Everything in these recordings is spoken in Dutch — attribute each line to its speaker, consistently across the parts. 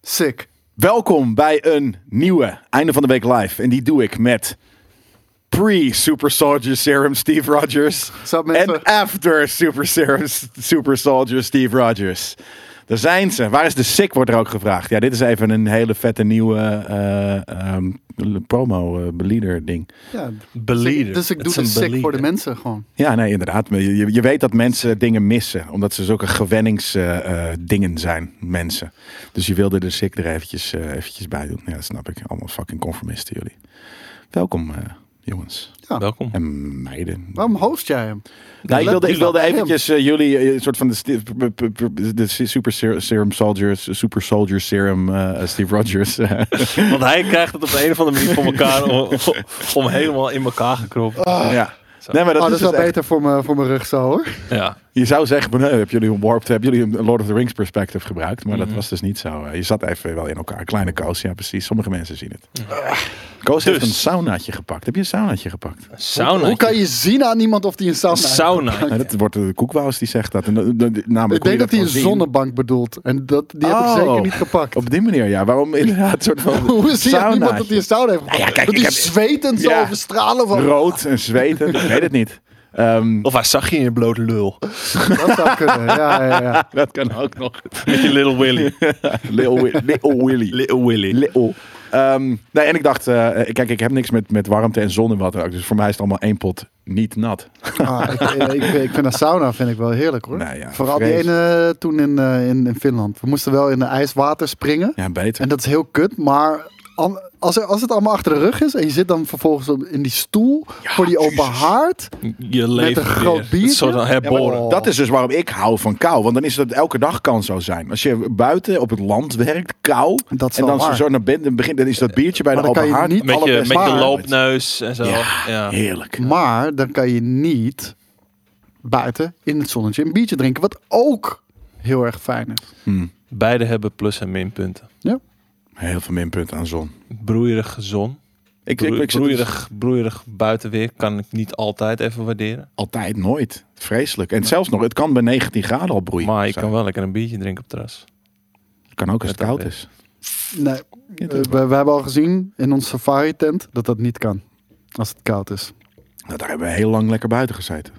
Speaker 1: Classic. Welkom bij een nieuwe Einde van de Week Live. En die doe ik met pre-Super Soldier Serum Steve Rogers.
Speaker 2: Sup, mensen?
Speaker 1: En after Super Serum Super Soldier Steve Rogers. Daar zijn ze. Waar is de sick, wordt er ook gevraagd. Ja, dit is even een hele vette nieuwe eh, ehm, promo eh, leader ding.
Speaker 2: Ja,
Speaker 3: Believer.
Speaker 2: dus ik doe
Speaker 3: It's
Speaker 2: de
Speaker 3: een
Speaker 2: sick voor
Speaker 3: believer.
Speaker 2: de mensen gewoon.
Speaker 1: Ja, nee, inderdaad. Maar Je, je weet dat mensen dingen missen. Omdat ze zulke gewenningsdingen zijn, mensen. Dus je wilde de sick er eventjes, eh, eventjes bij doen. Ja, dat snap ik. Allemaal fucking conformisten jullie. Welkom, eh, jongens.
Speaker 2: Ja.
Speaker 3: Welkom.
Speaker 1: En meiden.
Speaker 2: Waarom host jij hem?
Speaker 1: Nou,
Speaker 2: Let-
Speaker 1: ik wilde, ik
Speaker 2: let
Speaker 1: wilde
Speaker 2: him.
Speaker 1: eventjes eh, jullie eh, een soort van de, sti- p- p- p- de super ser- serum soldier, super soldier serum eh, Steve Rogers.
Speaker 2: Ah.
Speaker 1: eh,
Speaker 3: Want hij krijgt het op de een of andere manier voor elkaar om, om helemaal in elkaar gekropt.
Speaker 1: ja. Nee, maar dat,
Speaker 2: Dat, oh,
Speaker 1: is
Speaker 2: dat is
Speaker 1: dus
Speaker 2: wel
Speaker 1: echt-
Speaker 2: beter voor mijn voor mijn rug zo hoor.
Speaker 3: Ja.
Speaker 1: Je zou zeggen, van, nee, hebben jullie een warped, hebben jullie een Lord of the Rings perspective gebruikt? Maar dat was dus niet zo. Eh, Je zat even wel in elkaar. Kleine Koos, ja precies. Sommige mensen zien het.
Speaker 2: Ah.
Speaker 1: Koos heeft
Speaker 3: Dus.
Speaker 1: een saunaatje gepakt. Heb je een saunaatje gepakt?
Speaker 3: Sauna.
Speaker 2: Hoe kan je zien aan iemand of die een sauna
Speaker 3: Een sauna.
Speaker 2: heeft?
Speaker 1: Nou, dat wordt de koekwous die zegt dat. En, dat- dat- namelijk
Speaker 2: Ik
Speaker 1: hoe je
Speaker 2: denk dat hij een
Speaker 1: kan zien.
Speaker 2: zonnebank bedoelt. En dat, die heb
Speaker 1: Oh.
Speaker 2: ik zeker niet gepakt.
Speaker 1: Op die manier, ja. Waarom inderdaad een soort van
Speaker 2: Hoe zie je aan iemand dat hij een sauna
Speaker 1: saunaatje? Nou
Speaker 2: heeft gepakt?
Speaker 1: ja, kijk,
Speaker 2: dat
Speaker 1: ik
Speaker 2: hij
Speaker 1: heb-
Speaker 2: zwetend
Speaker 1: Ja.
Speaker 2: zo overstralen van...
Speaker 1: Rood en zweten, ik weet het niet. Ehm,
Speaker 3: Of hij zag je in je blote lul.
Speaker 2: Dat zou kunnen, ja, ja, ja.
Speaker 1: dat kan ook nog.
Speaker 3: Met je little Willy.
Speaker 1: Little, Wi- Little Willy.
Speaker 3: Little Willy.
Speaker 1: Little. Ehm, nee, en ik dacht, eh, kijk, ik heb niks met, met warmte en zon en wat dan ook. Dus voor mij is het allemaal één pot niet nat.
Speaker 2: Ah, ik, ik, ik vind een sauna vind ik wel heerlijk hoor.
Speaker 1: Nou ja,
Speaker 2: Vooral
Speaker 1: vrees.
Speaker 2: die ene toen in, eh, in, in Finland. We moesten wel in de ijswater springen.
Speaker 1: Ja, beter.
Speaker 2: En dat is heel kut, maar an- als, er, als het allemaal achter de rug is en je zit dan vervolgens op- in die stoel voor die open haard.
Speaker 3: Je leeft
Speaker 2: een groot
Speaker 3: weer.
Speaker 2: biertje?
Speaker 3: Een soort van herboren.
Speaker 2: Oh.
Speaker 1: Dat is dus waarom ik hou van kou. Want dan is het elke dag kan zo zijn. Als je buiten op het land werkt, kou.
Speaker 2: Dat is
Speaker 1: en
Speaker 2: wel
Speaker 1: dan
Speaker 2: waar.
Speaker 1: zo naar binnen begint, dan is dat biertje bij
Speaker 2: Maar
Speaker 1: de
Speaker 2: dan
Speaker 1: open
Speaker 2: kan je
Speaker 1: haard
Speaker 2: niet
Speaker 3: Met je,
Speaker 1: allerbeste
Speaker 3: met je
Speaker 2: Maar-
Speaker 3: loopneus en zo.
Speaker 1: Ja,
Speaker 3: Ja.
Speaker 1: heerlijk.
Speaker 2: Maar dan kan je niet buiten in het zonnetje een biertje drinken, wat ook heel erg fijn is.
Speaker 3: Beide hebben plus- en minpunten.
Speaker 2: Ja.
Speaker 1: Heel veel minpunten aan zon.
Speaker 3: Broeierig zon.
Speaker 1: Ik, ik, ik
Speaker 3: Broe-
Speaker 1: zit dus
Speaker 3: broeierig, broeierig buitenweer kan ik niet altijd even waarderen.
Speaker 1: altijd nooit. Vreselijk. En zelfs nog, het kan bij 19 graden al broeien.
Speaker 3: Maar ik
Speaker 1: Zo.
Speaker 3: kan wel lekker een biertje drinken op het terras.
Speaker 1: kan ook als het
Speaker 3: Met
Speaker 1: koud
Speaker 3: dat
Speaker 1: is.
Speaker 2: Nee,
Speaker 1: dat
Speaker 2: eh, we, we hebben al gezien in onze safari tent dat dat niet kan als het koud is.
Speaker 1: Nou, daar hebben we heel lang lekker buiten gezeten.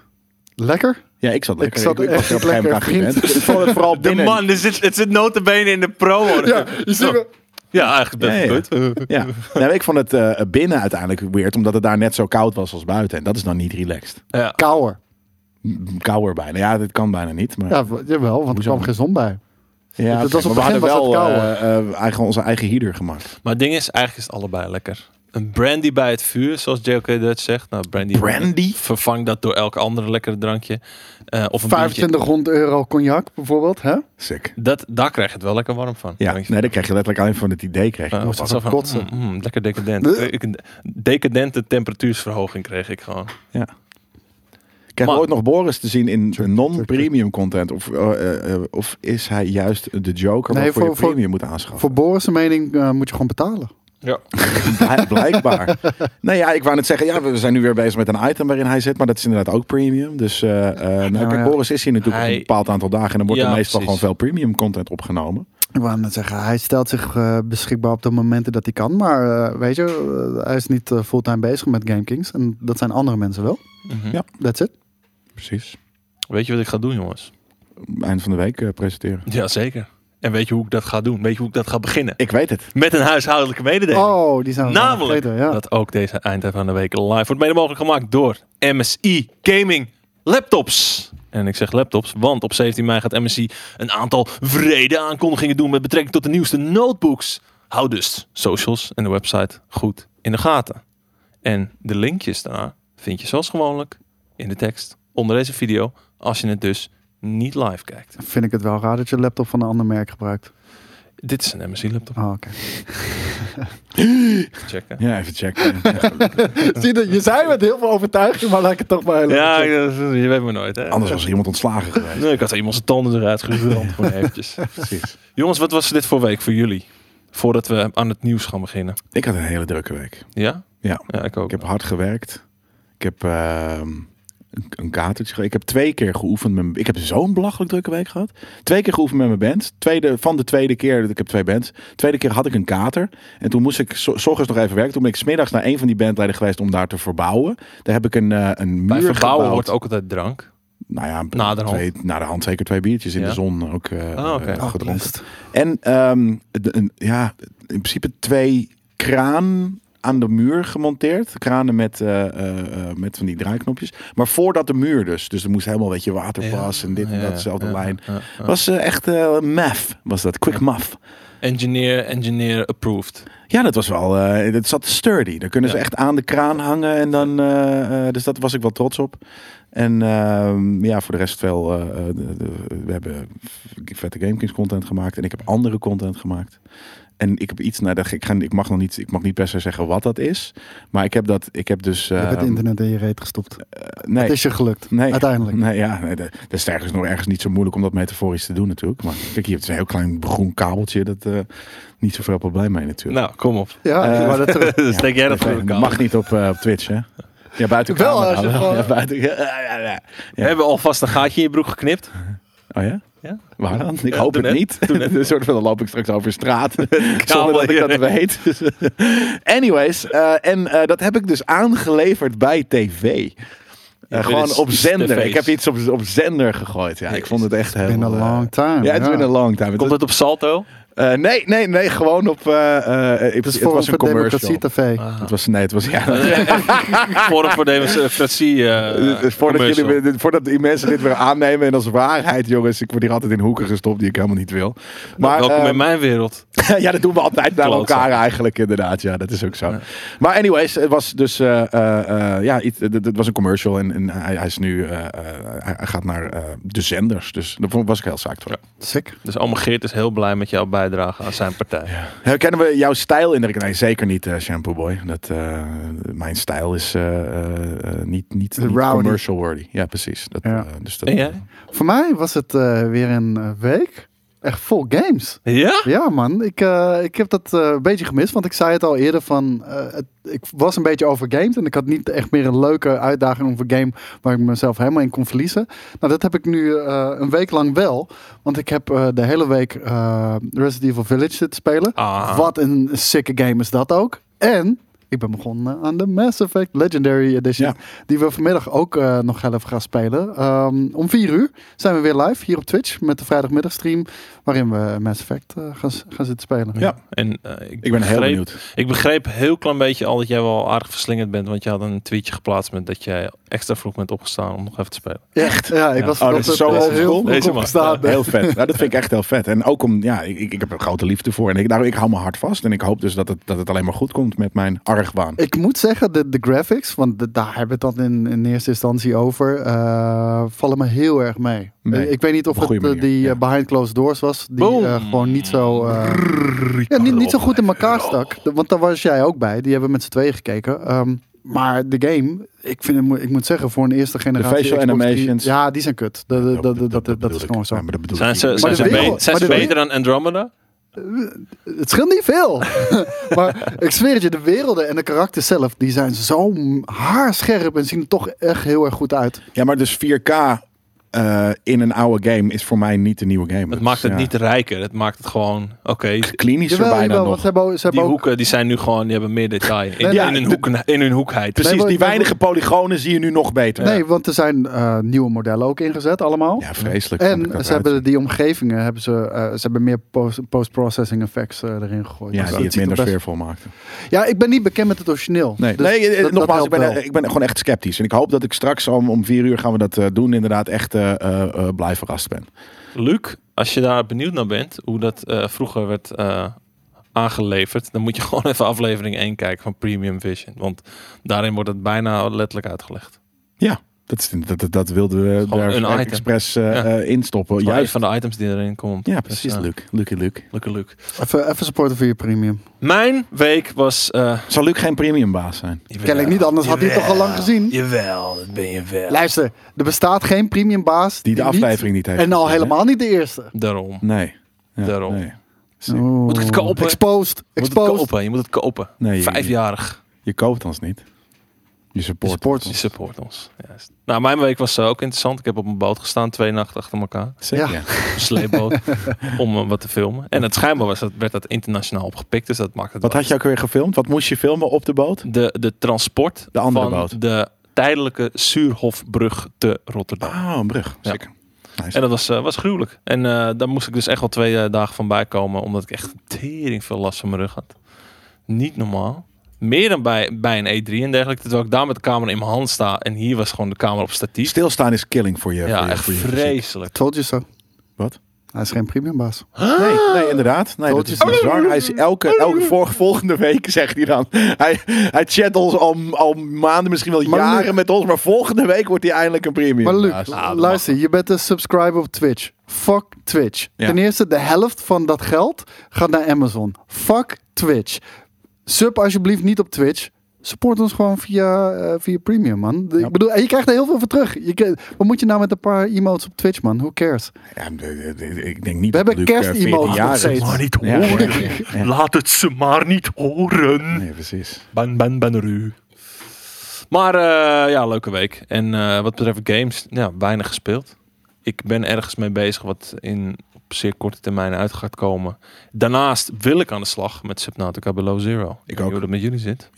Speaker 2: Lekker?
Speaker 1: Ja, ik zat lekker.
Speaker 2: zat
Speaker 1: was
Speaker 2: echt
Speaker 1: er op een gegeven moment
Speaker 2: lekker,
Speaker 1: aan gewend.
Speaker 2: vriend.
Speaker 1: Ik vond het vooral binnen.
Speaker 3: er zit, het zit notenbenen in de promo.
Speaker 2: je ziet me-
Speaker 3: Ja, eigenlijk
Speaker 1: Ja,
Speaker 3: best
Speaker 1: ja.
Speaker 3: goed.
Speaker 1: Ja. Nee, maar ik vond het eh, binnen uiteindelijk weird, omdat het daar net zo koud was als buiten. En dat is dan niet relaxed.
Speaker 3: Ja.
Speaker 2: Kouwer.
Speaker 1: Kouder bijna. Ja, dat kan bijna niet. Maar,
Speaker 2: Ja, w- jawel, want er kwam geen zon bij.
Speaker 1: Ja,
Speaker 2: dat
Speaker 1: oké,
Speaker 2: was op
Speaker 1: maar we
Speaker 2: het begin
Speaker 1: hadden wel
Speaker 2: was het
Speaker 1: eh, eh, eigen, onze eigen heater gemaakt.
Speaker 3: Maar het ding is, eigenlijk is het allebei lekker. Een brandy bij het vuur, zoals JLK Dutch zegt. Nou, brandy.
Speaker 1: Brandy?
Speaker 3: Vervang dat door elk ander lekkere drankje. Eh, of een biertje.
Speaker 2: 2500 euro cognac bijvoorbeeld, hè?
Speaker 1: Sick.
Speaker 3: Dat, daar krijg je het wel lekker warm van.
Speaker 1: Ja,
Speaker 3: Dan denk je,
Speaker 1: nee, dan krijg je letterlijk alleen van het idee. Krijg je
Speaker 3: eh,
Speaker 1: nog
Speaker 3: was het
Speaker 1: wat.
Speaker 3: zo van,
Speaker 2: kotsen.
Speaker 3: mm, mm, lekker decadent.
Speaker 2: Bleh.
Speaker 3: Ik- Decadente temperatuursverhoging kreeg ik gewoon.
Speaker 1: Ja. Krijgen we
Speaker 3: Maar-
Speaker 1: ooit nog Boris te zien in non-premium content? Of, eh, eh, eh, of is hij juist de joker
Speaker 2: Nee,
Speaker 1: waarvoor
Speaker 2: voor-
Speaker 1: je
Speaker 2: voor-
Speaker 1: premium moet aanschaffen?
Speaker 2: Voor Boris' mening eh, moet je gewoon betalen.
Speaker 3: Ja.
Speaker 1: Bl- Blijkbaar. nou ja, ik wou net zeggen, ja, we zijn nu weer bezig met een item waarin hij zit, maar dat is inderdaad ook premium. Dus eh, eh, nou,
Speaker 2: Nou
Speaker 1: kijk,
Speaker 2: ja.
Speaker 1: Boris is hier natuurlijk
Speaker 3: Hij-
Speaker 1: een bepaald aantal dagen en dan wordt
Speaker 3: Ja,
Speaker 1: er meestal
Speaker 3: precies.
Speaker 1: gewoon veel premium content opgenomen.
Speaker 2: Ik wou net zeggen, hij stelt zich eh, beschikbaar op de momenten dat hij kan. Maar eh, weet je, eh, hij is niet eh, fulltime bezig met GameKings. En dat zijn andere mensen wel.
Speaker 3: Mhm.
Speaker 1: Ja.
Speaker 2: That's it.
Speaker 1: Precies.
Speaker 3: Weet je wat ik ga doen, jongens?
Speaker 1: Eind van de week eh, presenteren.
Speaker 3: Jazeker. En weet je hoe ik dat ga doen? Weet je hoe ik dat ga beginnen?
Speaker 1: Ik weet het.
Speaker 3: Met een huishoudelijke mededeling.
Speaker 2: Oh, die zijn we
Speaker 3: Namelijk
Speaker 2: vergeten, ja.
Speaker 3: dat ook deze eind van de week live wordt mede mogelijk gemaakt door MSI Gaming Laptops. En ik zeg laptops, want op 17 mei gaat MSI een aantal vrede aankondigingen doen met betrekking tot de nieuwste notebooks. Hou dus socials en de website goed in de gaten. En de linkjes daarna vind je zoals gewoonlijk in de tekst onder deze video als je het dus niet live kijkt.
Speaker 2: Vind ik het wel raar dat je laptop van een ander merk gebruikt.
Speaker 3: Dit is een MSI laptop.
Speaker 2: Oh, oké.
Speaker 3: Checken.
Speaker 1: Ja, even checken. Ja,
Speaker 2: Zie je, je zei met heel veel overtuiging, maar laat ik het toch maar
Speaker 3: Ja, je weet maar nooit. Hè?
Speaker 1: Anders was er iemand ontslagen geweest.
Speaker 3: Nee, ik had iemand zijn tanden eruit gebrand. Gewoon eventjes.
Speaker 1: Precies.
Speaker 3: Jongens, wat was dit voor week voor jullie? Voordat we aan het nieuws gaan beginnen.
Speaker 1: Ik had een hele drukke week.
Speaker 3: Ja?
Speaker 1: Ja.
Speaker 3: Ja, ik ook.
Speaker 1: Ik heb hard gewerkt. Ik heb ehm, een, een katertje. ge- Ik heb twee keer geoefend met mijn- Ik heb zo'n belachelijk drukke week gehad. Twee keer geoefend met mijn band. Tweede, van de tweede keer, dat ik heb twee bands. Tweede keer had ik een kater. En toen moest ik zo- s ochtends nog even werken. Toen ben ik smiddags naar een van die bandleden geweest om daar te verbouwen. Daar heb ik een, eh, een
Speaker 3: Bij
Speaker 1: muur
Speaker 3: verbouwen
Speaker 1: gebouwd.
Speaker 3: hoort ook altijd drank.
Speaker 1: Nou ja, een-
Speaker 3: Naderhand.
Speaker 1: twee, naar de hand zeker twee biertjes in
Speaker 3: Ja.
Speaker 1: de zon ook eh,
Speaker 3: Ah, oké.
Speaker 1: eh,
Speaker 2: Oh,
Speaker 1: gedronken.
Speaker 2: lust.
Speaker 1: En ehm, de- een- ja, in principe twee kraan aan de muur gemonteerd. Kranen met, eh, eh, eh, met van die draaiknopjes. Maar voordat de muur dus. Dus er moest helemaal, weet je, waterpas en dit en
Speaker 3: Ja,
Speaker 1: dat, dezelfde
Speaker 3: ja,
Speaker 1: lijn.
Speaker 3: ja, ja.
Speaker 1: Was eh, echt eh maf, was dat. Quick maf.
Speaker 3: Engineer, engineer approved.
Speaker 1: Ja, dat was wel, eh dat zat sturdy. Daar kunnen ze
Speaker 3: Ja.
Speaker 1: echt aan de kraan hangen. En dan, eh, eh, dus dat was ik wel trots op. En ehm, ja, voor de rest wel, eh, eh, de- de- we hebben vette GameKings content gemaakt. En ik heb andere content gemaakt. En ik heb iets, nou, dat, ik, ga, ik mag nog niet, ik mag niet per se zeggen wat dat is. Maar ik heb dat, ik heb dus...
Speaker 2: Je
Speaker 1: eh,
Speaker 2: hebt het internet in je reet gestopt.
Speaker 1: nee.
Speaker 2: Het is je gelukt.
Speaker 1: Nee.
Speaker 2: Uiteindelijk.
Speaker 1: Nee, ja, nee, dat dat is ergens nog ergens niet zo moeilijk om dat metaforisch te doen natuurlijk. Maar kijk, hier het is een heel klein groen kabeltje. Dat eh, niet zoveel probleem mee natuurlijk.
Speaker 3: Nou, kom op.
Speaker 2: Ja,
Speaker 1: Eh,
Speaker 2: maar dat,
Speaker 3: Dan steek Dus jij dat voor
Speaker 1: Nee,
Speaker 3: elkaar.
Speaker 1: mag niet op, eh, op Twitch, hè? Ja, buiten
Speaker 2: Wel,
Speaker 1: camera.
Speaker 2: als je gewoon-
Speaker 1: Ja, buiten... ja, ja, ja.
Speaker 3: We hebben alvast een gaatje in je broek geknipt.
Speaker 1: Oh ja?
Speaker 3: Ja.
Speaker 1: Waar dan? Ik
Speaker 3: Ja,
Speaker 1: hoop
Speaker 3: doe
Speaker 1: het
Speaker 3: net.
Speaker 1: niet. Een soort van, dan loop ik straks over straat. zonder dat ik
Speaker 3: hier.
Speaker 1: dat weet. Dus, Anyways, eh, en eh, dat heb ik dus aangeleverd bij tv. Eh,
Speaker 3: weet
Speaker 1: gewoon
Speaker 3: het,
Speaker 1: op
Speaker 3: het is
Speaker 1: zender.
Speaker 3: tv's.
Speaker 1: Ik heb iets op, op zender gegooid. Ja, ik vond het echt heel...
Speaker 2: been a
Speaker 1: eh,
Speaker 2: long time.
Speaker 1: Ja, it's been a long time.
Speaker 3: Komt het op Salto?
Speaker 1: Eh, nee, nee, nee. Gewoon op... eh, eh, het,
Speaker 2: Het is
Speaker 1: het
Speaker 2: voor
Speaker 1: was een
Speaker 2: voor
Speaker 1: commercial. Ah.
Speaker 2: Democratie TV.
Speaker 3: Ah.
Speaker 1: Het was, nee, het was... Ja,
Speaker 3: Forum voor Democratie. eh
Speaker 1: Dus voordat,
Speaker 3: commercial.
Speaker 1: jullie, weer- dit- voordat die mensen dit weer aannemen en als waarheid, jongens, ik word hier altijd in hoeken gestopt die ik helemaal niet wil. Maar
Speaker 3: Welkom
Speaker 1: eh,
Speaker 3: in mijn wereld.
Speaker 1: ja, dat doen we altijd naar
Speaker 3: Klootzak.
Speaker 1: elkaar eigenlijk, inderdaad. Ja, dat is ook zo. Maar anyways, het was dus, eh, eh, eh, ja, iets- het het was een commercial en, en hij, hij is nu, eh, eh, hij hij gaat naar eh, de zenders. Dus daar vond- was ik heel zaakt voor.
Speaker 2: Sick.
Speaker 3: Dus Alma Geert is heel blij met jouw bijdrage aan zijn partij.
Speaker 1: Herkennen we jouw stijl in de Nee, zeker niet, eh, Shampoo Boy. Dat, eh, mijn stijl is eh, eh, eh, niet, niet, niet
Speaker 2: Rowdy.
Speaker 1: commercial worthy. Ja, precies. Dat,
Speaker 2: Ja.
Speaker 1: eh, dus dat,
Speaker 3: En jij?
Speaker 2: Voor mij was het eh, weer een eh, week echt vol games.
Speaker 3: Ja?
Speaker 2: Ja, man. Ik, eh, ik heb dat eh, een beetje gemist. Want ik zei het al eerder van... eh, het, ik was een beetje overgamed. En ik had niet echt meer een leuke uitdaging over game... waar ik mezelf helemaal in kon verliezen. Nou, dat heb ik nu eh, een week lang wel. Want ik heb eh, de hele week eh, Resident Evil Village zitten spelen.
Speaker 3: Ah.
Speaker 2: Wat een sicke game is dat ook. En... Ik ben begonnen aan de Mass Effect Legendary Edition.
Speaker 1: Ja.
Speaker 2: Die we vanmiddag ook eh, nog heel even gaan spelen. Ehm, om vier uur zijn we weer live hier op Twitch met de vrijdagmiddagstream. Waarin we Mass Effect eh, gaan, gaan zitten spelen.
Speaker 1: Ja.
Speaker 3: En, eh, ik,
Speaker 1: Ik ben heel
Speaker 3: begreep-
Speaker 1: benieuwd.
Speaker 3: Ik begreep heel klein beetje al dat jij wel aardig verslingerd bent. Want je had een tweetje geplaatst met dat jij extra vroeg bent opgestaan om nog even te spelen.
Speaker 2: Echt? Ja, ik
Speaker 3: Ja.
Speaker 2: was
Speaker 1: Oh, dat
Speaker 2: vanochtend,
Speaker 1: is zo
Speaker 2: eh,
Speaker 1: oldschool.
Speaker 2: heel
Speaker 3: Deze
Speaker 2: vroeg
Speaker 3: man.
Speaker 2: opgestaan.
Speaker 1: Heel vet. Nou, dat vind ik echt heel vet. En ook om, ja, ik, ik heb een grote liefde voor. En ik, nou, ik hou mijn hart vast. En ik hoop dus dat het, dat het alleen maar goed komt met mijn argwaan.
Speaker 2: Ik moet zeggen, de, de graphics, want de- daar hebben we het dan in, in eerste instantie over, eh, vallen me heel erg mee.
Speaker 1: Nee,
Speaker 2: Eh, ik weet niet of
Speaker 1: op een
Speaker 2: het
Speaker 1: goede
Speaker 2: eh,
Speaker 1: manier,
Speaker 2: die
Speaker 1: ja.
Speaker 2: eh, behind closed doors was, die
Speaker 3: Boom.
Speaker 2: eh, gewoon niet zo, eh, ja, niet, niet zo goed in elkaar stak. De- Want daar was jij ook bij, die hebben we met z'n tweeën gekeken. Ehm, maar de game, ik, vind, het mo- ik moet zeggen, voor een eerste generatie.
Speaker 1: facial
Speaker 2: Xbox, die-
Speaker 1: animations.
Speaker 2: ja, die zijn kut. Dat, dat, dat, dat, dat
Speaker 1: bedoel
Speaker 2: is
Speaker 1: ik.
Speaker 2: gewoon zo.
Speaker 1: Ja, maar dat bedoel
Speaker 3: Zijn
Speaker 1: ik
Speaker 3: ze,
Speaker 1: niet.
Speaker 3: zijn
Speaker 2: de
Speaker 3: ze,
Speaker 2: wereld-
Speaker 3: be- zijn
Speaker 2: maar
Speaker 3: ze
Speaker 2: de
Speaker 3: beter dan Andromeda?
Speaker 2: Het scheelt niet veel. maar ik zweer het je, de werelden en de karakters zelf, die zijn zo haarscherp en zien er toch echt heel erg goed uit.
Speaker 1: Ja, maar dus 4K eh, in een oude game is voor mij niet de nieuwe game.
Speaker 3: Het maakt het
Speaker 1: ja,
Speaker 3: niet rijker. Het maakt het gewoon, oké,
Speaker 1: klinischer
Speaker 2: Jawel,
Speaker 1: bijna
Speaker 2: jawel, want
Speaker 1: nog.
Speaker 2: ze hebben, ook- ze
Speaker 3: die
Speaker 2: hebben ook...
Speaker 3: hoeken die zijn nu gewoon, die hebben meer detail. In,
Speaker 1: Ja,
Speaker 3: in, hun,
Speaker 1: de-
Speaker 3: hoeken, in hun hoekheid.
Speaker 1: Precies,
Speaker 2: Nee, maar-
Speaker 1: die weinige polygonen zie je nu nog beter.
Speaker 2: Nee, want er zijn eh, nieuwe modellen ook ingezet allemaal.
Speaker 1: Ja, vreselijk. vond ik
Speaker 2: en
Speaker 1: dat
Speaker 2: ze hebben
Speaker 1: eruit.
Speaker 2: die omgevingen, hebben ze, eh, ze hebben meer post- post-processing effects eh, erin gegooid. Dus
Speaker 1: Ja,
Speaker 2: dat
Speaker 1: die het
Speaker 2: ziet er
Speaker 1: minder
Speaker 2: best-
Speaker 1: sfeervol maakten.
Speaker 2: Ja, ik ben niet bekend met het origineel.
Speaker 1: Nee,
Speaker 2: Dus
Speaker 1: nee eh,
Speaker 2: dat- dat
Speaker 1: nogmaals,
Speaker 2: helpt
Speaker 1: ik ben,
Speaker 2: wel.
Speaker 1: eh, ik ben gewoon echt sceptisch. En ik hoop dat ik straks om, om vier uur gaan we dat eh, doen. Inderdaad, echt eh, eh, eh, blij verrast ben.
Speaker 3: Luc, als je daar benieuwd naar bent, hoe dat eh, vroeger werd eh, aangeleverd, dan moet je gewoon even aflevering 1 kijken van Premium Vision. Want daarin wordt het bijna letterlijk uitgelegd.
Speaker 1: Dat, is- dat, dat, dat wilden we
Speaker 3: Gewoon
Speaker 1: daar
Speaker 3: een
Speaker 1: echt
Speaker 3: item.
Speaker 1: expres eh,
Speaker 3: Ja.
Speaker 1: eh, instoppen.
Speaker 3: Juist
Speaker 1: Juist.
Speaker 3: van de items die erin komt.
Speaker 1: Ja, precies,
Speaker 3: Dus, eh,
Speaker 1: Luc. Lucky Luc.
Speaker 3: Lucky Luc.
Speaker 2: Even, even supporten voor je premium.
Speaker 3: Mijn week was... eh
Speaker 1: Zal Luc geen premiumbaas zijn?
Speaker 2: Kennelijk niet, anders had hij het toch al lang gezien.
Speaker 3: Jawel, dat ben je wel.
Speaker 2: Luister, er bestaat geen premium baas
Speaker 1: Die de aflevering niet heeft
Speaker 2: En al
Speaker 1: gezien, hè?
Speaker 2: helemaal niet de eerste.
Speaker 3: Daarom.
Speaker 1: Nee. Ja,
Speaker 3: Daarom.
Speaker 1: Nee.
Speaker 3: Moet ik het kopen?
Speaker 2: Exposed.
Speaker 3: Je moet het
Speaker 2: Exposed.
Speaker 3: kopen. Je moet het kopen.
Speaker 1: Nee, je-
Speaker 3: Vijfjarig.
Speaker 1: Je koopt ons niet. Je support.
Speaker 2: support
Speaker 3: Die support ons. Juist. Nou, mijn week was eh, ook interessant. Ik heb op een boot gestaan, twee nachten achter elkaar.
Speaker 1: Zeker.
Speaker 2: Ja.
Speaker 3: Een sleepboot. om eh, wat te filmen. En het schijnbaar was, dat, werd dat internationaal opgepikt. Dus dat maakt het
Speaker 1: Wat
Speaker 3: wel-
Speaker 1: had je ook weer gefilmd? Wat moest je filmen op de boot?
Speaker 3: de, de transport
Speaker 1: De andere
Speaker 3: van
Speaker 1: boot.
Speaker 3: de tijdelijke Suurhofbrug te Rotterdam.
Speaker 1: Ah, een brug.
Speaker 3: Ja.
Speaker 1: Zeker. Nice.
Speaker 3: En dat was, eh, was gruwelijk. En eh, daar moest ik dus echt wel twee eh, dagen van bijkomen. Omdat ik echt tering veel last van mijn rug had. Niet normaal. Meer dan bij, bij een E3 en dergelijke. Terwijl ik daar met de camera in mijn hand sta. En hier was gewoon de camera op statief.
Speaker 1: Stilstaan is killing voor je. voor
Speaker 3: ja,
Speaker 1: je-
Speaker 3: echt
Speaker 1: voor je fysiek.
Speaker 3: vreselijk.
Speaker 2: Told you so.
Speaker 1: Wat?
Speaker 2: Hij is geen premiumbaas.
Speaker 1: Nee,
Speaker 2: Ah.
Speaker 1: nee, inderdaad. Nee, dat is bizar. Hij is elke, elke vorige, volgende week, zegt hij dan. Hij, hij chat ons al, al maanden, misschien wel
Speaker 2: Maar Luc-
Speaker 1: jaren met ons. Maar volgende week wordt hij eindelijk een premium.
Speaker 2: Maar Luc,
Speaker 1: baas.
Speaker 2: luister, je bent een subscriber op Twitch. Fuck Twitch.
Speaker 1: Ja.
Speaker 2: Ten eerste, de helft van dat geld gaat naar Amazon. Fuck Twitch. Sub alsjeblieft niet op Twitch. Support ons gewoon via, eh, via premium, man. De-
Speaker 1: Ja.
Speaker 2: Ik bedoel, en je krijgt er heel veel voor terug. Je, kan- wat moet je nou met een paar emotes op Twitch, man? Who cares?
Speaker 1: Ja, de- de- de- ik denk niet
Speaker 2: We
Speaker 1: dat
Speaker 2: hebben
Speaker 1: Luc, eh,
Speaker 2: kerstiemotjes
Speaker 1: 14 jaar
Speaker 2: nog
Speaker 1: is.
Speaker 2: steeds.
Speaker 3: niet
Speaker 1: Ja, ja, ja,
Speaker 2: Eh,
Speaker 1: ja.
Speaker 3: Laat het ze maar niet horen.
Speaker 1: Nee, precies.
Speaker 3: Ben, ben, ben ru. Maar eh, ja, leuke week. En eh, wat betreft games, ja, weinig gespeeld. Ik ben ergens mee bezig wat in op zeer korte termijn uit gaat komen. Daarnaast wil ik aan de slag met Subnautica Below Zero.
Speaker 1: Ik
Speaker 3: weet niet
Speaker 1: ook.
Speaker 3: Hoe dat met jullie zit.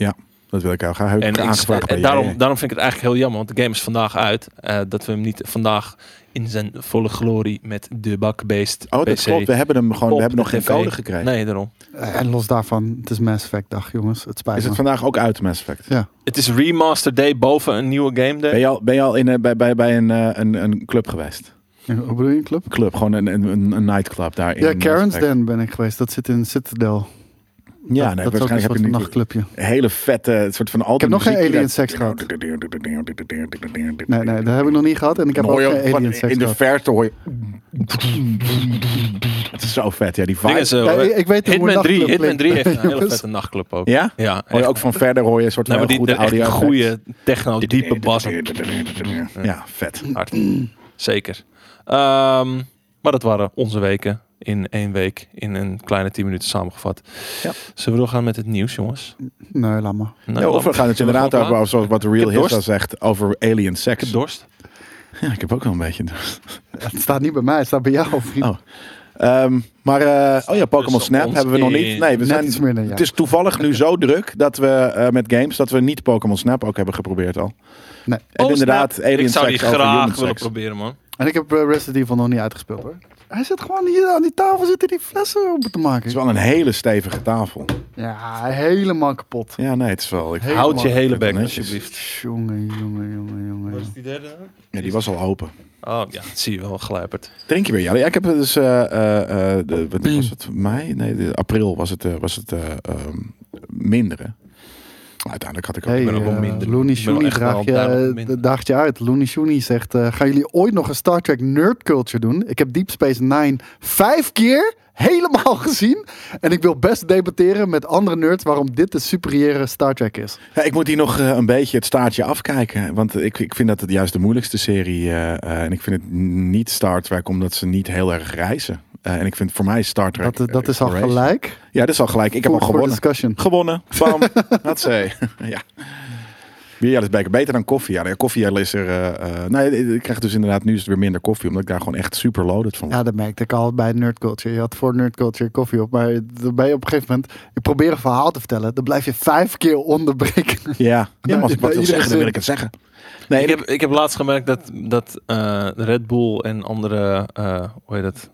Speaker 1: Dat wil ik jou graag. Heb ik
Speaker 3: ik-
Speaker 1: aangevraagd bij
Speaker 3: en
Speaker 1: je.
Speaker 3: daarom, daarom vind ik het eigenlijk heel jammer, want de game is vandaag uit. eh, dat we hem niet vandaag in zijn volle glorie met de bakbeest
Speaker 1: Oh, dat
Speaker 3: PC
Speaker 1: klopt. We hebben hem gewoon.
Speaker 3: op
Speaker 1: We hebben nog
Speaker 3: de
Speaker 1: geen
Speaker 3: TV.
Speaker 1: code gekregen.
Speaker 3: Nee, daarom.
Speaker 2: Eh, En los daarvan, het is Mass Effect dag, jongens. Het spijt
Speaker 1: Is het
Speaker 2: me.
Speaker 1: vandaag ook uit Mass Effect?
Speaker 3: Het is Remaster Day boven een nieuwe game day.
Speaker 1: Ben je al, ben je al in, eh, bij, bij, bij een, eh, een, een club geweest?
Speaker 2: Ja, Hoe bedoel je een club?
Speaker 1: Club, gewoon een, een, een, een nightclub daar. in
Speaker 2: Ja,
Speaker 1: Mass
Speaker 2: Karen's
Speaker 1: Effect.
Speaker 2: Den ben ik geweest. Dat zit in Citadel. dat, dus
Speaker 1: Ja, nee,
Speaker 2: dat is ook een
Speaker 1: waarschijnlijk heb
Speaker 2: soort
Speaker 1: je nu
Speaker 2: nachtclubje.
Speaker 1: een hele vette, het soort van al
Speaker 2: heb nog geen alien seks gehad. Nee, nee, dat heb ik nog niet gehad. En ik heb ook geen alien seks
Speaker 1: In de
Speaker 2: gehad.
Speaker 1: verte hoor je... Het is zo vet, ja, die
Speaker 3: Ding
Speaker 1: vibe.
Speaker 3: is, eh,
Speaker 2: Ja, ik- ik weet hoe een
Speaker 3: Hitman 3,
Speaker 2: nachtclub
Speaker 3: Hitman 3 heeft
Speaker 2: klinkt.
Speaker 3: een hele
Speaker 2: Jongens.
Speaker 3: vette nachtclub ook.
Speaker 1: Dus- Ja?
Speaker 3: Ja,
Speaker 1: Hoor je
Speaker 3: echt.
Speaker 1: ook van verder hoor je een soort van
Speaker 3: Nee, maar
Speaker 1: heel
Speaker 3: die
Speaker 1: goede
Speaker 3: de, echt
Speaker 1: audio.
Speaker 3: goede techno, diepe bas.
Speaker 1: Ja, vet.
Speaker 3: Hard. Zeker. Ehm, maar dat waren onze weken in één week in een kleine 10 minuten samengevat.
Speaker 1: Ja.
Speaker 3: Zullen we doorgaan met het nieuws, jongens?
Speaker 2: Nee, laat maar.
Speaker 3: Nou,
Speaker 1: Ja, of we gaan het
Speaker 3: zullen we
Speaker 1: inderdaad
Speaker 3: gewoon
Speaker 1: over, zoals wat
Speaker 3: Ik
Speaker 1: Real
Speaker 3: heb dorst.
Speaker 1: Hissa zegt, over alien
Speaker 3: Ik heb
Speaker 1: seks.
Speaker 3: dorst.
Speaker 1: Ja, ik heb ook wel een beetje dorst.
Speaker 2: Het staat niet bij mij, het staat bij jou. Vriend.
Speaker 1: Oh, Ehm, maar eh, oh ja, Pokémon
Speaker 3: Dus
Speaker 1: Snap
Speaker 3: ons
Speaker 1: hebben we nog niet.
Speaker 3: in-
Speaker 1: Nee, we
Speaker 2: Net
Speaker 1: zijn,
Speaker 2: iets minder, ja.
Speaker 1: het is toevallig nu zo druk dat we eh, met games dat we niet Pokémon Snap ook hebben geprobeerd al.
Speaker 2: Nee.
Speaker 1: En
Speaker 3: Oh,
Speaker 1: inderdaad,
Speaker 3: snap.
Speaker 1: Alien
Speaker 3: Ik zou die
Speaker 1: Sex over
Speaker 3: graag
Speaker 1: Human
Speaker 3: willen
Speaker 1: Sex.
Speaker 3: proberen, man.
Speaker 2: En ik heb eh, Resident Evil nog niet uitgespeeld hoor. Hij zit gewoon hier aan die tafel, zitten die flessen op te
Speaker 1: Het is
Speaker 2: maken.
Speaker 1: wel een hele stevige tafel.
Speaker 2: Ja, helemaal kapot.
Speaker 1: Ja, nee, het is wel. Ik,
Speaker 2: Heel
Speaker 3: Houd je
Speaker 2: makkelijk,
Speaker 3: hele bek,
Speaker 1: netjes.
Speaker 3: alsjeblieft.
Speaker 2: Jongen, jongen, jongen, jongen.
Speaker 3: die derde?
Speaker 1: ja, die was al open.
Speaker 3: Oh, ja, dat zie je wel, glijpert.
Speaker 1: Drink je weer, Jelle? Ja, ik heb het dus. eh, eh, eh, de, wat was het? Mei? Nee, de- april was het, eh, was het eh, ehm, minder. Hè? Maar Uiteindelijk had ik ook.
Speaker 2: Hey,
Speaker 3: ben ook wel
Speaker 2: eh,
Speaker 3: minder.
Speaker 2: Looney
Speaker 3: Ik ben
Speaker 2: Shooney
Speaker 3: echt wel
Speaker 2: draagt je,
Speaker 3: duidelijk
Speaker 2: eh,
Speaker 3: minder.
Speaker 2: daagt je uit. Looney Shooney zegt, eh, gaan jullie ooit nog een Star Trek nerd culture doen? Ik heb Deep Space Nine vijf keer helemaal gezien. En ik wil best debatteren met andere nerds waarom dit de superieure Star Trek is.
Speaker 1: Ja, ik moet hier nog eh, een beetje het staartje afkijken. Want ik, ik vind dat het juist de moeilijkste serie. eh, eh, en ik vind het niet Star Trek omdat ze niet heel erg reizen. Eh, en ik vind voor mij Star Trek.
Speaker 2: Dat, eh, dat is al
Speaker 1: Exploration.
Speaker 2: gelijk.
Speaker 1: Ja, dat is al gelijk. Ik heb al
Speaker 2: Food for
Speaker 1: gewonnen.
Speaker 2: discussion.
Speaker 1: Gewonnen. Bam. Dat zei. Ja. Bier is beker. Beter dan koffie. Ja, koffie Jelle is er. eh, eh, nee, ik krijg dus inderdaad nu is het weer minder koffie. Omdat ik daar gewoon echt super loaded van word.
Speaker 2: Ja, dat merkte ik al bij Nerd Culture. Je had voor Nerd Culture koffie op, maar dan ben je op een gegeven moment... Je probeert een verhaal te vertellen, dan blijf je vijf keer onderbreken.
Speaker 1: Ja, ja, maar als ik
Speaker 2: bij
Speaker 1: wat wil
Speaker 2: iedere
Speaker 1: zeggen, dan
Speaker 2: zin.
Speaker 1: wil ik het zeggen. Nee,
Speaker 3: Ik heb, ik heb laatst gemerkt dat, dat eh, Red Bull en andere, eh, hoe heet dat,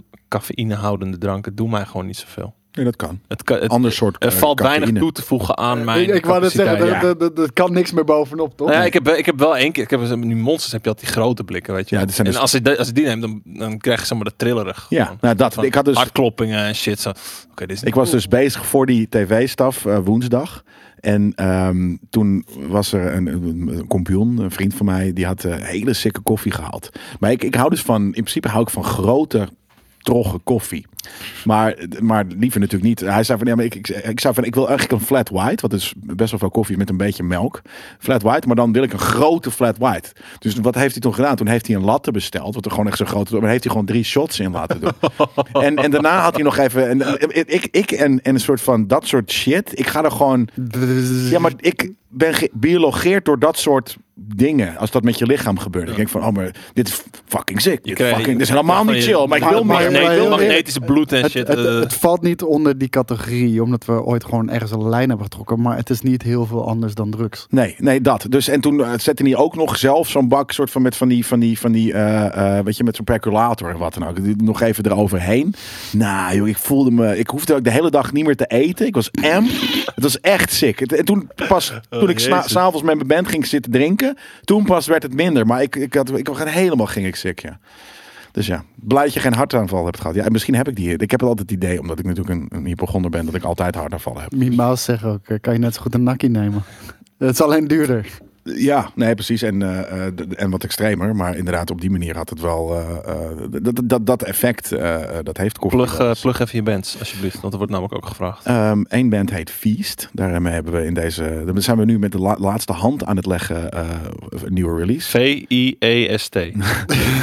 Speaker 3: cafeïnehoudende dranken doen mij gewoon niet zoveel.
Speaker 1: nee, dat kan.
Speaker 3: Het, ka- het,
Speaker 1: Ander soort.
Speaker 3: er
Speaker 1: eh,
Speaker 3: valt weinig
Speaker 1: cafeïne.
Speaker 3: toe te voegen aan mijn
Speaker 2: Eh, ik ik wou net zeggen,
Speaker 3: capaciteit.
Speaker 2: dat, dat, dat, dat kan niks meer bovenop, toch?
Speaker 3: Nou ja, ik, heb, ik heb wel één keer, ik heb nu monsters, heb je altijd die grote blikken, weet je.
Speaker 1: Ja,
Speaker 3: wel.
Speaker 1: dit zijn
Speaker 3: en
Speaker 1: dus-
Speaker 3: als je, de- als je die neemt, dan, dan krijg je zeg maar dat trillerig.
Speaker 1: Ja,
Speaker 3: gewoon.
Speaker 1: nou dat.
Speaker 3: Van
Speaker 1: Ik had dus
Speaker 3: Hartkloppingen en shit. Zo. Oké, dit is niet
Speaker 1: Ik was
Speaker 3: cool.
Speaker 1: dus bezig voor die tv-staf eh, woensdag. En ehm, toen was er een, een, een compagnon, een vriend van mij, die had eh, hele sikke koffie gehaald. Maar ik, ik hou dus van, in principe hou ik van grote trogge koffie. Maar, maar liever natuurlijk niet. Hij zei van, ja, maar ik, ik, ik zei van, ik wil eigenlijk een flat white. Wat is best wel veel koffie met een beetje melk. Flat white, maar dan wil ik een grote flat white. Dus wat heeft hij toen gedaan? Toen heeft hij een latte besteld. Wat er gewoon echt zo groot Maar heeft hij gewoon drie shots in laten doen. en, en daarna had hij nog even... En, ik ik en, en een soort van dat soort shit. Ik ga er gewoon... Ja, maar ik ben biologeerd door dat soort dingen. Als dat met je lichaam gebeurt. Ik denk van, oh, maar dit is fucking sick. Dit,
Speaker 3: krijgt-
Speaker 1: fucking, dit is helemaal
Speaker 3: van
Speaker 1: niet
Speaker 3: je-
Speaker 1: chill. Maar ik wil
Speaker 2: Maar-
Speaker 1: meer.
Speaker 2: maar-
Speaker 1: ik wil
Speaker 2: maar-
Speaker 1: meer.
Speaker 3: magnetische bloed en
Speaker 2: Het,
Speaker 3: shit.
Speaker 2: het,
Speaker 3: eh.
Speaker 2: het valt niet onder die categorie, omdat we ooit gewoon ergens een lijn hebben getrokken. Maar het is niet heel veel anders dan drugs.
Speaker 1: Nee, nee, dat. Dus en toen eh, zette hij ook nog zelf zo'n bak, soort van met van die, van die, van die, eh, eh, weet je, met zo'n percolator en wat dan ook. Die- Nog even eroverheen. Nou, joh, ik voelde me, ik hoefde ook de hele dag niet meer te eten. Ik was am. Het was echt sick. Het- En toen pas, toen ik sna-
Speaker 3: Jezus.
Speaker 1: s'avonds met mijn band ging zitten drinken, toen pas werd het minder. Maar ik, ik had, ik had helemaal ging ik sick, ja. Dus ja, blij dat je geen hartaanval hebt gehad. Ja, en misschien heb ik die. Ik heb het altijd het idee, omdat ik natuurlijk een, een hypochonder ben, dat ik altijd hartaanvallen heb.
Speaker 2: Mie Maus zegt ook, eh, kan je net zo goed een nakkie nemen. Het is alleen duurder.
Speaker 1: Ja, nee, precies. En, eh, eh, d- en wat extremer. Maar inderdaad, op die manier had het wel. eh, eh, dat- dat, dat, dat effect, eh, eh, dat heeft koffie.
Speaker 3: Plug, eh, plug even je bands, alsjeblieft. Want er wordt namelijk ook gevraagd.
Speaker 1: Eén Ehm, band heet Feast. Daarmee hebben we in deze. Daar zijn we nu met de la- laatste hand aan het leggen. eh, een nieuwe release.
Speaker 3: V-I-E-S-T.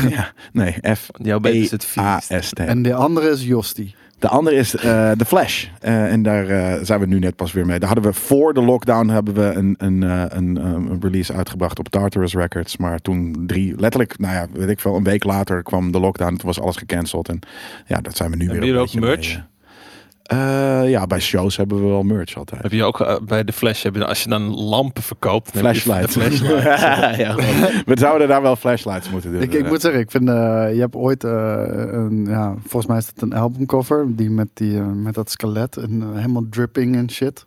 Speaker 1: ja, nee, F. E
Speaker 3: Jouw band is het Feast.
Speaker 1: A-S-T.
Speaker 2: En de andere is Josti.
Speaker 1: De andere is eh The Flash. Eh, en daar eh, zijn we nu net pas weer mee. Daar hadden we voor de lockdown hebben we een, een, eh, een, eh, een release uitgebracht op Tartarus Records. Maar toen drie, letterlijk, nou ja, weet ik veel, een week later kwam de lockdown. Toen was alles gecanceld. En ja, dat zijn we nu
Speaker 3: Hebben
Speaker 1: weer. een
Speaker 3: jullie ook
Speaker 1: beetje
Speaker 3: merch?
Speaker 1: mee, eh. Eh, ja, bij shows hebben we wel merch altijd.
Speaker 3: Heb je ook eh, bij de Flash, heb je, als je dan lampen verkoopt... dan heb je
Speaker 1: Flashlights.
Speaker 3: de flashlight.
Speaker 1: Ja, gewoon. we zouden daar wel flashlights moeten doen.
Speaker 2: Ik, ik moet zeggen, ik vind, eh, je hebt ooit, eh, een, ja, volgens mij is het een albumcover, die met, die, eh, met dat skelet en eh, helemaal dripping en shit.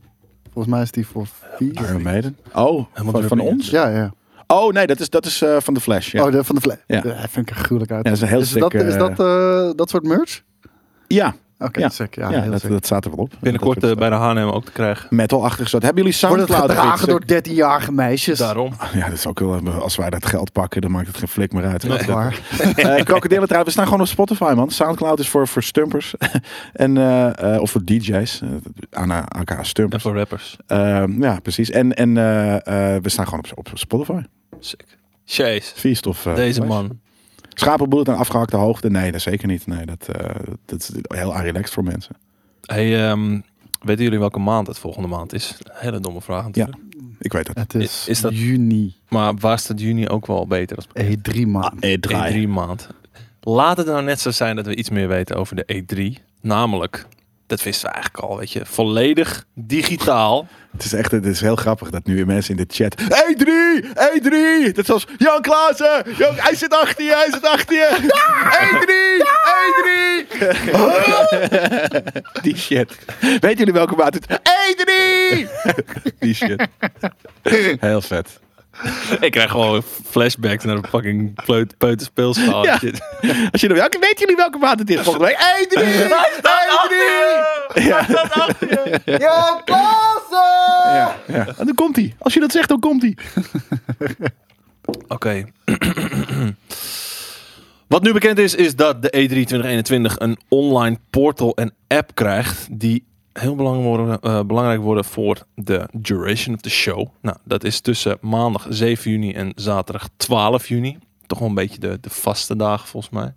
Speaker 2: Volgens mij is die voor vier.
Speaker 1: Iron Maiden. Oh, van, van
Speaker 3: drupping.
Speaker 1: ons?
Speaker 2: Ja, ja.
Speaker 1: Oh nee, dat is, dat is eh, van The Flash. Ja.
Speaker 2: Oh, de, van de vlek.
Speaker 1: Ja.
Speaker 2: Ja. Dat vind ik er gruwelijk uit.
Speaker 1: Ja, dat is een heel
Speaker 2: is dat,
Speaker 1: sick,
Speaker 2: is
Speaker 1: eh,
Speaker 2: dat, eh, dat soort merch?
Speaker 1: ja,
Speaker 2: Oké,
Speaker 1: Ja.
Speaker 2: sick. Ja,
Speaker 1: ja,
Speaker 2: heel
Speaker 1: dat,
Speaker 2: sick.
Speaker 1: dat staat er wel op.
Speaker 3: Binnenkort
Speaker 1: Dat
Speaker 3: eh,
Speaker 1: wordt,
Speaker 3: bij de H&M ook te krijgen.
Speaker 1: metalachtig zat. Hebben jullie
Speaker 2: Wordt het
Speaker 1: Soundcloud iets?
Speaker 2: gedragen door 13-jarige meisjes?
Speaker 3: Daarom.
Speaker 1: Oh Ja, dat is ook wel. Als wij dat geld pakken, dan maakt het geen flik meer uit.
Speaker 3: Nee.
Speaker 1: Eh,
Speaker 2: Waar?
Speaker 1: krokodillen trouwens, we staan gewoon op Spotify, man. Soundcloud is voor, voor stumpers. en, eh, eh, of voor DJ's. eh, Anna, aka
Speaker 3: En
Speaker 1: stumpers.
Speaker 3: voor rappers.
Speaker 1: Eh, ja, precies. En, en eh, eh, we staan gewoon op, op Spotify.
Speaker 3: Sick. Jeez.
Speaker 1: Feast of... eh,
Speaker 3: Deze
Speaker 1: Flash.
Speaker 3: man.
Speaker 1: Schapenbloed en afgehakte hoogte? Nee, dat zeker niet. Nee, dat, eh, dat is heel relaxed voor mensen.
Speaker 3: Hey, ehm, weten jullie welke maand het volgende maand is? Hele domme vraag natuurlijk.
Speaker 1: Ik weet het.
Speaker 2: Het is,
Speaker 3: Is dat-
Speaker 2: juni,
Speaker 3: Maar waar staat juni ook wel beter? Als
Speaker 2: E3
Speaker 1: Ah,
Speaker 2: maand.
Speaker 3: Eh,
Speaker 1: E3.
Speaker 3: E3 maand. Laat het nou net zo zijn dat we iets meer weten over de E3. Namelijk, dat wisten we eigenlijk al, weet je, volledig digitaal.
Speaker 1: Het is echt het is heel grappig dat nu mensen in de chat. E3! E3! Dat is zoals Jan Klaassen! Jan, hij zit achter je, hij zit achter je! E3! E3! Die shit. Weten jullie welke maat het E3! Die shit. Heel vet.
Speaker 3: Ik krijg gewoon flashbacks naar een fucking pleut, peuterspeelzaal.
Speaker 1: Ja.
Speaker 3: Shit.
Speaker 1: Als jullie, welke, weten jullie welke maat het is volgende week? E3! E3! Ja.
Speaker 2: Ja,
Speaker 1: Ja, ja. En dan komt hij. Als je dat zegt, dan komt hij.
Speaker 3: Oké. Wat nu bekend is, is dat de E E3 2021 een online portal en app krijgt die heel belang worden, eh, belangrijk worden voor de duration of the show. Nou, dat is tussen maandag 7 juni en zaterdag 12 juni. Toch wel een beetje de, de vaste dagen volgens mij.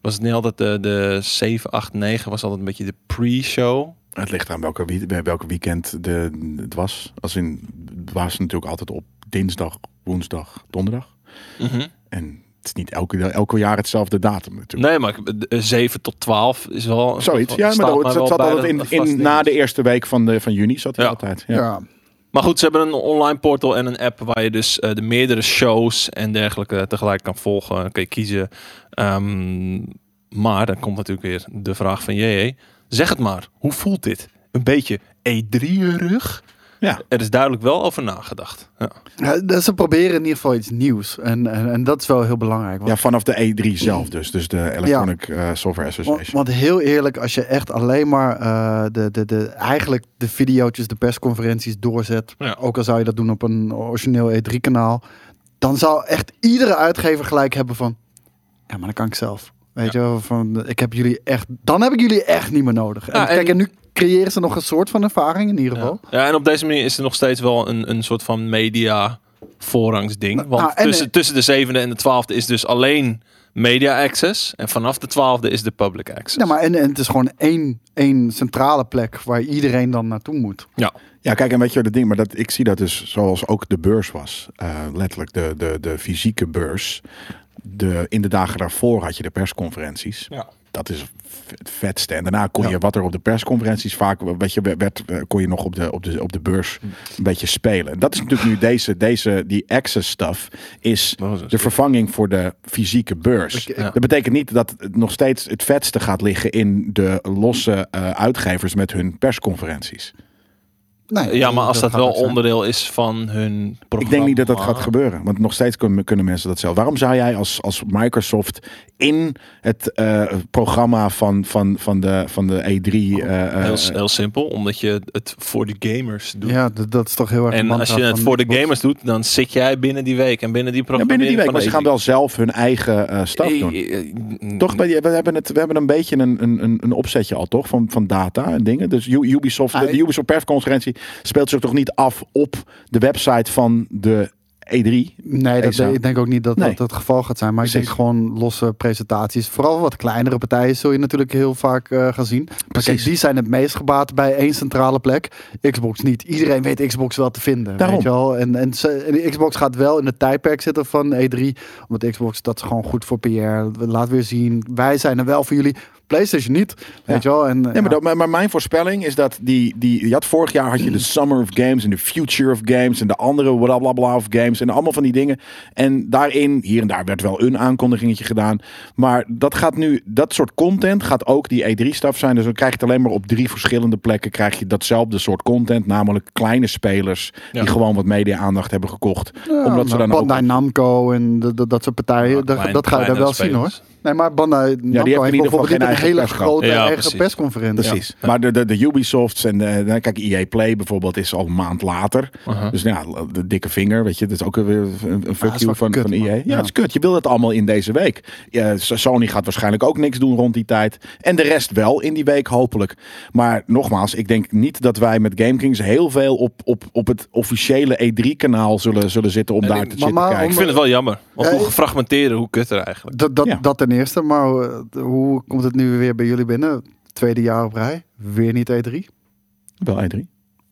Speaker 3: Was het niet altijd de, de 7, 8, 9 was altijd een beetje de pre-show.
Speaker 1: Het ligt aan welke, wie- bij welke weekend de, het was. Als in, het was natuurlijk altijd op dinsdag, woensdag, donderdag. En het is niet elke, elke jaar hetzelfde datum natuurlijk.
Speaker 3: Nee, maar ik- de- 7 tot 12 is wel...
Speaker 1: Zoiets, ja, maar
Speaker 3: staat
Speaker 1: dat,
Speaker 3: mij
Speaker 1: dat
Speaker 3: wel
Speaker 1: zat
Speaker 3: bij
Speaker 1: altijd
Speaker 3: dat
Speaker 1: in,
Speaker 3: het vast
Speaker 1: in,
Speaker 3: ding
Speaker 1: na
Speaker 3: is.
Speaker 1: de eerste week van, de, van juni zat hij
Speaker 3: Ja.
Speaker 1: altijd. Ja.
Speaker 2: Ja.
Speaker 3: Maar goed, ze hebben een online portal en een app waar je dus eh, de meerdere shows en dergelijke tegelijk kan volgen. Dan kun je kiezen. Ehm, maar dan komt natuurlijk weer de vraag van JJ. Zeg het maar, hoe voelt dit? Een beetje E3-rug?
Speaker 1: Ja.
Speaker 3: Er is duidelijk wel over nagedacht. Ja.
Speaker 2: Ja, dus Ze proberen in ieder geval iets nieuws. En, en, en dat is wel heel belangrijk. Want,
Speaker 1: Ja, vanaf de E3 zelf dus. Dus de Electronic eh, Software
Speaker 2: want,
Speaker 1: Association.
Speaker 2: want heel eerlijk, als je echt alleen maar eh, de, de, de, eigenlijk de video's, de persconferenties doorzet.
Speaker 3: Ja.
Speaker 2: Ook al zou je dat doen op een origineel E E3-kanaal. Dan zou echt iedere uitgever gelijk hebben van... Ja, maar dat kan ik zelf. Weet je, wel, van ik heb jullie echt, dan heb ik jullie echt niet meer nodig. En,
Speaker 3: Ja, en-
Speaker 2: kijk, en nu creëren ze nog een soort van ervaring in ieder geval.
Speaker 3: Ja. ja, en op deze manier is er nog steeds wel een, een soort van media voorrangsding. Want
Speaker 2: nou, en,
Speaker 3: tussen,
Speaker 2: eh,
Speaker 3: tussen de zevende en de twaalfde is dus alleen media access. En vanaf de twaalfde is de public access.
Speaker 2: Ja, maar en, en het is gewoon één, één centrale plek waar iedereen dan naartoe moet.
Speaker 1: Ja, kijk, en weet je wat het ding, maar dat, ik zie dat dus zoals ook de beurs was. Eh, letterlijk, de, de, de fysieke beurs. De, in de dagen daarvoor had je de persconferenties.
Speaker 3: Ja.
Speaker 1: Dat is het vetste. En daarna kon
Speaker 2: Ja.
Speaker 1: je wat er op de persconferenties vaak, wat je werd, eh, kon je nog op de, op de, op de beurs
Speaker 3: Mm.
Speaker 1: een beetje spelen. Dat is natuurlijk nu deze, deze die access stuff is
Speaker 3: Dat was het.
Speaker 1: de vervanging voor de fysieke beurs.
Speaker 2: Ik-
Speaker 3: Ja.
Speaker 1: Dat betekent niet dat het nog steeds het vetste gaat liggen in de losse eh, uitgevers met hun persconferenties.
Speaker 2: Nee,
Speaker 3: Ja, maar als dat,
Speaker 2: gaat
Speaker 3: wel
Speaker 2: ook zijn.
Speaker 3: onderdeel is van hun
Speaker 1: Ik
Speaker 3: programma...
Speaker 1: denk niet dat dat gaat gebeuren. Want nog steeds kunnen, kunnen mensen dat zelf. Waarom zou jij als, als Microsoft in het eh, programma van, van, van, de, van de E3... eh, eh,
Speaker 3: Heel, s- heel simpel, omdat je het voor de gamers doet.
Speaker 2: Ja, d- dat is toch heel erg.
Speaker 3: En
Speaker 2: mantra
Speaker 3: als je het
Speaker 2: van
Speaker 3: voor de
Speaker 2: Xbox.
Speaker 3: gamers doet, dan zit jij binnen die week en binnen die
Speaker 1: ja,
Speaker 3: programma.
Speaker 1: binnen die week. Maar
Speaker 3: van
Speaker 1: ze
Speaker 3: de
Speaker 1: gaan wel zelf hun eigen eh staf
Speaker 3: E3.
Speaker 1: doen.
Speaker 3: Eh, eh,
Speaker 1: Toch, we we hebben, het, we hebben een beetje een, een, een- een opzetje al, toch? Van, van data en dingen. Dus U- Ubisoft, de, de Ubisoft persconferentie speelt zich toch niet af op de website van de E E3?
Speaker 2: Nee, dat,
Speaker 1: ESA.
Speaker 2: ik denk ook niet dat
Speaker 1: Nee.
Speaker 2: dat het geval gaat zijn. Maar
Speaker 1: Precies.
Speaker 2: ik denk gewoon losse presentaties. Vooral wat kleinere partijen zul je natuurlijk heel vaak eh, gaan zien. Maar kijk,
Speaker 1: Precies.
Speaker 2: die zijn het meest gebaat bij één centrale plek. Xbox niet. Iedereen weet Xbox wel te vinden.
Speaker 1: Daarom.
Speaker 2: Weet je wel? En, en, ze- en die Xbox gaat wel in het tijdperk zitten van E3. Omdat Xbox dat is gewoon goed voor PR. Laat weer zien. Wij zijn er wel voor jullie. PlayStation niet. Weet je wel? En,
Speaker 1: Ja, maar, dat, maar, maar mijn voorspelling is dat die, die je had vorig jaar had je de Summer of Games en de Future of Games en de andere blablabla of games en allemaal van die dingen. En daarin, hier en daar werd wel een aankondigingetje gedaan. Maar dat gaat nu, dat soort content gaat ook die E3-staf zijn. Dus dan krijg je het alleen maar op drie verschillende plekken krijg je datzelfde soort content. Namelijk kleine spelers
Speaker 3: Ja.
Speaker 1: die gewoon wat media-aandacht hebben gekocht.
Speaker 2: Ja,
Speaker 1: omdat ze
Speaker 2: maar
Speaker 1: dan ook...
Speaker 2: Bandai Namco en de- de- dat soort partijen,
Speaker 3: Ja,
Speaker 2: dat-
Speaker 3: klein-
Speaker 2: dat ga je daar wel
Speaker 3: kleinere
Speaker 2: zien hoor.
Speaker 3: spelers.
Speaker 2: Nee, maar Bandai Namco
Speaker 1: hebben in
Speaker 2: heeft
Speaker 1: ieder geval
Speaker 2: bijvoorbeeld
Speaker 1: geen
Speaker 2: niet een
Speaker 1: eigen
Speaker 2: hele
Speaker 1: pers gehad.
Speaker 2: grote
Speaker 3: Ja,
Speaker 2: eigen
Speaker 3: precies.
Speaker 2: persconferentie.
Speaker 1: Precies. Maar de, de, de Ubisofts en de, nou, kijk, EA Play bijvoorbeeld is al een maand later.
Speaker 3: Aha.
Speaker 1: Dus nou ja, de dikke vinger, weet je, dat is ook weer een, een
Speaker 2: Ah, is
Speaker 1: fuck
Speaker 2: wel
Speaker 1: you van,
Speaker 2: kut,
Speaker 1: van EA.
Speaker 2: man.
Speaker 1: Ja,
Speaker 2: Ja.
Speaker 1: dat is kut. Je wil dat allemaal in deze week. Ja, S- Sony gaat waarschijnlijk ook niks doen rond die tijd. En de rest wel in die week, hopelijk. Maar nogmaals, ik denk niet dat wij met GameKings heel veel op, op, op het officiële E3-kanaal zullen, zullen zitten om
Speaker 3: En
Speaker 1: daar
Speaker 3: ik-
Speaker 1: te zitten
Speaker 2: maar-
Speaker 1: kijken.
Speaker 3: Ik vind het wel jammer. Want
Speaker 2: Ja,
Speaker 3: hoe
Speaker 2: ik-
Speaker 3: gefragmenteerder, hoe kutter eigenlijk.
Speaker 2: Dat, dat,
Speaker 1: Ja.
Speaker 2: dat ten eerste, maar eh, hoe komt het nu weer bij jullie binnen? Tweede jaar op rij, weer niet E3?
Speaker 1: Wel E E3.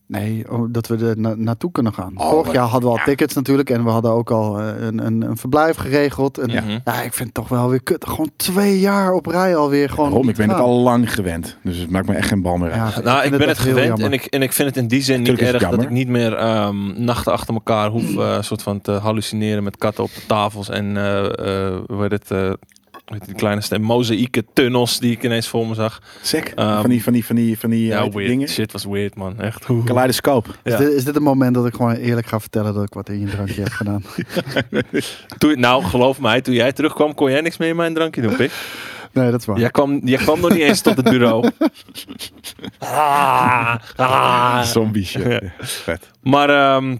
Speaker 2: Nee, oh, dat we er na- naartoe kunnen gaan.
Speaker 1: Oh,
Speaker 2: Vorig
Speaker 1: maar-
Speaker 2: jaar hadden we al
Speaker 1: ja.
Speaker 2: tickets natuurlijk en we hadden ook al eh, een, een, een verblijf geregeld. En, ja.
Speaker 3: Mhm.
Speaker 2: ik vind het toch wel weer kut. Gewoon twee jaar op rij alweer. Gewoon
Speaker 1: Waarom?
Speaker 2: niet
Speaker 1: Ik ben
Speaker 2: te
Speaker 1: het
Speaker 2: gaan.
Speaker 1: al lang gewend. Dus het maakt me echt geen bal meer uit.
Speaker 2: Ja,
Speaker 3: Nou, ik
Speaker 2: vind
Speaker 3: ben het
Speaker 2: echt heel
Speaker 3: gewend
Speaker 2: jammer.
Speaker 3: en ik, en ik vind het in die zin niet
Speaker 1: Tuurlijk is het
Speaker 3: erg dat ik
Speaker 1: jammer.
Speaker 3: niet meer ehm, nachten achter elkaar hoef eh, soort van te hallucineren met katten op de tafels en eh, eh, hoe heet het, eh, hoe heet die kleine stem, mozaïeke tunnels die ik ineens voor me zag.
Speaker 1: Sek,
Speaker 3: Ehm,
Speaker 1: van die, van die, van die, van die,
Speaker 3: Ja,
Speaker 2: nou,
Speaker 1: eh,
Speaker 3: weird.
Speaker 1: dingen.
Speaker 3: Shit was weird man, echt. Oeh.
Speaker 1: Kaleidoscoop.
Speaker 3: Ja.
Speaker 2: Is, dit, is dit het moment dat ik gewoon eerlijk ga vertellen dat ik wat in je drankje heb gedaan?
Speaker 3: Toen, nou, geloof mij, toen jij terugkwam kon jij niks meer in mijn drankje doen, pik.
Speaker 2: Nee, dat is waar.
Speaker 3: Jij kwam, jij kwam nog niet eens tot het bureau. Ah, ah.
Speaker 1: Zombie shit.
Speaker 3: Ja.
Speaker 1: Ja, Vet.
Speaker 3: Maar ehm,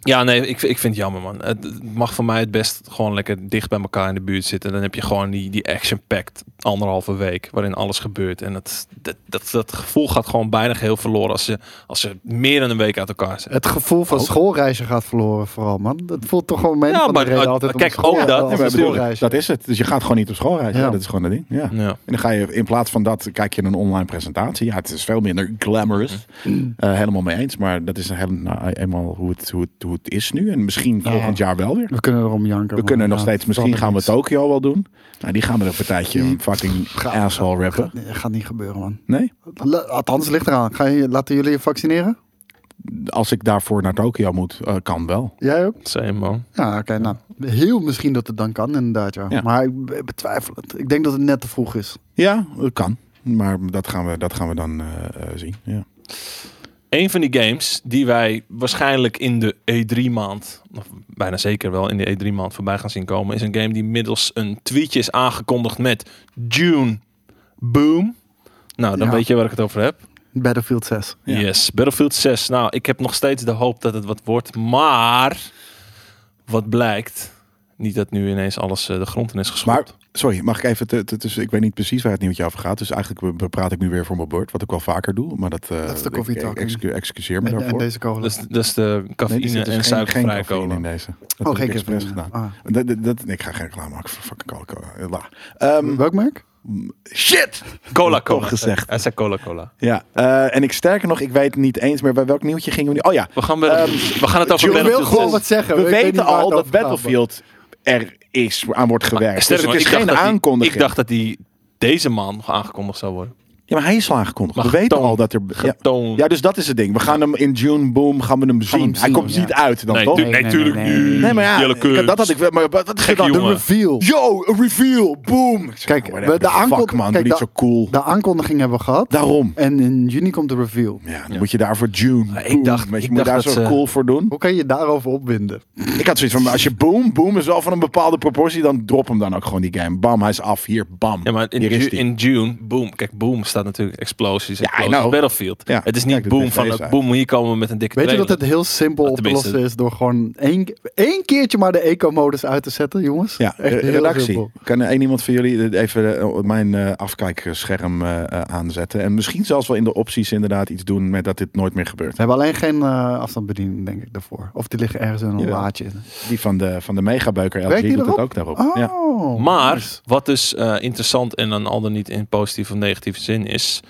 Speaker 3: ja, nee, ik, ik vind het jammer, man. Het- Het mag voor mij het best gewoon lekker dicht bij elkaar in de buurt zitten. Dan heb je gewoon die, die action-packed anderhalve week waarin alles gebeurt. En dat, dat, dat, dat gevoel gaat gewoon bijna heel verloren als ze, als ze meer dan een week uit elkaar zijn.
Speaker 2: Het gevoel van
Speaker 3: Ook.
Speaker 2: schoolreizen gaat verloren vooral, man. Dat voelt toch gewoon mensen
Speaker 3: Ja,
Speaker 2: van
Speaker 3: maar,
Speaker 2: de reden
Speaker 3: eh,
Speaker 2: altijd om
Speaker 3: kijk,
Speaker 2: school-
Speaker 3: ook dat.
Speaker 2: als
Speaker 3: Ja,
Speaker 2: een
Speaker 1: Ja, maar bedoel,
Speaker 2: schoolreisje.
Speaker 1: dat is het. Dus je gaat gewoon niet op school reizen.
Speaker 2: Ja. Mm.
Speaker 1: Ja, dat is gewoon een ding. Ja.
Speaker 3: Ja.
Speaker 1: En dan ga je in plaats van dat, kijk je naar een online presentatie. Ja, het is veel minder glamorous.
Speaker 2: Mm.
Speaker 1: Eh, helemaal mee eens. Maar dat is een hele- nou, eenmaal hoe het, hoe, het, hoe het is nu. En misschien
Speaker 2: Ja.
Speaker 1: volgend jaar wel weer.
Speaker 2: We kunnen erom janken.
Speaker 1: We
Speaker 2: man.
Speaker 1: kunnen nog
Speaker 2: Ja,
Speaker 1: steeds,
Speaker 2: het
Speaker 1: misschien gaan we
Speaker 2: verandert
Speaker 1: Tokio wel doen. Nou, die gaan we er een partijtje een fucking
Speaker 2: Ga-
Speaker 1: asshole rappen.
Speaker 2: niks. Nee, gaat niet gebeuren, man.
Speaker 1: Nee?
Speaker 2: La- Althans, ligt eraan. Ga je, laten jullie je vaccineren?
Speaker 1: Als ik daarvoor naar Tokio moet, eh, kan wel.
Speaker 2: Jij ook?
Speaker 3: Same, man.
Speaker 2: Ja, oké. nou, heel misschien dat het dan kan, inderdaad, ja.
Speaker 1: Ja.
Speaker 2: Maar ik be- betwijfel het. Ik denk dat het net te vroeg is.
Speaker 1: Ja, dat kan. Maar dat gaan we, dat gaan we dan eh, eh, zien. Ja.
Speaker 3: Een van die games die wij waarschijnlijk in de E3-maand, of bijna zeker wel in de E3-maand voorbij gaan zien komen, is een game die middels een tweetje is aangekondigd met June Boom. Nou, dan
Speaker 2: Ja.
Speaker 3: weet je waar ik het over heb.
Speaker 2: Battlefield 6.
Speaker 1: Ja.
Speaker 3: Yes, Battlefield 6. Nou, ik heb nog steeds de hoop dat het wat wordt. Maar wat blijkt, niet dat nu ineens alles eh, de grond in is geschopt.
Speaker 1: Maar Sorry, mag ik even... te- te- tussen- ik weet niet precies waar het nieuwtje over gaat. Dus eigenlijk be- be- praat ik nu weer voor mijn beurt. Wat ik wel vaker doe. Maar dat... eh,
Speaker 2: Dat is de
Speaker 1: ik-
Speaker 2: coffee
Speaker 1: ik-
Speaker 2: talking.
Speaker 1: excu- excuseer me
Speaker 2: En, en
Speaker 1: daarvoor. Dus
Speaker 2: deze cola.
Speaker 3: Dat is, dat is de
Speaker 1: Nee,
Speaker 3: cafeïne
Speaker 1: er zit dus
Speaker 3: en suikervrij
Speaker 1: cafeïne
Speaker 3: cola.
Speaker 1: in deze. Dat
Speaker 2: oh,
Speaker 1: heb
Speaker 2: geen
Speaker 1: ik expres
Speaker 2: cafeïne.
Speaker 1: gedaan.
Speaker 2: Ah.
Speaker 1: Dat, dat, dat- ik ga geen reclame maken voor fucking cola. cola. La. Ehm,
Speaker 2: Welk merk?
Speaker 1: shit!
Speaker 3: Cola cola.
Speaker 1: Toch gezegd.
Speaker 3: Hij zei cola cola.
Speaker 1: Ja, eh, en ik sterker nog, ik weet niet eens meer bij welk nieuwtje gingen we nu. Oh ja,
Speaker 3: We gaan, wel-
Speaker 1: Ehm,
Speaker 3: we gaan het over
Speaker 2: Ik wil
Speaker 3: Battlefield
Speaker 2: gewoon
Speaker 3: 6.
Speaker 2: wat zeggen.
Speaker 1: we
Speaker 2: Ik weet niet
Speaker 1: weten
Speaker 2: waar het
Speaker 1: al dat
Speaker 2: over gaat, maar-
Speaker 1: Battlefield er is, aan wordt gewerkt. Dus
Speaker 3: Sterker
Speaker 1: het
Speaker 3: nog,
Speaker 1: is
Speaker 3: ik dacht
Speaker 1: geen
Speaker 3: dat die-
Speaker 1: aankondiging.
Speaker 3: Ik dacht dat die deze maand aangekondigd zou worden.
Speaker 1: Ja, maar hij is al aangekondigd.
Speaker 3: Maar
Speaker 1: we weten
Speaker 3: getoond.
Speaker 1: al dat er... Ja.
Speaker 3: Getoond.
Speaker 1: ja, dus dat is het ding. We gaan hem in June, boom, gaan we hem zien.
Speaker 2: hem
Speaker 1: hij
Speaker 2: zien,
Speaker 1: komt
Speaker 2: ja.
Speaker 1: niet uit dan,
Speaker 3: nee,
Speaker 1: toch?
Speaker 3: tu-
Speaker 1: Nee,
Speaker 3: nee,
Speaker 2: nee,
Speaker 3: tuurlijk
Speaker 2: nee,
Speaker 3: nu.
Speaker 2: nee.
Speaker 1: maar ja,
Speaker 3: Jelle Keus.
Speaker 1: ik- dat had ik wel... Maar wat wat is er
Speaker 3: Gekke
Speaker 1: dan?
Speaker 2: De
Speaker 3: jongen.
Speaker 2: reveal.
Speaker 1: Yo, een reveal, boom! Ik zeg,
Speaker 2: Kijk,
Speaker 1: oh, whatever
Speaker 2: de
Speaker 1: the
Speaker 2: aankon-
Speaker 1: Fuck
Speaker 2: kijk,
Speaker 1: man, doe niet
Speaker 2: de-
Speaker 1: zo cool.
Speaker 2: De aankondiging hebben we gehad.
Speaker 1: Daarom.
Speaker 2: En in juni komt de reveal.
Speaker 1: Ja, dan moet je daar voor June.
Speaker 3: ik
Speaker 1: boom,
Speaker 3: dacht-
Speaker 1: weet je,
Speaker 3: ik
Speaker 1: moet
Speaker 3: dacht
Speaker 1: daar
Speaker 3: dat
Speaker 1: zo
Speaker 3: ze-
Speaker 1: cool voor doen.
Speaker 2: Hoe kan je je daarover opwinden?
Speaker 1: Ik had zoiets van, maar als je boom, boom is wel van een bepaalde proportie, dan drop hem dan ook gewoon die game. Bam, hij is af. Hier, bam.
Speaker 3: Ja, maar in,
Speaker 1: Hier is
Speaker 3: Ju-
Speaker 1: die.
Speaker 3: in June, boom. Kijk, boom staat natuurlijk explosies,
Speaker 1: Ja, I
Speaker 3: explosies,
Speaker 1: know.
Speaker 3: Battlefield.
Speaker 1: Ja,
Speaker 3: het is
Speaker 1: kijk,
Speaker 3: niet
Speaker 1: dat
Speaker 3: boom
Speaker 1: heeft
Speaker 3: van,
Speaker 1: deze
Speaker 3: eh, boom, hier komen we met een dikke
Speaker 2: Weet je dat
Speaker 3: trailer.
Speaker 2: het heel simpel op te
Speaker 3: tenminste-
Speaker 2: lossen is door gewoon één, één keertje maar de eco-modus uit te zetten, jongens?
Speaker 1: Ja,
Speaker 2: Echt
Speaker 1: eh,
Speaker 2: heel
Speaker 1: redactie.
Speaker 2: simpel.
Speaker 1: Kan er één iemand van jullie eh, even eh, op mijn eh, afkijkscherm eh, eh, aanzetten? En misschien zelfs wel in de opties inderdaad iets doen met dat dit nooit meer gebeurt.
Speaker 2: We hebben alleen geen eh, afstandsbediening, denk ik, daarvoor. Of die liggen ergens in een
Speaker 1: Ja.
Speaker 2: laadje.
Speaker 1: Die van de, van de megabeuker LG
Speaker 2: Werkt die
Speaker 1: doet het
Speaker 2: erop?
Speaker 1: ook daarop.
Speaker 2: Oh,
Speaker 1: Ja.
Speaker 3: Maar wat dus eh, interessant en dan al dan niet in positieve of negatieve zin is,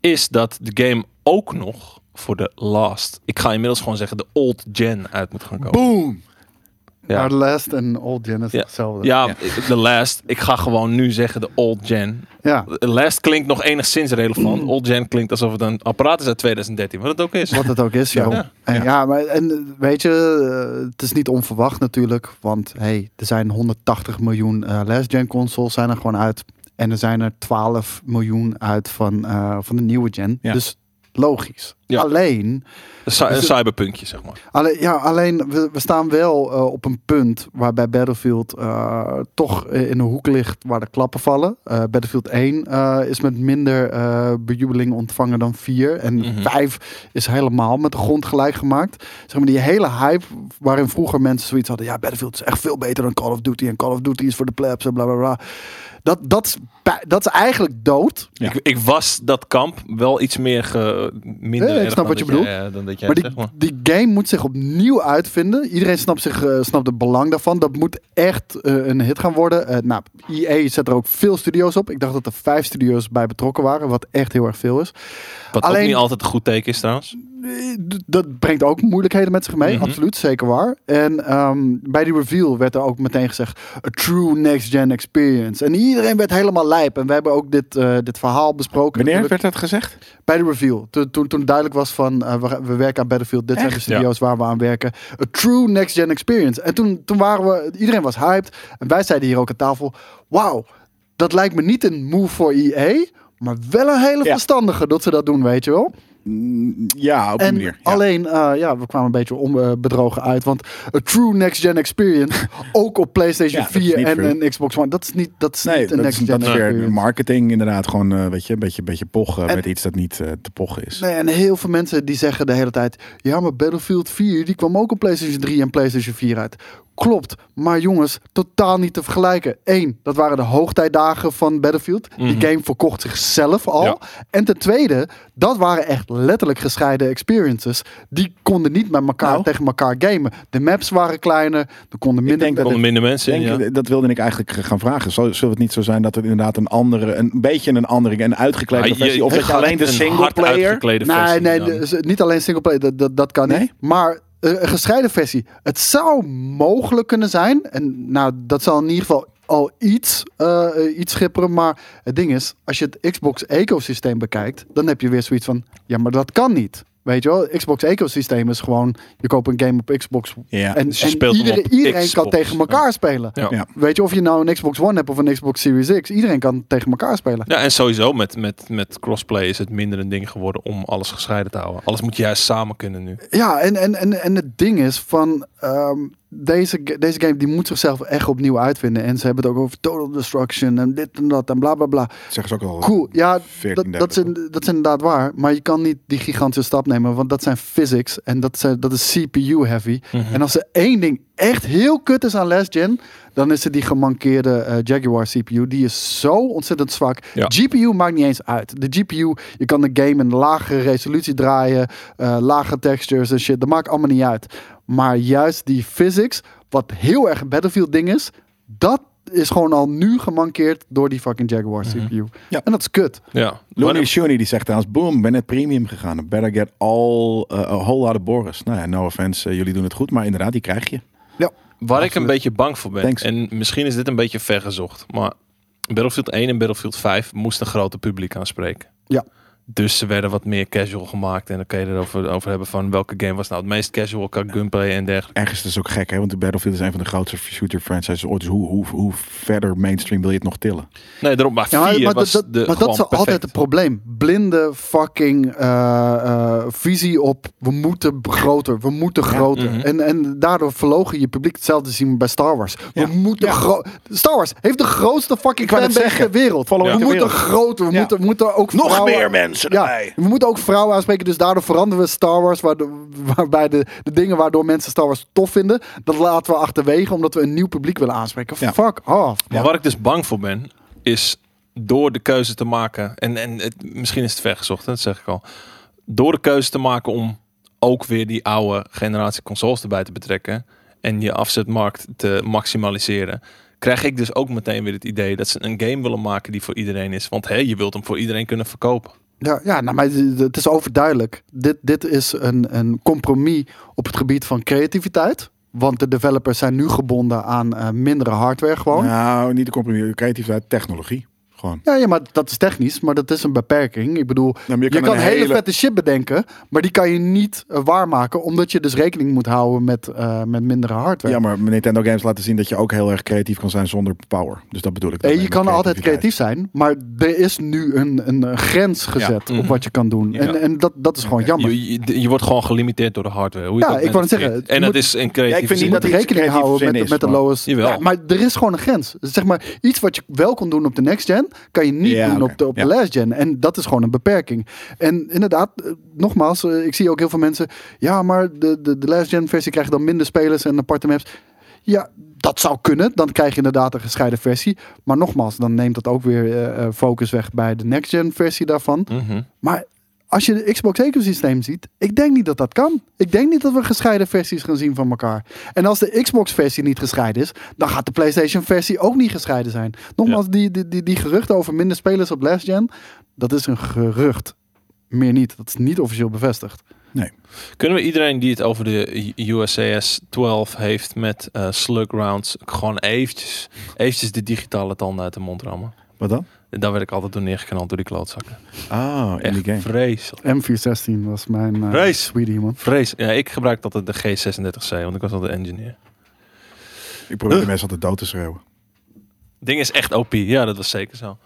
Speaker 3: is dat de game ook nog voor de last, ik ga inmiddels gewoon zeggen de old gen uit moet gaan komen.
Speaker 1: Boom!
Speaker 3: Ja.
Speaker 2: Maar last en old gen is hetzelfde.
Speaker 3: Ja, de last. Ik ga gewoon nu zeggen de old gen.
Speaker 2: Ja.
Speaker 3: De last klinkt nog enigszins relevant.
Speaker 2: Mm.
Speaker 3: Old gen klinkt alsof het een apparaat is uit 2013, wat het ook is.
Speaker 2: Wat het ook is, joh.
Speaker 3: Ja.
Speaker 2: En, ja, maar en weet je, eh, het is niet onverwacht natuurlijk. Want hey, er zijn 180 miljoen eh last-gen consoles zijn er gewoon uit. En er zijn er 12 miljoen uit van, eh, van de nieuwe gen.
Speaker 1: Ja.
Speaker 2: Dus logisch.
Speaker 3: Ja.
Speaker 2: Alleen,
Speaker 3: Een, cy- een cyberpunkje, zeg maar.
Speaker 2: Alleen, ja, alleen we, we staan wel eh, op een punt waarbij Battlefield eh, toch eh, in een hoek ligt waar de klappen vallen. Eh, Battlefield 1 eh, is met minder eh, bejubeling ontvangen dan 4. En
Speaker 3: Mhm.
Speaker 2: 5 is helemaal met de grond gelijk gemaakt. Zeg maar die hele hype waarin vroeger mensen zoiets hadden. Ja, Battlefield is echt veel beter dan Call of Duty. En Call of Duty is voor de plebs en bla bla bla. Dat, dat, is, bij- dat is eigenlijk dood.
Speaker 1: Ja.
Speaker 3: Ik, ik was dat kamp wel iets meer ge, minder
Speaker 2: Ja, ik
Speaker 3: erg
Speaker 2: snap
Speaker 3: dan
Speaker 2: wat je
Speaker 3: dat
Speaker 2: bedoelt.
Speaker 3: jij, eh, dan dat jij
Speaker 2: Maar
Speaker 3: het
Speaker 2: die,
Speaker 3: zegt, maar.
Speaker 2: die game moet zich opnieuw uitvinden. Iedereen snapt, zich, eh, snapt het belang daarvan. Dat moet echt eh, een hit gaan worden. Eh nou, EA zet er ook veel studio's op. Ik dacht dat er vijf studio's bij betrokken waren. Wat echt heel erg veel is.
Speaker 3: Wat ook
Speaker 2: alleen-
Speaker 3: niet altijd een goed teken is trouwens.
Speaker 2: Eh, d- Dat brengt ook moeilijkheden met zich mee.
Speaker 3: Mhm.
Speaker 2: Absoluut, zeker waar. En ehm, bij die reveal werd er ook meteen gezegd... A true next-gen experience. En iedereen werd helemaal lijp. En we hebben ook dit, eh, dit verhaal besproken.
Speaker 1: Wanneer
Speaker 2: natuurlijk.
Speaker 1: werd dat gezegd?
Speaker 2: Bij de reveal. Toen, toen, toen duidelijk was van eh, we, we werken aan Battlefield. Dit zijn de
Speaker 1: Echt?
Speaker 2: studio's waar we aan werken. A true next gen experience. En toen, toen waren we, iedereen was hyped. En wij zeiden hier ook aan tafel. Wauw, dat lijkt me niet een move voor EA. Maar wel een hele
Speaker 1: Ja.
Speaker 2: verstandige dat ze dat doen, weet je wel.
Speaker 1: Mm, Ja, op die
Speaker 2: en
Speaker 1: manier. Ja.
Speaker 2: alleen, eh, ja, we kwamen een beetje om, eh, bedrogen uit. Want a true next gen experience, ook op PlayStation
Speaker 1: Ja, dat is
Speaker 2: 4
Speaker 1: niet
Speaker 2: en,
Speaker 1: true.
Speaker 2: en Xbox One. Dat is niet, dat is
Speaker 1: Nee,
Speaker 2: niet een
Speaker 1: dat is,
Speaker 2: next
Speaker 1: dat
Speaker 2: gen
Speaker 1: is weer
Speaker 2: experience.
Speaker 1: marketing inderdaad. Gewoon eh, weet je, een beetje, beetje pochen
Speaker 2: En-
Speaker 1: met iets dat niet eh, te pochen is.
Speaker 2: Nee, en heel veel mensen die zeggen de hele tijd... Ja, maar Battlefield 4, die kwam ook op PlayStation 3 en PlayStation 4 uit. Klopt, maar jongens, totaal niet te vergelijken. Eén, dat waren de hoogtijdagen van Battlefield.
Speaker 3: Mhm.
Speaker 2: Die game verkocht zichzelf al.
Speaker 3: Ja.
Speaker 2: En ten tweede, dat waren echt letterlijk gescheiden experiences. Die konden niet met elkaar
Speaker 1: Nou.
Speaker 2: tegen elkaar gamen. De maps waren kleiner, er konden minder...
Speaker 1: denk dat
Speaker 3: Konden minder mensen in,
Speaker 1: Denk,
Speaker 3: ja.
Speaker 1: Dat wilde ik eigenlijk gaan vragen. Zal- Zullen het niet zo zijn dat er inderdaad een andere, een beetje een andere, een
Speaker 2: Ah,
Speaker 1: uitgeklede
Speaker 3: Maar Ah, je-
Speaker 1: versie, of
Speaker 3: het
Speaker 1: dat je
Speaker 3: gaat
Speaker 1: alleen
Speaker 3: niet
Speaker 1: de
Speaker 3: een
Speaker 1: single
Speaker 3: hard
Speaker 1: player?
Speaker 3: uitgeklede
Speaker 2: Nee,
Speaker 3: versie
Speaker 2: nee,
Speaker 3: dan.
Speaker 2: dus niet alleen singleplayer, dat, dat, dat kan
Speaker 1: Nee?
Speaker 2: niet. Maar eh, een gescheiden versie. Het zou mogelijk kunnen zijn. En nou, dat zal in ieder geval al iets, eh, eh, iets schipperen. Maar het ding is, als je het Xbox-ecosysteem bekijkt, dan heb je weer zoiets van: ja, maar dat kan niet. Weet je wel, Xbox-ecosysteem is gewoon: je koopt een game op Xbox.
Speaker 1: Ja.
Speaker 2: en
Speaker 3: Dus je
Speaker 2: en
Speaker 3: speelt hem
Speaker 2: iedereen,
Speaker 3: op
Speaker 2: iedereen kan
Speaker 3: Xbox.
Speaker 2: tegen elkaar spelen.
Speaker 3: Ja.
Speaker 1: Ja.
Speaker 2: Weet je, of je nou een Xbox One hebt of een Xbox Series X, iedereen kan tegen elkaar spelen.
Speaker 3: Ja, en sowieso met, met, met crossplay is het minder een ding geworden om alles gescheiden te houden. Alles moet juist samen kunnen nu.
Speaker 2: Ja, en, en, en, en het ding is van... ehm, deze, ga- deze game die moet zichzelf echt opnieuw uitvinden. En ze hebben het ook over total destruction en dit en dat en bla bla bla.
Speaker 1: Dat zeggen ze ook al.
Speaker 2: Cool, ja,
Speaker 1: 14
Speaker 2: dat, dat, is, in- dat is inderdaad waar. Maar je kan niet die gigantische stap nemen, want dat zijn physics en dat, zijn, dat is CPU-heavy. En als er één ding echt heel kut is aan last gen, dan is het die gemankeerde eh, Jaguar CPU. Die is zo ontzettend zwak.
Speaker 3: Ja.
Speaker 2: GPU maakt niet eens uit. De GPU, je kan de game in lagere resolutie draaien, eh, lage textures en shit. Dat maakt allemaal niet uit. Maar juist die physics, wat heel erg een Battlefield ding is, dat is gewoon al nu gemankeerd door die fucking Jaguar CPU.
Speaker 1: Ja.
Speaker 2: En dat is kut.
Speaker 3: Ja.
Speaker 1: Lonnie Shuni die zegt trouwens, boom, ben net premium gegaan. Better get all, eh, a whole lot of Boris. Nou ja, no offense, eh, jullie doen het goed, maar inderdaad, die krijg je.
Speaker 3: Waar ik een beetje bang voor ben,
Speaker 1: Thanks.
Speaker 3: en misschien is dit een beetje vergezocht, maar Battlefield 1 en Battlefield 5 moesten een groter publiek aanspreken.
Speaker 2: Ja.
Speaker 3: Dus ze werden wat meer casual gemaakt en dan kan je erover over hebben van welke game was nou het meest casual qua gunplay en dergelijke.
Speaker 1: Ergens is het dus ook gek, hè? want de Battlefield is een van de grootste shooter franchises ooit. Dus hoe, hoe, hoe verder mainstream wil je het nog tillen?
Speaker 3: Nee, daarom maar 4
Speaker 2: Ja, maar, maar
Speaker 3: was
Speaker 2: dat,
Speaker 3: de,
Speaker 2: maar dat
Speaker 3: gewoon
Speaker 2: is altijd
Speaker 3: perfect.
Speaker 2: het probleem. Blinde fucking eh, eh, visie op we moeten b- groter, we moeten groter.
Speaker 3: mhm.
Speaker 2: en, en daardoor verlogen je publiek hetzelfde zien we bij Star Wars.
Speaker 1: Ja.
Speaker 2: We moeten
Speaker 1: Ja.
Speaker 2: gro- Star Wars heeft de grootste fucking
Speaker 1: Ik wou net
Speaker 2: fanbase ter
Speaker 1: zeggen.
Speaker 2: wereld.
Speaker 1: Following
Speaker 2: We
Speaker 1: ter
Speaker 2: moeten
Speaker 1: wereld.
Speaker 2: groter, we
Speaker 1: Ja.
Speaker 2: moeten, we moeten ook
Speaker 1: Nog
Speaker 2: vrouwen-
Speaker 1: meer mensen
Speaker 2: Ja,
Speaker 1: erbij.
Speaker 2: we moeten ook vrouwen aanspreken, dus daardoor veranderen we Star Wars, waardoor- waarbij de, de dingen waardoor mensen Star Wars tof vinden, dat laten we achterwege omdat we een nieuw publiek willen aanspreken.
Speaker 1: Ja.
Speaker 2: Fuck off.
Speaker 3: Maar waar ik dus bang voor ben, is door de keuze te maken, en, en het, misschien is het vergezocht, hè, dat zeg ik al. Door de keuze te maken om ook weer die oude generatie consoles erbij te betrekken en je afzetmarkt te maximaliseren, krijg ik dus ook meteen weer het idee dat ze een game willen maken die voor iedereen is. Want hé, je wilt hem voor iedereen kunnen verkopen.
Speaker 2: Ja, ja nou, maar het- het is overduidelijk. Dit, dit is een, een compromis op het gebied van creativiteit. Want de developers zijn nu gebonden aan eh, mindere hardware gewoon. Ja.
Speaker 1: Nou, niet de compromis, creativiteit, technologie. Gewoon.
Speaker 2: Ja, maar dat is technisch, maar dat is een beperking. Ik bedoel,
Speaker 1: maar je
Speaker 2: je
Speaker 1: kan
Speaker 2: kan,
Speaker 1: een
Speaker 2: hele,
Speaker 1: hele-
Speaker 2: vette shit bedenken, maar die kan je niet eh, waarmaken, omdat je dus rekening moet houden met, eh, met mindere hardware.
Speaker 1: Ja, maar Nintendo Games laten zien dat je ook heel erg creatief kan zijn zonder power. Dus dat bedoel ik. dan
Speaker 2: Hey, je
Speaker 1: met
Speaker 2: kan altijd
Speaker 1: creativiteit.
Speaker 2: creatief zijn, maar er is nu een, een eh, grens gezet
Speaker 1: Mhm.
Speaker 2: op wat je kan doen.
Speaker 3: Ja.
Speaker 2: En, en dat, dat is gewoon jammer.
Speaker 3: Je, je, je wordt gewoon gelimiteerd door de hardware. Hoe je
Speaker 2: Ja,
Speaker 3: het ook
Speaker 2: ik wou
Speaker 3: bent.
Speaker 2: net zeggen, het
Speaker 3: En dat
Speaker 2: moet-
Speaker 3: is een creatief.
Speaker 1: Ja, ik vind
Speaker 2: Je
Speaker 1: niet
Speaker 2: moet
Speaker 1: dat er iets
Speaker 2: rekening
Speaker 1: creatiefs
Speaker 2: houden
Speaker 1: in
Speaker 2: met,
Speaker 1: is,
Speaker 2: met de
Speaker 1: maar-
Speaker 2: lowest.
Speaker 3: Jawel.
Speaker 2: Ja, maar er is gewoon een grens. Zeg maar, iets wat je wel kon doen op de next gen, kan je niet
Speaker 1: Ja,
Speaker 2: doen
Speaker 1: oké.
Speaker 2: op, de, op
Speaker 1: Ja.
Speaker 2: de last gen. En dat is gewoon een beperking. En inderdaad, eh, nogmaals, eh, ik zie ook heel veel mensen. Ja, maar de, de, de last gen versie krijgt dan minder spelers en aparte maps. Ja, dat zou kunnen. Dan krijg je inderdaad een gescheiden versie. Maar nogmaals, dan neemt dat ook weer eh, eh, focus weg bij de next gen versie daarvan.
Speaker 1: Mm.
Speaker 3: Mhm.
Speaker 2: Maar als je de Xbox ecosysteem ziet, ik denk niet dat dat kan. Ik denk niet dat we gescheiden versies gaan zien van elkaar. En als de Xbox versie niet gescheiden is, dan gaat de PlayStation versie ook niet gescheiden zijn. Nogmaals, die, die, die, die geruchten over minder spelers op last gen, dat is een gerucht. Meer niet. Dat is niet officieel bevestigd.
Speaker 3: Kunnen we iedereen die het over de USCS 12 heeft met eh, slug rounds gewoon eventjes, eventjes de digitale tanden uit de mond rammen?
Speaker 1: Wat dan?
Speaker 3: Daar werd ik altijd door neergeknald door die klootzakken.
Speaker 1: Ah, in die game.
Speaker 3: Echt vreselijk.
Speaker 2: M416 was mijn eh,
Speaker 3: Race.
Speaker 2: sweetie, man.
Speaker 3: Vrees. Ja, ik gebruik altijd de G36C, want ik was altijd engineer.
Speaker 1: Ik probeer de mensen altijd dood te schreeuwen.
Speaker 3: Ding is echt OP. Ja, dat was zeker zo.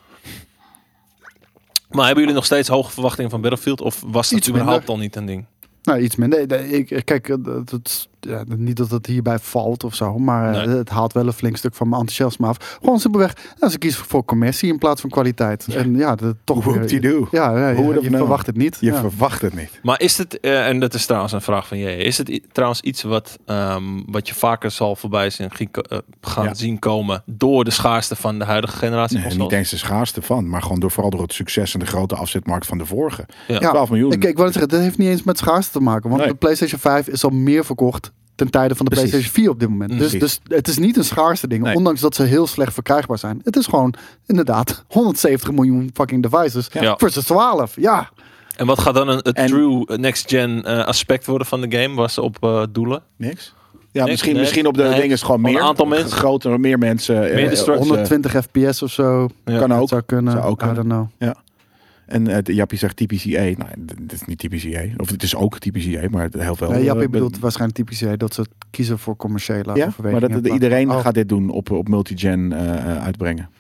Speaker 3: Maar hebben jullie nog steeds hoge verwachtingen van Battlefield? Of was dat
Speaker 2: Iets
Speaker 3: überhaupt
Speaker 2: minder.
Speaker 3: al niet een ding?
Speaker 2: Nou, iets minder. Nee, nee, ik, kijk, eh, dat, dat- ja, niet dat het hierbij valt of zo, maar eh,
Speaker 3: Nee.
Speaker 2: het haalt wel een flink stuk van mijn enthousiasme af. Gewoon simpelweg, nou, ze kiezen voor commercie in plaats van kwaliteit. En ja, dat, toch weer-
Speaker 1: Whoop-de-doo.
Speaker 2: Ja, ja,
Speaker 1: Hoe
Speaker 2: je,
Speaker 1: dat
Speaker 2: je
Speaker 1: nou?
Speaker 2: verwacht het niet.
Speaker 1: Je
Speaker 2: Ja.
Speaker 1: verwacht het niet.
Speaker 3: Maar is het, eh, en dat is trouwens een vraag van jij, is het i- trouwens iets wat, ehm, wat je vaker zal voorbij zien, gie- eh, gaan
Speaker 1: Ja.
Speaker 3: zien komen door de schaarste van de huidige generatie?
Speaker 1: Nee,
Speaker 3: consoles?
Speaker 1: niet eens de schaarste van, maar gewoon door, vooral door het succes en de grote afzetmarkt van de vorige.
Speaker 3: Ja.
Speaker 1: 12 miljoen.
Speaker 2: Ik, ik wil zeggen, dat heeft niet eens met schaarste te maken, want
Speaker 1: Nee.
Speaker 2: de PlayStation 5 is al meer verkocht ten tijde van de
Speaker 1: Precies.
Speaker 2: PlayStation 4 op dit moment. Dus,
Speaker 1: Precies.
Speaker 2: dus het is niet een schaarste ding,
Speaker 1: Nee.
Speaker 2: ondanks dat ze heel slecht verkrijgbaar zijn. Het is gewoon inderdaad 170 miljoen fucking devices
Speaker 3: Ja.
Speaker 2: versus 12. Ja.
Speaker 3: En wat gaat dan een, het
Speaker 1: En-
Speaker 3: true next-gen eh, aspect worden van de game, was op eh, doelen?
Speaker 1: Niks. Ja,
Speaker 3: Niks,
Speaker 1: misschien,
Speaker 3: nee.
Speaker 1: misschien op de
Speaker 3: Nee.
Speaker 1: dingen is gewoon
Speaker 3: Gewoon
Speaker 1: meer.
Speaker 3: een aantal mensen.
Speaker 1: Groter, meer mensen. eh,
Speaker 3: Meer destructie.
Speaker 1: eh, onze-
Speaker 2: 120 fps of zo.
Speaker 3: Ja,
Speaker 1: kan
Speaker 2: Dat
Speaker 1: ook.
Speaker 2: zou kunnen.
Speaker 1: Zou ook
Speaker 2: I don't know.
Speaker 1: En eh, de Jappie zegt TPCA. Nou, d- dit is niet TPCA. Of het is ook TPCA, maar het- heel veel.
Speaker 2: Nee, Jappie
Speaker 1: eh, be-
Speaker 2: bedoelt waarschijnlijk typisch eh, dat ze kiezen voor commerciële
Speaker 1: Ja, maar
Speaker 2: overwegingen.
Speaker 1: dat, dat iedereen
Speaker 2: Oh,
Speaker 1: gaat dit doen op, op multigen eh, eh, uitbrengen.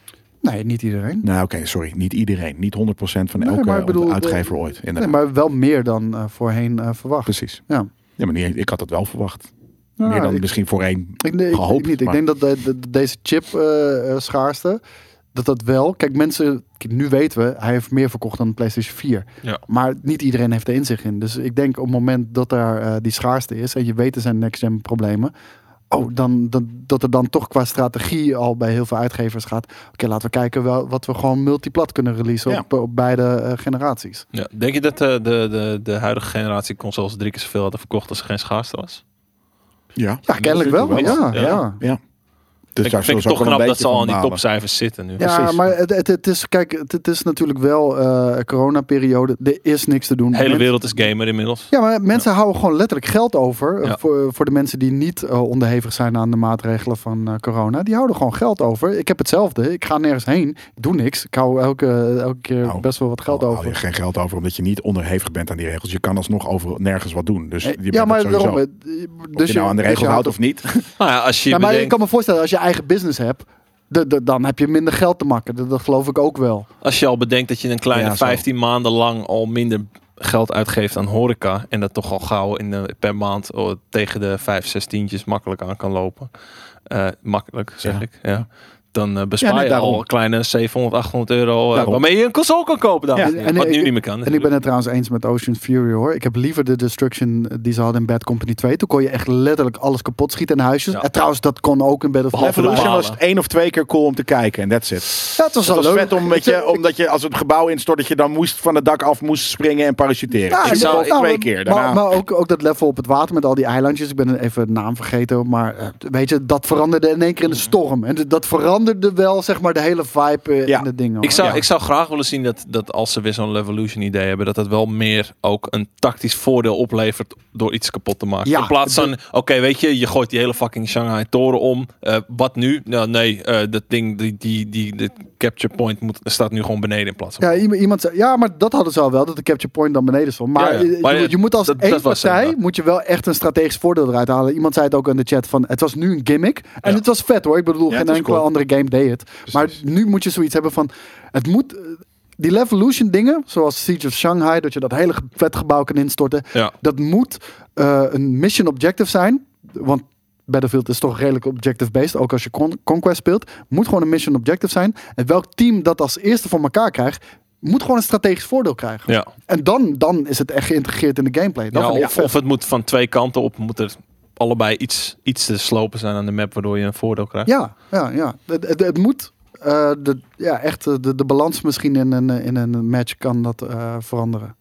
Speaker 2: Nee, niet iedereen.
Speaker 1: Nou, oké, sorry. Niet iedereen. Niet 100% van
Speaker 2: Nee,
Speaker 1: elke
Speaker 2: maar ik bedoel,
Speaker 1: uitgever ooit. Inderdaad.
Speaker 2: Nee, maar wel meer dan eh, voorheen eh, verwacht.
Speaker 1: Precies.
Speaker 2: Ja.
Speaker 1: Ja, maar niet, ik had dat wel verwacht.
Speaker 2: Nou,
Speaker 1: Dus Meer dan
Speaker 2: ik-
Speaker 1: misschien voor één.
Speaker 2: Ik, nee, ik-
Speaker 1: gehoopt,
Speaker 2: ik niet. Ik
Speaker 1: maar-
Speaker 2: denk dat de- de- deze chip eh, eh, schaarste, dat dat wel... Kijk, mensen, kijk, nu weten we, hij heeft meer verkocht dan de PlayStation 4.
Speaker 3: Ja.
Speaker 2: Maar niet iedereen heeft er inzicht in. Dus ik denk op het moment dat er eh, die schaarste is en je weet er zijn next-gen problemen... Oh, dan, dan, dat er dan toch qua strategie al bij heel veel uitgevers gaat. Oké, laten we kijken wel, wat we gewoon multiplat kunnen releasen
Speaker 1: Ja.
Speaker 2: op, op beide eh, generaties.
Speaker 3: Ja. Denk je dat eh, de, de, de huidige generatie consoles drie keer zoveel hadden verkocht als er geen schaarste
Speaker 1: Dus
Speaker 3: was?
Speaker 1: Ja.
Speaker 2: Ja, kennelijk wel.
Speaker 1: wel.
Speaker 2: Ja,
Speaker 3: Ja.
Speaker 2: ja. ja.
Speaker 1: Dus
Speaker 3: ik
Speaker 1: daar zullen
Speaker 3: vind het
Speaker 1: ze ook
Speaker 3: toch
Speaker 1: wel een
Speaker 3: knap dat
Speaker 1: beetje
Speaker 3: ze al
Speaker 1: van
Speaker 3: aan die
Speaker 1: balen.
Speaker 3: topcijfers zitten nu.
Speaker 2: Ja,
Speaker 1: Precies.
Speaker 2: maar het, het, het is, kijk, het, het is natuurlijk wel eh coronaperiode. Er is niks te doen.
Speaker 3: De hele
Speaker 2: Mensen-
Speaker 3: wereld is gamer inmiddels.
Speaker 2: Ja, maar mensen houden gewoon letterlijk geld over. eh,
Speaker 3: Ja.
Speaker 2: Voor, voor de mensen die niet eh, onderhevig zijn aan de maatregelen van eh, corona. Die houden gewoon geld over. Ik heb hetzelfde. Ik ga nergens heen. Ik doe niks. Ik hou elke, elke keer
Speaker 1: Nou,
Speaker 2: best wel wat geld
Speaker 1: Al haal
Speaker 2: over.
Speaker 1: je geen geld over omdat je niet onderhevig bent aan die regels. Je kan alsnog over nergens wat doen. Dus je
Speaker 2: Eh,
Speaker 1: bent
Speaker 2: ja, maar
Speaker 1: het sowieso.
Speaker 2: daarom. eh,
Speaker 1: dus
Speaker 2: Dus
Speaker 1: je nou aan de
Speaker 2: dus
Speaker 1: regels
Speaker 2: houdt
Speaker 1: houdt of niet.
Speaker 3: Nou ja, als je
Speaker 2: Ja, maar
Speaker 3: bedenkt-
Speaker 2: ik kan me voorstellen, als je eigen business hebt, de, de- dan heb je minder geld te makken. Dat, dat geloof ik ook wel.
Speaker 3: Als je al bedenkt dat je een kleine
Speaker 1: Ja, zo.
Speaker 3: 15 maanden lang al minder geld uitgeeft aan horeca. En dat toch al gauw in de, per maand oh, tegen de 5, 6 tientjes makkelijk aan kan lopen. Eh, makkelijk zeg
Speaker 1: Ja.
Speaker 3: ik. Ja. Dan eh, bespaar
Speaker 1: Ja, nee,
Speaker 3: je al
Speaker 1: daarom.
Speaker 3: een kleine 700, 800 euro. eh,
Speaker 1: Daarom.
Speaker 3: waarmee je een console kan kopen. Dan.
Speaker 1: Ja.
Speaker 2: En- en
Speaker 3: Wat
Speaker 2: ik-
Speaker 3: nu niet meer kan.
Speaker 2: En ik ben het trouwens eens met Ocean Fury hoor. Ik heb liever de destruction die ze hadden in Bad Company 2. Toen kon je echt letterlijk alles kapot schieten en huisjes.
Speaker 3: Ja.
Speaker 2: En trouwens, dat kon ook in Battlefield.
Speaker 3: Behalve
Speaker 2: Evolution.
Speaker 1: Evolution
Speaker 3: balen.
Speaker 1: was het één of twee keer cool om te kijken en that's it.
Speaker 2: Ja, het was
Speaker 1: Het
Speaker 2: wel
Speaker 1: was
Speaker 2: leuk.
Speaker 1: vet om,
Speaker 2: Ik
Speaker 1: met je,
Speaker 2: zeg-
Speaker 1: omdat je als het gebouw instort dat je dan moest van het dak af moest springen en parachuteren.
Speaker 2: Ja,
Speaker 1: ik
Speaker 2: en-
Speaker 1: zou
Speaker 2: nou,
Speaker 1: twee keer daarna.
Speaker 2: Maar, maar ook, ook dat level op het water met al die eilandjes. Ik ben even de naam vergeten. Maar eh, weet je, dat veranderde in één keer in de storm. En d- dat veranderde wel, zeg maar, de hele vibe eh,
Speaker 1: Ja.
Speaker 2: in de dingen. hoor.
Speaker 3: Ik zou,
Speaker 1: Ja.
Speaker 3: ik zou graag willen zien dat, dat als ze weer zo'n Revolution idee hebben, dat dat wel meer ook een tactisch voordeel oplevert door iets kapot te maken.
Speaker 2: Ja,
Speaker 3: In plaats van, oké, weet je, je gooit die hele fucking Shanghai toren om. Eh, wat nu? Nou, nee, eh, dat ding, die, die, die, de capture point moet, staat nu gewoon beneden in plaats van.
Speaker 2: Ja, iemand, iemand zei, ja, maar dat hadden ze al wel, dat de capture point dan beneden stond. Maar,
Speaker 3: Ja, ja.
Speaker 2: je-
Speaker 3: Maar
Speaker 2: je,
Speaker 3: ja,
Speaker 2: je moet als
Speaker 3: dat-
Speaker 2: één
Speaker 3: dat was
Speaker 2: partij,
Speaker 3: hem,
Speaker 2: moet je wel echt een strategisch voordeel eruit halen. Iemand zei het ook in de chat van, het was nu een gimmick. En
Speaker 3: Ja.
Speaker 2: het was vet hoor, ik bedoel,
Speaker 1: Ja,
Speaker 2: geen
Speaker 1: het was
Speaker 2: enkele
Speaker 1: cool.
Speaker 2: andere game deed het. Maar nu moet je zoiets hebben van, het moet... eh, Die Levolution dingen, zoals Siege of Shanghai, dat je dat hele ge- vet gebouw kan instorten.
Speaker 3: Ja.
Speaker 2: Dat moet eh, een mission objective zijn. Want Battlefield is toch redelijk objective-based. Ook als je con- Conquest speelt. Moet gewoon een mission objective zijn. En welk team dat als eerste voor elkaar krijgt. Moet gewoon een strategisch voordeel krijgen.
Speaker 3: Ja.
Speaker 2: En dan, dan is het echt geïntegreerd in de gameplay. Dat
Speaker 3: Ja,
Speaker 2: vind ik
Speaker 3: of,
Speaker 2: vet.
Speaker 3: of het moet van twee kanten op, moet er allebei iets, iets te slopen zijn aan de map, waardoor je een voordeel krijgt.
Speaker 2: ja, ja, ja. Het, het, het moet eh, de, ja, echt eh, de, de balans misschien in een, eh, in een match kan dat eh, veranderen.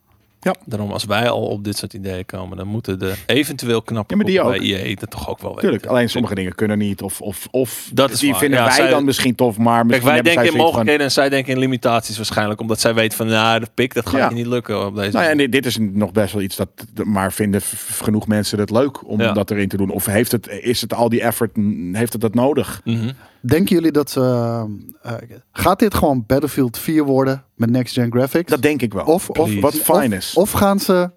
Speaker 3: Daarom, als wij al op dit soort ideeën komen, dan moeten de eventueel knappe
Speaker 1: Ja, maar die
Speaker 3: koppen
Speaker 1: ook.
Speaker 3: bij EA dat toch ook wel weten.
Speaker 1: Tuurlijk, alleen sommige dingen kunnen niet. Of, of, of
Speaker 3: Dat is
Speaker 1: die
Speaker 3: waar.
Speaker 1: vinden
Speaker 3: Ja,
Speaker 1: wij
Speaker 3: zij-
Speaker 1: dan misschien tof, maar
Speaker 3: Kijk,
Speaker 1: misschien
Speaker 3: wij
Speaker 1: hebben
Speaker 3: denken
Speaker 1: zij zoiets
Speaker 3: in
Speaker 1: van-
Speaker 3: mogelijkheden en zij denken in limitaties waarschijnlijk. Omdat zij weten van, nou, de pik, dat gaat
Speaker 1: Ja.
Speaker 3: je niet lukken op deze
Speaker 1: Nou ja, en
Speaker 3: manier.
Speaker 1: dit, dit is nog best wel iets dat. Maar vinden v- genoeg mensen het leuk om
Speaker 3: Ja.
Speaker 1: dat erin te doen? Of heeft het, is het al die effort, mm, heeft het dat nodig?
Speaker 3: Mhm.
Speaker 2: Denken jullie dat ze... eh, eh, gaat dit gewoon Battlefield 4 worden met next-gen graphics?
Speaker 1: Dat denk ik wel.
Speaker 2: Of, of
Speaker 3: Please.
Speaker 1: Wat fijn
Speaker 2: of,
Speaker 1: is.
Speaker 2: Of gaan ze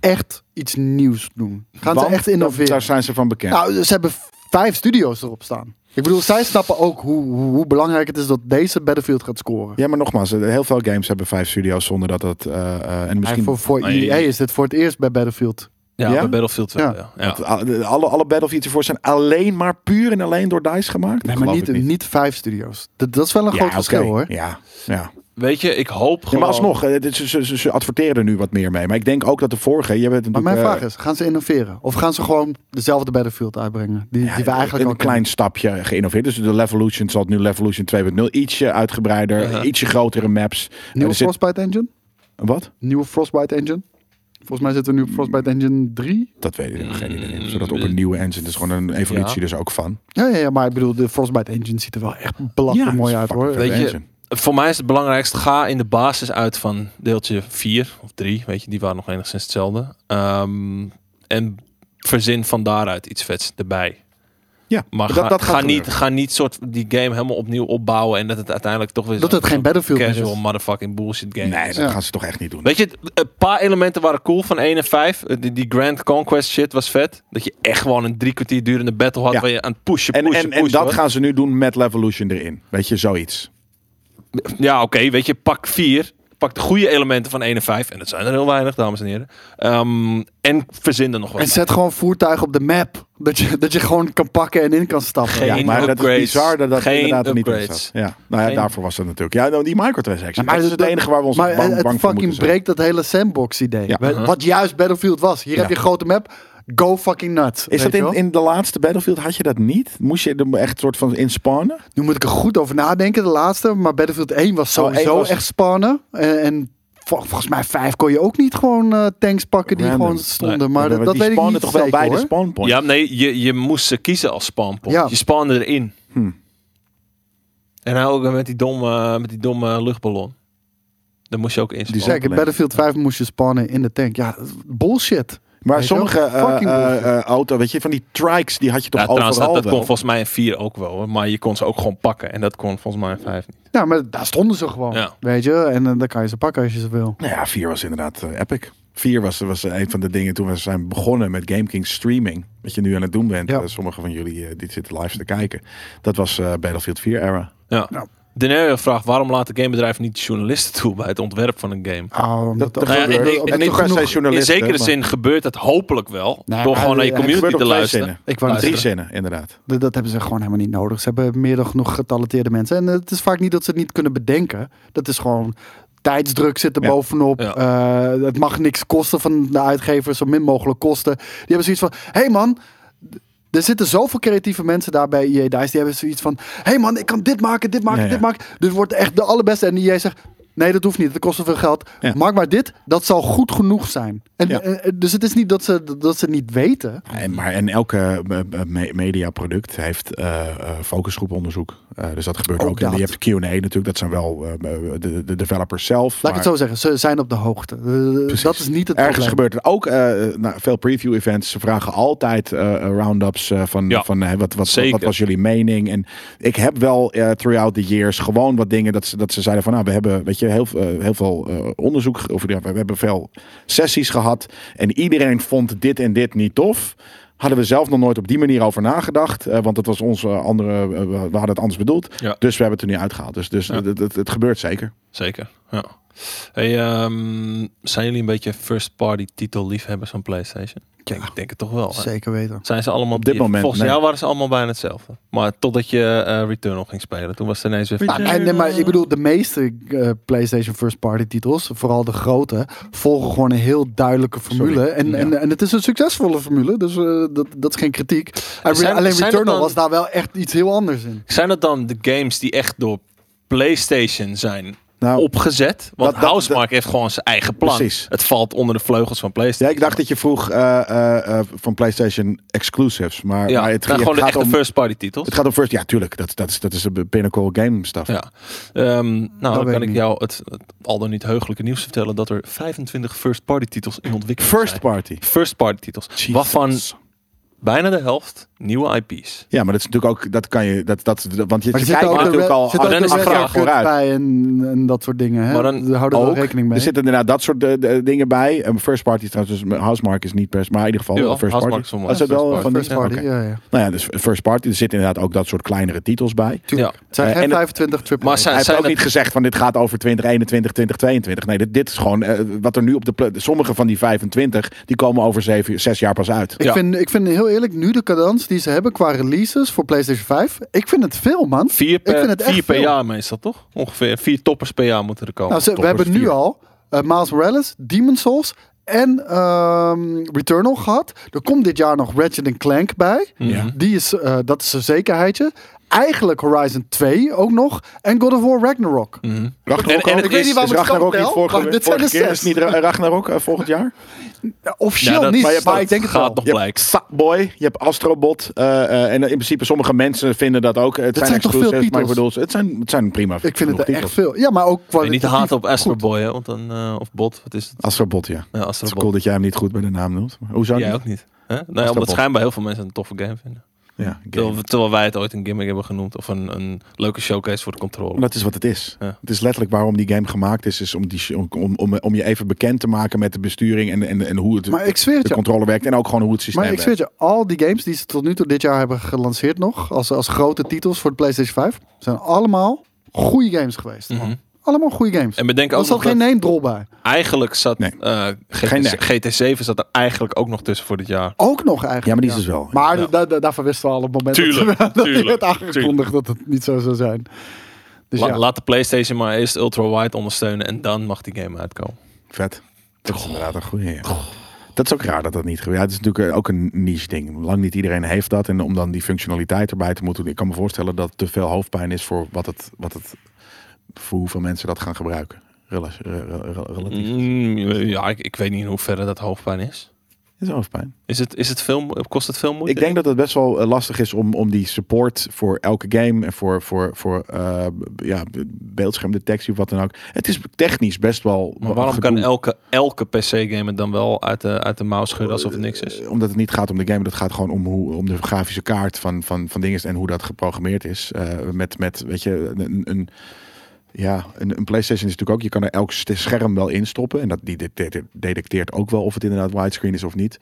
Speaker 2: echt iets nieuws doen? Gaan
Speaker 1: Want
Speaker 2: ze echt
Speaker 1: Daar
Speaker 2: innoveren?
Speaker 1: zijn ze van bekend.
Speaker 2: Nou, ze hebben v- vijf studio's erop staan. Ik bedoel, zij snappen ook hoe, hoe, hoe belangrijk het is dat deze Battlefield gaat scoren.
Speaker 1: ja, maar nogmaals, eh, heel veel games hebben vijf studio's zonder dat dat. eh, eh, en misschien.
Speaker 2: Maar voor voor
Speaker 3: Nee.
Speaker 2: EA is dit voor het eerst bij Battlefield.
Speaker 3: Ja,
Speaker 1: Ja?
Speaker 3: bij Battlefield wel,
Speaker 2: Ja.
Speaker 3: ja. ja.
Speaker 1: Alle, alle Battlefields ervoor zijn alleen maar puur en alleen door DICE gemaakt.
Speaker 2: Nee,
Speaker 1: Dat
Speaker 2: maar
Speaker 1: geloof
Speaker 2: niet,
Speaker 1: ik
Speaker 2: niet. vijf studio's. Dat, dat is wel een
Speaker 1: Ja,
Speaker 2: groot
Speaker 1: oké.
Speaker 2: verschil hoor.
Speaker 1: Ja, ja.
Speaker 3: Weet je, ik hoop
Speaker 1: Ja,
Speaker 3: gewoon...
Speaker 1: maar alsnog, eh, dit- ze, ze, ze- ze adverteren er nu wat meer mee. Maar ik denk ook dat de vorige. Je bent
Speaker 2: Maar
Speaker 1: natuurlijk,
Speaker 2: mijn
Speaker 1: eh,
Speaker 2: vraag is, gaan ze innoveren? Of gaan ze gewoon dezelfde Battlefield uitbrengen? Die,
Speaker 1: Ja,
Speaker 2: die we eigenlijk
Speaker 1: een
Speaker 2: al
Speaker 1: klein stapje geïnnoveerd. Dus de Levolution zal het nu Levolution 2.0 ietsje uitgebreider,
Speaker 3: Ja.
Speaker 1: ietsje grotere maps.
Speaker 2: kennen.
Speaker 1: En
Speaker 2: Nieuwe
Speaker 1: er zit-
Speaker 2: Frostbite Engine?
Speaker 1: Wat?
Speaker 2: Nieuwe Frostbite Engine? Volgens mij zitten we nu op Frostbite Engine 3.
Speaker 1: Dat weet ik nog geen idee.
Speaker 3: Mm,
Speaker 1: Zodat op een nieuwe engine, dat is gewoon een evolutie
Speaker 3: Ja.
Speaker 1: dus ook van.
Speaker 2: Ja, ja, ja, maar ik bedoel, de Frostbite Engine ziet er wel echt belachelijk
Speaker 1: Ja,
Speaker 2: mooi
Speaker 1: dat
Speaker 2: uit
Speaker 1: is
Speaker 2: hoor.
Speaker 1: fucking
Speaker 3: Weet
Speaker 1: vet
Speaker 3: je,
Speaker 1: engine.
Speaker 3: Voor mij is het belangrijkste, ga in de basis uit van deeltje 4 of 3. Weet je, die waren nog enigszins hetzelfde. Ehm, en verzin van daaruit iets vets erbij.
Speaker 1: Ja,
Speaker 3: Maar
Speaker 1: dat-
Speaker 3: ga,
Speaker 1: dat gaat
Speaker 3: ga, niet,
Speaker 1: gebeuren.
Speaker 3: ga niet soort die game helemaal opnieuw opbouwen en dat het uiteindelijk toch weer
Speaker 2: Dat
Speaker 3: zo'n-
Speaker 2: het geen
Speaker 3: zo'n
Speaker 2: Battlefield meer
Speaker 3: casual
Speaker 2: is.
Speaker 3: motherfucking bullshit game
Speaker 1: Nee,
Speaker 3: is.
Speaker 1: dat
Speaker 2: Ja.
Speaker 1: gaan ze toch echt niet doen.
Speaker 3: Weet je, een paar elementen waren cool van 1 en 5. Eh, Die, die Grand Conquest shit was vet. Dat je echt gewoon een drie kwartier durende battle had
Speaker 1: Ja.
Speaker 3: waar je aan het pushen,
Speaker 1: En,
Speaker 3: pushen,
Speaker 1: en, en
Speaker 3: pushen
Speaker 1: dat
Speaker 3: was.
Speaker 1: gaan ze nu doen met Levolution erin. Weet je, zoiets.
Speaker 3: Ja, oké, weet je, pak 4. Pak de goede elementen van 1 en 5. En dat zijn er heel weinig, dames en heren. Ehm, en verzin er nog wat
Speaker 2: En
Speaker 3: bij.
Speaker 2: zet gewoon voertuigen op de map. Dat je, dat je gewoon kan pakken en in kan stappen.
Speaker 3: Geen-
Speaker 2: Ja.
Speaker 1: maar dat is
Speaker 3: upgrades.
Speaker 1: bizar dat dat
Speaker 3: Geen
Speaker 1: inderdaad er niet in
Speaker 3: upgrades.
Speaker 1: zat. Ja. Nou ja,
Speaker 3: Geen-
Speaker 1: daarvoor was dat natuurlijk. Ja, nou, die microtransactions.
Speaker 2: Maar
Speaker 1: dat is het
Speaker 2: dat-
Speaker 1: enige waar we ons
Speaker 2: Maar eh,
Speaker 1: bang,
Speaker 2: het
Speaker 1: bang voor moeten
Speaker 2: fucking
Speaker 1: zijn.
Speaker 2: breekt dat hele sandbox idee.
Speaker 1: Ja.
Speaker 2: Wat-
Speaker 3: Uh-huh.
Speaker 2: Wat juist Battlefield was. Hier
Speaker 1: Ja.
Speaker 2: heb je een grote map. Go fucking nuts.
Speaker 1: Is
Speaker 2: weet
Speaker 1: dat
Speaker 2: je wel?
Speaker 1: in, in de laatste Battlefield had je dat niet? Moest je er echt soort van in spawnen?
Speaker 2: Nu moet ik er goed over nadenken, de laatste. Maar Battlefield 1 was
Speaker 1: Oh,
Speaker 2: sowieso
Speaker 1: 1 was-
Speaker 2: echt spannen. En, en vol- volgens mij 5 kon je ook niet gewoon eh, tanks pakken die
Speaker 1: Random.
Speaker 2: gewoon stonden.
Speaker 3: Nee.
Speaker 2: Maar dat, dat
Speaker 1: die
Speaker 2: weet ik
Speaker 1: spawnen
Speaker 2: niet
Speaker 1: toch wel
Speaker 2: zeker,
Speaker 1: bij de
Speaker 2: hoor.
Speaker 1: spawnpoint.
Speaker 3: Ja, nee, je, je moest ze kiezen als spawnpoint.
Speaker 2: Ja.
Speaker 3: Je spaande erin.
Speaker 1: Hm.
Speaker 3: En nou ook met die domme, met die domme luchtballon. Daar moest je ook in
Speaker 1: Die
Speaker 3: spannen.
Speaker 2: Zeker, Battlefield 5 moest je spannen in de tank. Ja, bullshit.
Speaker 1: Maar
Speaker 2: Weet je
Speaker 1: sommige
Speaker 2: wel?
Speaker 1: eh,
Speaker 2: Fucking
Speaker 1: eh,
Speaker 2: bullshit.
Speaker 1: eh, auto, weet je, van die trikes, die had je toch
Speaker 3: Ja,
Speaker 1: overal
Speaker 3: trouwens, dat, dat kon
Speaker 1: wel?
Speaker 3: volgens mij in 4 ook wel. hoor. Maar je kon ze ook gewoon pakken. En dat kon volgens mij in 5 niet.
Speaker 2: Ja, maar daar stonden ze gewoon.
Speaker 3: Ja.
Speaker 2: Weet je, en eh, dan kan je ze pakken als je ze wil.
Speaker 1: Nou ja, 4 was inderdaad eh, epic. 4 was, was eh, een van de dingen toen we zijn begonnen met GameKing streaming. Wat je nu aan het doen bent.
Speaker 2: Ja.
Speaker 1: Eh, sommigen van jullie eh, die zitten live te kijken. Dat was eh, Battlefield 4 era.
Speaker 3: Ja.
Speaker 2: Nou.
Speaker 3: Denario vraagt, waarom laten gamebedrijven niet journalisten toe bij het ontwerp van een game?
Speaker 2: Oh, omdat
Speaker 1: Ah, dat
Speaker 2: dat-
Speaker 3: gebeurt.
Speaker 2: dat-
Speaker 3: Ik-
Speaker 2: dat-
Speaker 3: ik-
Speaker 2: dat-
Speaker 1: niet
Speaker 2: dat-
Speaker 1: per se
Speaker 2: genoeg-
Speaker 3: In
Speaker 1: journalisten,
Speaker 3: zekere
Speaker 1: maar Nou,
Speaker 3: zin gebeurt dat hopelijk wel.
Speaker 2: Nee,
Speaker 3: door
Speaker 2: hij-
Speaker 3: gewoon naar je
Speaker 2: hij
Speaker 1: gebeurt
Speaker 3: community
Speaker 1: op
Speaker 3: te
Speaker 1: twee
Speaker 3: luisteren.
Speaker 1: zinnen.
Speaker 2: Ik wou
Speaker 1: op
Speaker 2: net
Speaker 1: Drie
Speaker 2: zeggen,
Speaker 1: zinnen, inderdaad.
Speaker 2: dat, dat hebben ze gewoon helemaal niet nodig. Ze hebben meer dan genoeg getalenteerde mensen. En eh, het is vaak niet dat ze het niet kunnen bedenken. Dat is gewoon tijdsdruk zit er
Speaker 1: Ja.
Speaker 2: bovenop.
Speaker 3: Ja.
Speaker 2: Eh, het mag niks kosten van de uitgever, zo min mogelijk kosten. Die hebben zoiets van, hé hey man, d- er zitten zoveel creatieve mensen daar bij EA Dice. Die hebben zoiets van, hé hey man, ik kan dit maken, dit maken,
Speaker 1: Ja, ja.
Speaker 2: dit maken. Dus het wordt echt de allerbeste. En EA zegt, nee, dat hoeft niet, dat kost te veel geld.
Speaker 1: Ja.
Speaker 2: Maak maar dit, dat zal goed genoeg zijn. En,
Speaker 1: Ja.
Speaker 2: eh, eh, dus het is niet dat ze, dat ze niet weten.
Speaker 1: En, maar, en elke eh, eh, me- mediaproduct heeft eh, eh, focusgroeponderzoek. Eh, dus dat gebeurt
Speaker 2: Ook
Speaker 1: ook. En
Speaker 2: Oh, dat.
Speaker 1: je hebt Q&A natuurlijk. Dat zijn wel eh, de, de developers zelf.
Speaker 2: Laat
Speaker 1: maar-
Speaker 2: ik het zo zeggen, ze zijn op de hoogte. Eh, Dat is niet het
Speaker 1: Ergens
Speaker 2: probleem.
Speaker 1: gebeurt het ook. eh, nou, veel preview-events. Ze vragen altijd eh, round-ups eh, van,
Speaker 3: Ja,
Speaker 1: van eh, wat, wat,
Speaker 3: zeker.
Speaker 1: wat was jullie mening. En ik heb wel eh, throughout the years gewoon wat dingen dat ze, dat ze zeiden van nou, we hebben weet je, heel, eh, heel veel eh, onderzoek. ge- Of, ja, we hebben veel sessies gehad. En iedereen vond dit en dit niet tof. Hadden we zelf nog nooit op die manier over nagedacht. eh, want dat was onze andere. eh, we- we hadden het anders bedoeld.
Speaker 3: Ja.
Speaker 1: Dus we hebben het er nu uitgehaald. Dus, dus
Speaker 3: Ja.
Speaker 1: het, het- het gebeurt zeker.
Speaker 3: Zeker, ja. Hey, ehm, zijn jullie een beetje first-party titel liefhebbers van PlayStation? Ik denk, ik denk het toch wel. hè?
Speaker 2: Zeker weten.
Speaker 3: Zijn ze allemaal
Speaker 1: Op dit moment,
Speaker 3: Volgens
Speaker 1: nee.
Speaker 3: jou waren ze allemaal bijna hetzelfde. Maar totdat je eh, Returnal ging spelen, toen was het ineens weer.
Speaker 2: Maar,
Speaker 3: van-
Speaker 2: Nou, en, maar ik bedoel, de meeste eh, PlayStation First Party titels, vooral de grote, volgen gewoon een heel duidelijke formule. En,
Speaker 1: Ja.
Speaker 2: en, en het is een succesvolle formule, dus eh, dat, dat is geen kritiek. En re-
Speaker 3: Zijn-
Speaker 2: alleen
Speaker 3: zijn dat
Speaker 2: Returnal
Speaker 3: dan-
Speaker 2: was daar wel echt iets heel anders in.
Speaker 3: Zijn dat dan de games die echt door PlayStation zijn
Speaker 1: Nou,
Speaker 3: opgezet? Want
Speaker 1: dat- dat-
Speaker 3: Housemark heeft gewoon zijn eigen plan.
Speaker 1: Precies.
Speaker 3: Het valt onder de vleugels van
Speaker 1: Ja,
Speaker 3: PlayStation.
Speaker 1: ik dacht dat je vroeg eh, eh, eh, van PlayStation exclusives, maar,
Speaker 3: Ja,
Speaker 1: maar
Speaker 3: het
Speaker 1: het,
Speaker 3: zijn
Speaker 1: het
Speaker 3: gewoon de
Speaker 1: gaat
Speaker 3: echte
Speaker 1: om,
Speaker 3: first-party titels.
Speaker 1: het gaat om first. Ja, tuurlijk. Dat, dat is dat is de pinnacle game stuff.
Speaker 3: Ja. Ehm, nou,
Speaker 2: weet
Speaker 3: dan
Speaker 2: ik
Speaker 3: kan ik
Speaker 2: niet.
Speaker 3: jou het, het al dan niet heugelijke nieuws vertellen dat er 25 first-party titels in ontwikkeling
Speaker 1: First
Speaker 3: zijn.
Speaker 1: party.
Speaker 3: First-party titels.
Speaker 1: Jesus.
Speaker 3: Waarvan bijna de helft nieuwe IP's.
Speaker 1: Ja, maar dat is natuurlijk ook dat kan je dat dat want je,
Speaker 2: Maar
Speaker 1: je
Speaker 2: er zit
Speaker 1: kijkt
Speaker 2: ook een
Speaker 1: natuurlijk
Speaker 2: re-
Speaker 1: al
Speaker 2: zit
Speaker 1: acht-
Speaker 2: ook
Speaker 3: dan
Speaker 2: een
Speaker 3: is
Speaker 1: acht
Speaker 3: het
Speaker 1: jaar
Speaker 2: red
Speaker 3: vraag.
Speaker 2: circuit
Speaker 1: vooruit.
Speaker 2: bij en, en dat soort dingen. Hè?
Speaker 3: Maar dan
Speaker 2: We houden er wel
Speaker 1: ook,
Speaker 2: rekening mee.
Speaker 1: Er zitten inderdaad dat soort eh, eh, dingen bij. Een first party is trouwens, dus Housemark is niet per se, maar in ieder geval
Speaker 3: Jawel,
Speaker 1: wel first
Speaker 3: Housemark
Speaker 1: party.
Speaker 3: is wel
Speaker 1: Als het
Speaker 3: Oh,
Speaker 1: Oh,
Speaker 3: first
Speaker 1: wel van die-
Speaker 3: party.
Speaker 2: First Party,
Speaker 1: Oké.
Speaker 2: ja, ja.
Speaker 1: Nou ja, dus first party. Er zitten inderdaad ook dat soort kleinere titels bij.
Speaker 3: Ja.
Speaker 2: Het zijn
Speaker 1: Eh,
Speaker 2: geen
Speaker 1: en het-
Speaker 2: 25 triple
Speaker 3: Maar
Speaker 2: A's.
Speaker 1: Hij
Speaker 3: zijn,
Speaker 1: heeft
Speaker 3: zijn
Speaker 1: ook
Speaker 3: het-
Speaker 1: niet gezegd van dit gaat over 2021, 2022. Nee, dit, dit is gewoon eh, wat er nu op de... pla- Sommige van die 25, die komen over zeven, zes jaar pas uit.
Speaker 2: Ik,
Speaker 3: Ja.
Speaker 2: vind, ik vind heel eerlijk, nu de cadans die ze hebben qua releases voor PlayStation 5, ik vind het veel, man.
Speaker 3: Vier
Speaker 2: Ik vind
Speaker 3: per,
Speaker 2: het echt
Speaker 3: vier per
Speaker 2: veel.
Speaker 3: jaar meestal, toch? Ongeveer vier toppers per jaar moeten er komen.
Speaker 2: Nou, ze- we
Speaker 1: toppers
Speaker 2: hebben nu
Speaker 1: vier.
Speaker 2: al eh, Miles Morales, Demon Souls en ehm, Returnal gehad. Er komt dit jaar nog Ratchet Clank bij.
Speaker 1: Ja.
Speaker 2: Die is, eh, dat is een zekerheidje. Eigenlijk Horizon 2 ook nog. En God of War Ragnarok.
Speaker 3: Mm.
Speaker 1: Ragnarok
Speaker 3: En- en
Speaker 1: ook.
Speaker 3: het Ik weet is- niet
Speaker 2: waarom
Speaker 1: is
Speaker 2: ik het
Speaker 1: Ragnarok
Speaker 2: wel
Speaker 1: niet
Speaker 2: tel,
Speaker 1: vorige,
Speaker 2: maar dit zijn
Speaker 1: vorige
Speaker 2: de
Speaker 1: keer? Is
Speaker 2: zes.
Speaker 1: niet Ra- Ragnarok eh, volgend jaar?
Speaker 2: Ja, officieel
Speaker 3: Ja, dat-
Speaker 2: niet,
Speaker 3: maar
Speaker 2: maar,
Speaker 3: je- dat
Speaker 2: ik denk het
Speaker 3: gaat
Speaker 2: wel.
Speaker 3: nog
Speaker 1: Je
Speaker 3: Blijk.
Speaker 1: hebt Sackboy, je hebt Astrobot. eh, eh, en in principe sommige mensen vinden dat ook. Eh, Het
Speaker 2: zijn toch veel
Speaker 1: exclusives, maar ik
Speaker 2: titels?
Speaker 1: bedoel, het zijn, het zijn prima
Speaker 2: Ik vind het
Speaker 1: genoeg
Speaker 2: echt
Speaker 1: titels.
Speaker 2: veel. Ja, maar ook
Speaker 3: En niet
Speaker 2: kwalitatief
Speaker 3: haat op Astro
Speaker 2: goed.
Speaker 3: Boy, hè? Want dan, eh, of Bot, wat is het?
Speaker 1: Astrobot, ja.
Speaker 3: Ja,
Speaker 1: Het
Speaker 3: Astro
Speaker 1: is
Speaker 3: Bot.
Speaker 1: cool dat jij hem niet goed bij de naam noemt. Maar hoezo
Speaker 3: Jij
Speaker 1: niet?
Speaker 3: ook niet. Hè? Nou, ja,
Speaker 1: Astrobot.
Speaker 3: omdat schijnbaar heel veel mensen een toffe game vinden.
Speaker 1: Ja, game.
Speaker 3: Terwijl, terwijl wij het ooit een gimmick hebben genoemd. Of een, een leuke showcase voor de controle.
Speaker 1: Maar dat is wat het is.
Speaker 3: Ja.
Speaker 1: Het is letterlijk waarom die game gemaakt is. is om, die, om, om, om, om je even bekend te maken met de besturing en, en, en hoe het,
Speaker 2: Maar ik zweer het
Speaker 1: de
Speaker 2: je.
Speaker 1: controle werkt. En ook gewoon hoe het systeem
Speaker 2: Maar ik
Speaker 1: werkt.
Speaker 2: zweer het je, al die games die ze tot nu toe dit jaar hebben gelanceerd nog, als, als grote titels voor de PlayStation 5, zijn allemaal goede games geweest.
Speaker 3: Mhm.
Speaker 2: Allemaal goede games.
Speaker 3: En bedenk
Speaker 2: Er
Speaker 3: ook
Speaker 2: zat
Speaker 3: nog
Speaker 2: geen
Speaker 3: dat
Speaker 2: één drol bij.
Speaker 3: eigenlijk zat
Speaker 1: Nee.
Speaker 3: eh,
Speaker 1: Geen
Speaker 3: GT, GT7 zat er eigenlijk ook nog tussen voor dit jaar.
Speaker 2: Ook nog eigenlijk.
Speaker 1: Ja, maar die is dus wel.
Speaker 2: Maar
Speaker 3: Ja.
Speaker 2: da- da- daarvan wisten we al op het moment dat,
Speaker 3: Tuurlijk,
Speaker 2: dat
Speaker 3: tuurlijk,
Speaker 2: hij werd aangekondigd dat het niet zo zou zijn. Dus
Speaker 3: La-
Speaker 2: ja,
Speaker 3: Laat de PlayStation maar eerst ultra wide ondersteunen en dan mag die game uitkomen.
Speaker 1: Vet. Dat is inderdaad een goede. Dat is ook raar dat dat niet gebeurt. Ja, het is natuurlijk eh, ook een niche ding. Lang niet iedereen heeft dat. En om dan die functionaliteit erbij te moeten doen. Ik kan me voorstellen dat het te veel hoofdpijn is voor wat het, wat het voor hoeveel mensen dat gaan gebruiken. Rela- re- re- re- Relatief.
Speaker 3: Mm, ja, ik, ik weet niet in hoeverre dat hoofdpijn is.
Speaker 1: Is hoofdpijn.
Speaker 3: Is het, is het veel, mo- kost het veel moeite?
Speaker 1: Ik denk dat het best wel eh, lastig is om, om die support voor elke game en voor, voor, voor eh, b- ja, b- beeldschermdetectie of wat dan ook. Het is technisch best wel.
Speaker 3: Maar waarom
Speaker 1: gedoe.
Speaker 3: kan elke, elke PC-game het dan wel uit de, uit de mouw schudden alsof het niks is?
Speaker 1: Eh, Omdat het niet gaat om de game, dat gaat gewoon om, hoe, om de grafische kaart van, van, van dingen en hoe dat geprogrammeerd is. Eh, met, met, weet je, een, een, ja, een, een PlayStation is natuurlijk ook, je kan er elk st- scherm wel in stoppen. En dat die detecte- detecteert ook wel of het inderdaad widescreen is of niet.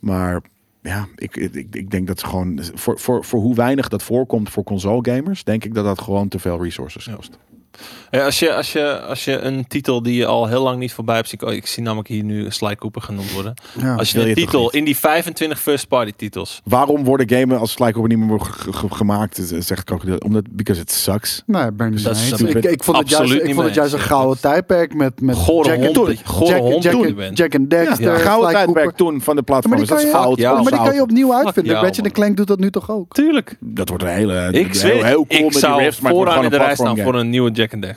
Speaker 1: Maar ja, ik, ik, ik denk dat ze gewoon, voor, voor, voor hoe weinig dat voorkomt voor console gamers, denk ik dat dat gewoon te veel resources
Speaker 3: Ja.
Speaker 1: kost.
Speaker 3: Ja, Eh, als, je, als, je, als je een titel die je al heel lang niet voorbij hebt zien komen- Ik zie namelijk hier nu Sly Cooper genoemd worden.
Speaker 2: ja.
Speaker 3: Als je
Speaker 1: wil
Speaker 3: een
Speaker 1: je toch
Speaker 3: titel
Speaker 1: niet?
Speaker 3: in die 25 first-party titels...
Speaker 1: Waarom worden games als Sly Cooper niet meer ge- ge- gemaakt, zegt Krokodil? Omdat, because it sucks.
Speaker 2: Nou, ik ben het niet
Speaker 3: Dat
Speaker 2: mee
Speaker 3: is
Speaker 2: eens.
Speaker 3: een-
Speaker 2: ik, ik vond het juist,
Speaker 3: absoluut
Speaker 2: ik
Speaker 3: niet
Speaker 2: vond het
Speaker 3: mee
Speaker 2: juist een
Speaker 3: eens.
Speaker 2: gouden tijdperk met, met
Speaker 3: Gore
Speaker 2: Jack,
Speaker 3: hond,
Speaker 2: Jack,
Speaker 3: dat je- gore hond
Speaker 2: Jack,
Speaker 3: toen
Speaker 2: Jack,
Speaker 3: bent.
Speaker 2: Jack and
Speaker 1: Ja,
Speaker 2: Dexter.
Speaker 1: ja. gouden
Speaker 2: Sly
Speaker 1: tijdperk
Speaker 2: Cooper.
Speaker 1: toen van de
Speaker 2: Maar
Speaker 1: platform.
Speaker 2: die,
Speaker 1: Dus Dat
Speaker 2: kan
Speaker 1: is
Speaker 2: je,
Speaker 1: fout.
Speaker 3: jou.
Speaker 1: Dat
Speaker 2: maar die
Speaker 1: is
Speaker 2: kan je
Speaker 1: fout.
Speaker 2: opnieuw uitvinden.
Speaker 3: jou,
Speaker 2: Ratchet en
Speaker 3: man.
Speaker 2: Clank doet dat nu toch ook?
Speaker 3: Tuurlijk.
Speaker 1: Dat wordt een hele.
Speaker 3: Ik
Speaker 1: heel,
Speaker 3: zweer,
Speaker 1: heel cool
Speaker 3: ik
Speaker 1: met die
Speaker 3: zou
Speaker 1: riffs, maar het wordt
Speaker 3: vooraan in de
Speaker 1: gewoon
Speaker 3: rij
Speaker 1: een
Speaker 3: staan
Speaker 1: platform
Speaker 3: voor een nieuwe Jack and Dexter.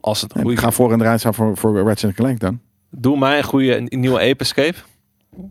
Speaker 3: Als het een
Speaker 1: game.
Speaker 3: goede...
Speaker 1: Ga voor in de rij staan voor, voor Ratchet Clank dan.
Speaker 3: Doe mij een goede een nieuwe Ape Escape.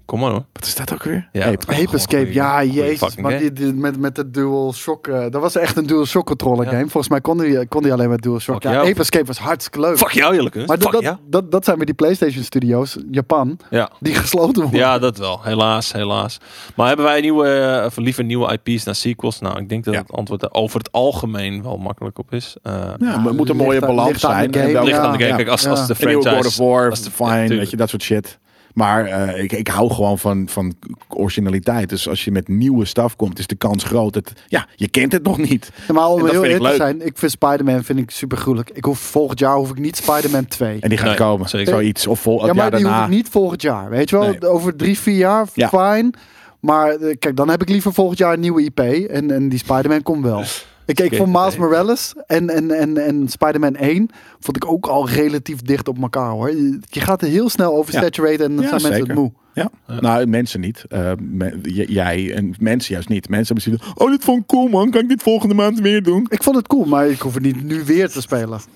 Speaker 3: Kom maar hoor.
Speaker 1: Wat is dat ook weer?
Speaker 3: Ja,
Speaker 1: Hey,
Speaker 3: dat-
Speaker 2: Ape
Speaker 3: Gewoon
Speaker 2: Escape,
Speaker 3: goeie-
Speaker 2: ja,
Speaker 3: goeie
Speaker 2: jezus.
Speaker 3: fucking
Speaker 2: Maar
Speaker 3: game.
Speaker 2: die, die- met, met de Dual Shock, eh, dat was echt een Dual Shock controller
Speaker 3: Ja.
Speaker 2: game. Volgens mij kon die, kon die alleen maar Dual Shock.
Speaker 3: Fuck
Speaker 2: Ja,
Speaker 3: jou.
Speaker 2: Ape Escape was hartstikke leuk.
Speaker 3: Fuck jou, eerlijk. hè?
Speaker 2: Maar dat,
Speaker 3: Fuck
Speaker 2: dat,
Speaker 3: jou.
Speaker 2: dat, dat zijn weer die PlayStation Studios, Japan,
Speaker 3: Ja.
Speaker 2: die gesloten worden.
Speaker 3: Ja, dat wel. Helaas, helaas. Maar hebben wij nieuwe, eh, of liever nieuwe IP's naar sequels? Nou, ik denk dat
Speaker 1: Ja.
Speaker 3: het antwoord er over het algemeen wel makkelijk op is. Eh,
Speaker 1: Ja, maar het moet een
Speaker 2: ligt
Speaker 1: mooie
Speaker 2: aan-
Speaker 1: balans
Speaker 2: ligt aan de
Speaker 1: zijn.
Speaker 2: game, oh,
Speaker 1: En welke-
Speaker 3: ligt aan de game.
Speaker 1: ja.
Speaker 3: Kijk, als,
Speaker 2: Ja.
Speaker 3: als de
Speaker 1: Een nieuwe God of
Speaker 3: franchise...
Speaker 1: War,
Speaker 3: als de- ja,
Speaker 1: fine,
Speaker 3: tuurlijk.
Speaker 1: weet je, dat soort shit. Maar eh, ik, ik hou gewoon van, van originaliteit. Dus als je met nieuwe staf komt, is de kans groot dat... Ja, je kent het nog niet.
Speaker 2: Maar om
Speaker 1: dat
Speaker 2: heel
Speaker 1: vind ik
Speaker 2: eerlijk te
Speaker 1: leuk.
Speaker 2: zijn, ik vind Spider-Man vind ik super gruwelijk. Ik hoef, volgend jaar hoef ik niet Spider-Man 2.
Speaker 1: En die gaat
Speaker 3: Nee,
Speaker 1: komen.
Speaker 3: zeker.
Speaker 1: Zoiets. Of vol,
Speaker 2: Ja,
Speaker 1: het
Speaker 2: maar
Speaker 1: jaar
Speaker 2: die hoef
Speaker 1: daarna.
Speaker 2: ik niet volgend jaar. Weet je wel,
Speaker 1: Nee.
Speaker 2: over drie, vier jaar,
Speaker 1: Ja.
Speaker 2: fijn. Maar eh, kijk, dan heb ik liever volgend jaar een nieuwe IP. En, en die Spider-Man komt wel. Ik, ik vond Miles Morales en, en, en, en Spider-Man 1 vond ik ook al relatief dicht op elkaar hoor. Je je gaat er heel snel over
Speaker 1: Ja.
Speaker 2: saturaten en dan
Speaker 1: Ja,
Speaker 2: zijn mensen
Speaker 1: zeker.
Speaker 2: het moe.
Speaker 1: Ja. nou mensen niet. Eh, me- j- jij en mensen juist niet. Mensen hebben zoiets van, oh dit vond ik cool man, kan ik dit volgende maand weer doen?
Speaker 2: Ik vond het cool, maar ik hoef het niet nu weer te spelen.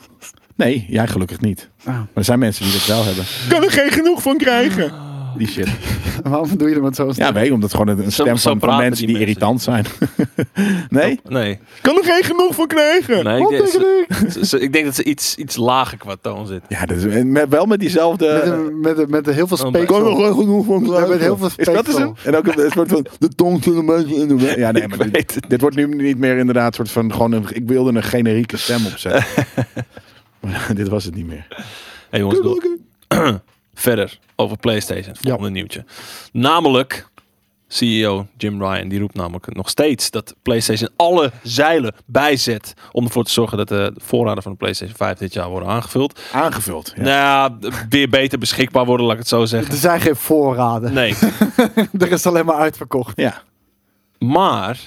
Speaker 1: Nee, jij gelukkig niet.
Speaker 2: Ah.
Speaker 1: Maar er zijn mensen die dat wel hebben. Kan er geen genoeg van krijgen. Die shit.
Speaker 2: Waarom doe je dat met zo'n
Speaker 1: Ja, weet je, omdat het gewoon een- een
Speaker 3: Zo-
Speaker 1: stem
Speaker 3: zo
Speaker 1: van, van
Speaker 3: praten
Speaker 1: mensen die,
Speaker 3: die mensen.
Speaker 1: irritant zijn. nee?
Speaker 3: Nee,
Speaker 1: Kan er geen genoeg van krijgen.
Speaker 3: nee ik,
Speaker 2: Wat
Speaker 3: denk,
Speaker 2: tegen
Speaker 3: ze- ze- ze- ik denk dat ze iets, iets lager qua toon zitten.
Speaker 1: Ja, dat is, en met, wel met diezelfde...
Speaker 2: Met, een- met, een- met een heel veel
Speaker 3: Oh, bij-
Speaker 1: kan er
Speaker 2: speeksel.
Speaker 1: geen genoeg van krijgen.
Speaker 2: met heel veel
Speaker 1: is dat is
Speaker 2: speeksel.
Speaker 1: hem? En ook een soort van... De tong zit een beetje in de weg. Ja, nee,
Speaker 3: Ik
Speaker 1: maar
Speaker 3: weet
Speaker 1: dit, dit wordt nu niet meer inderdaad soort van... Gewoon een, ik wilde een generieke stem opzetten. maar dit was het niet meer.
Speaker 3: Hey, jongens, door- verder over PlayStation. Volgende nieuwtje. Namelijk, CEO Jim Ryan, die roept namelijk nog steeds dat PlayStation alle zeilen bijzet om ervoor te zorgen dat de voorraden van de PlayStation 5 dit jaar worden aangevuld.
Speaker 1: Aangevuld. Ja.
Speaker 3: Nou ja, weer beter beschikbaar worden, laat ik het zo zeggen.
Speaker 2: Er zijn geen voorraden.
Speaker 3: Nee,
Speaker 2: Er is alleen maar uitverkocht.
Speaker 1: ja.
Speaker 3: maar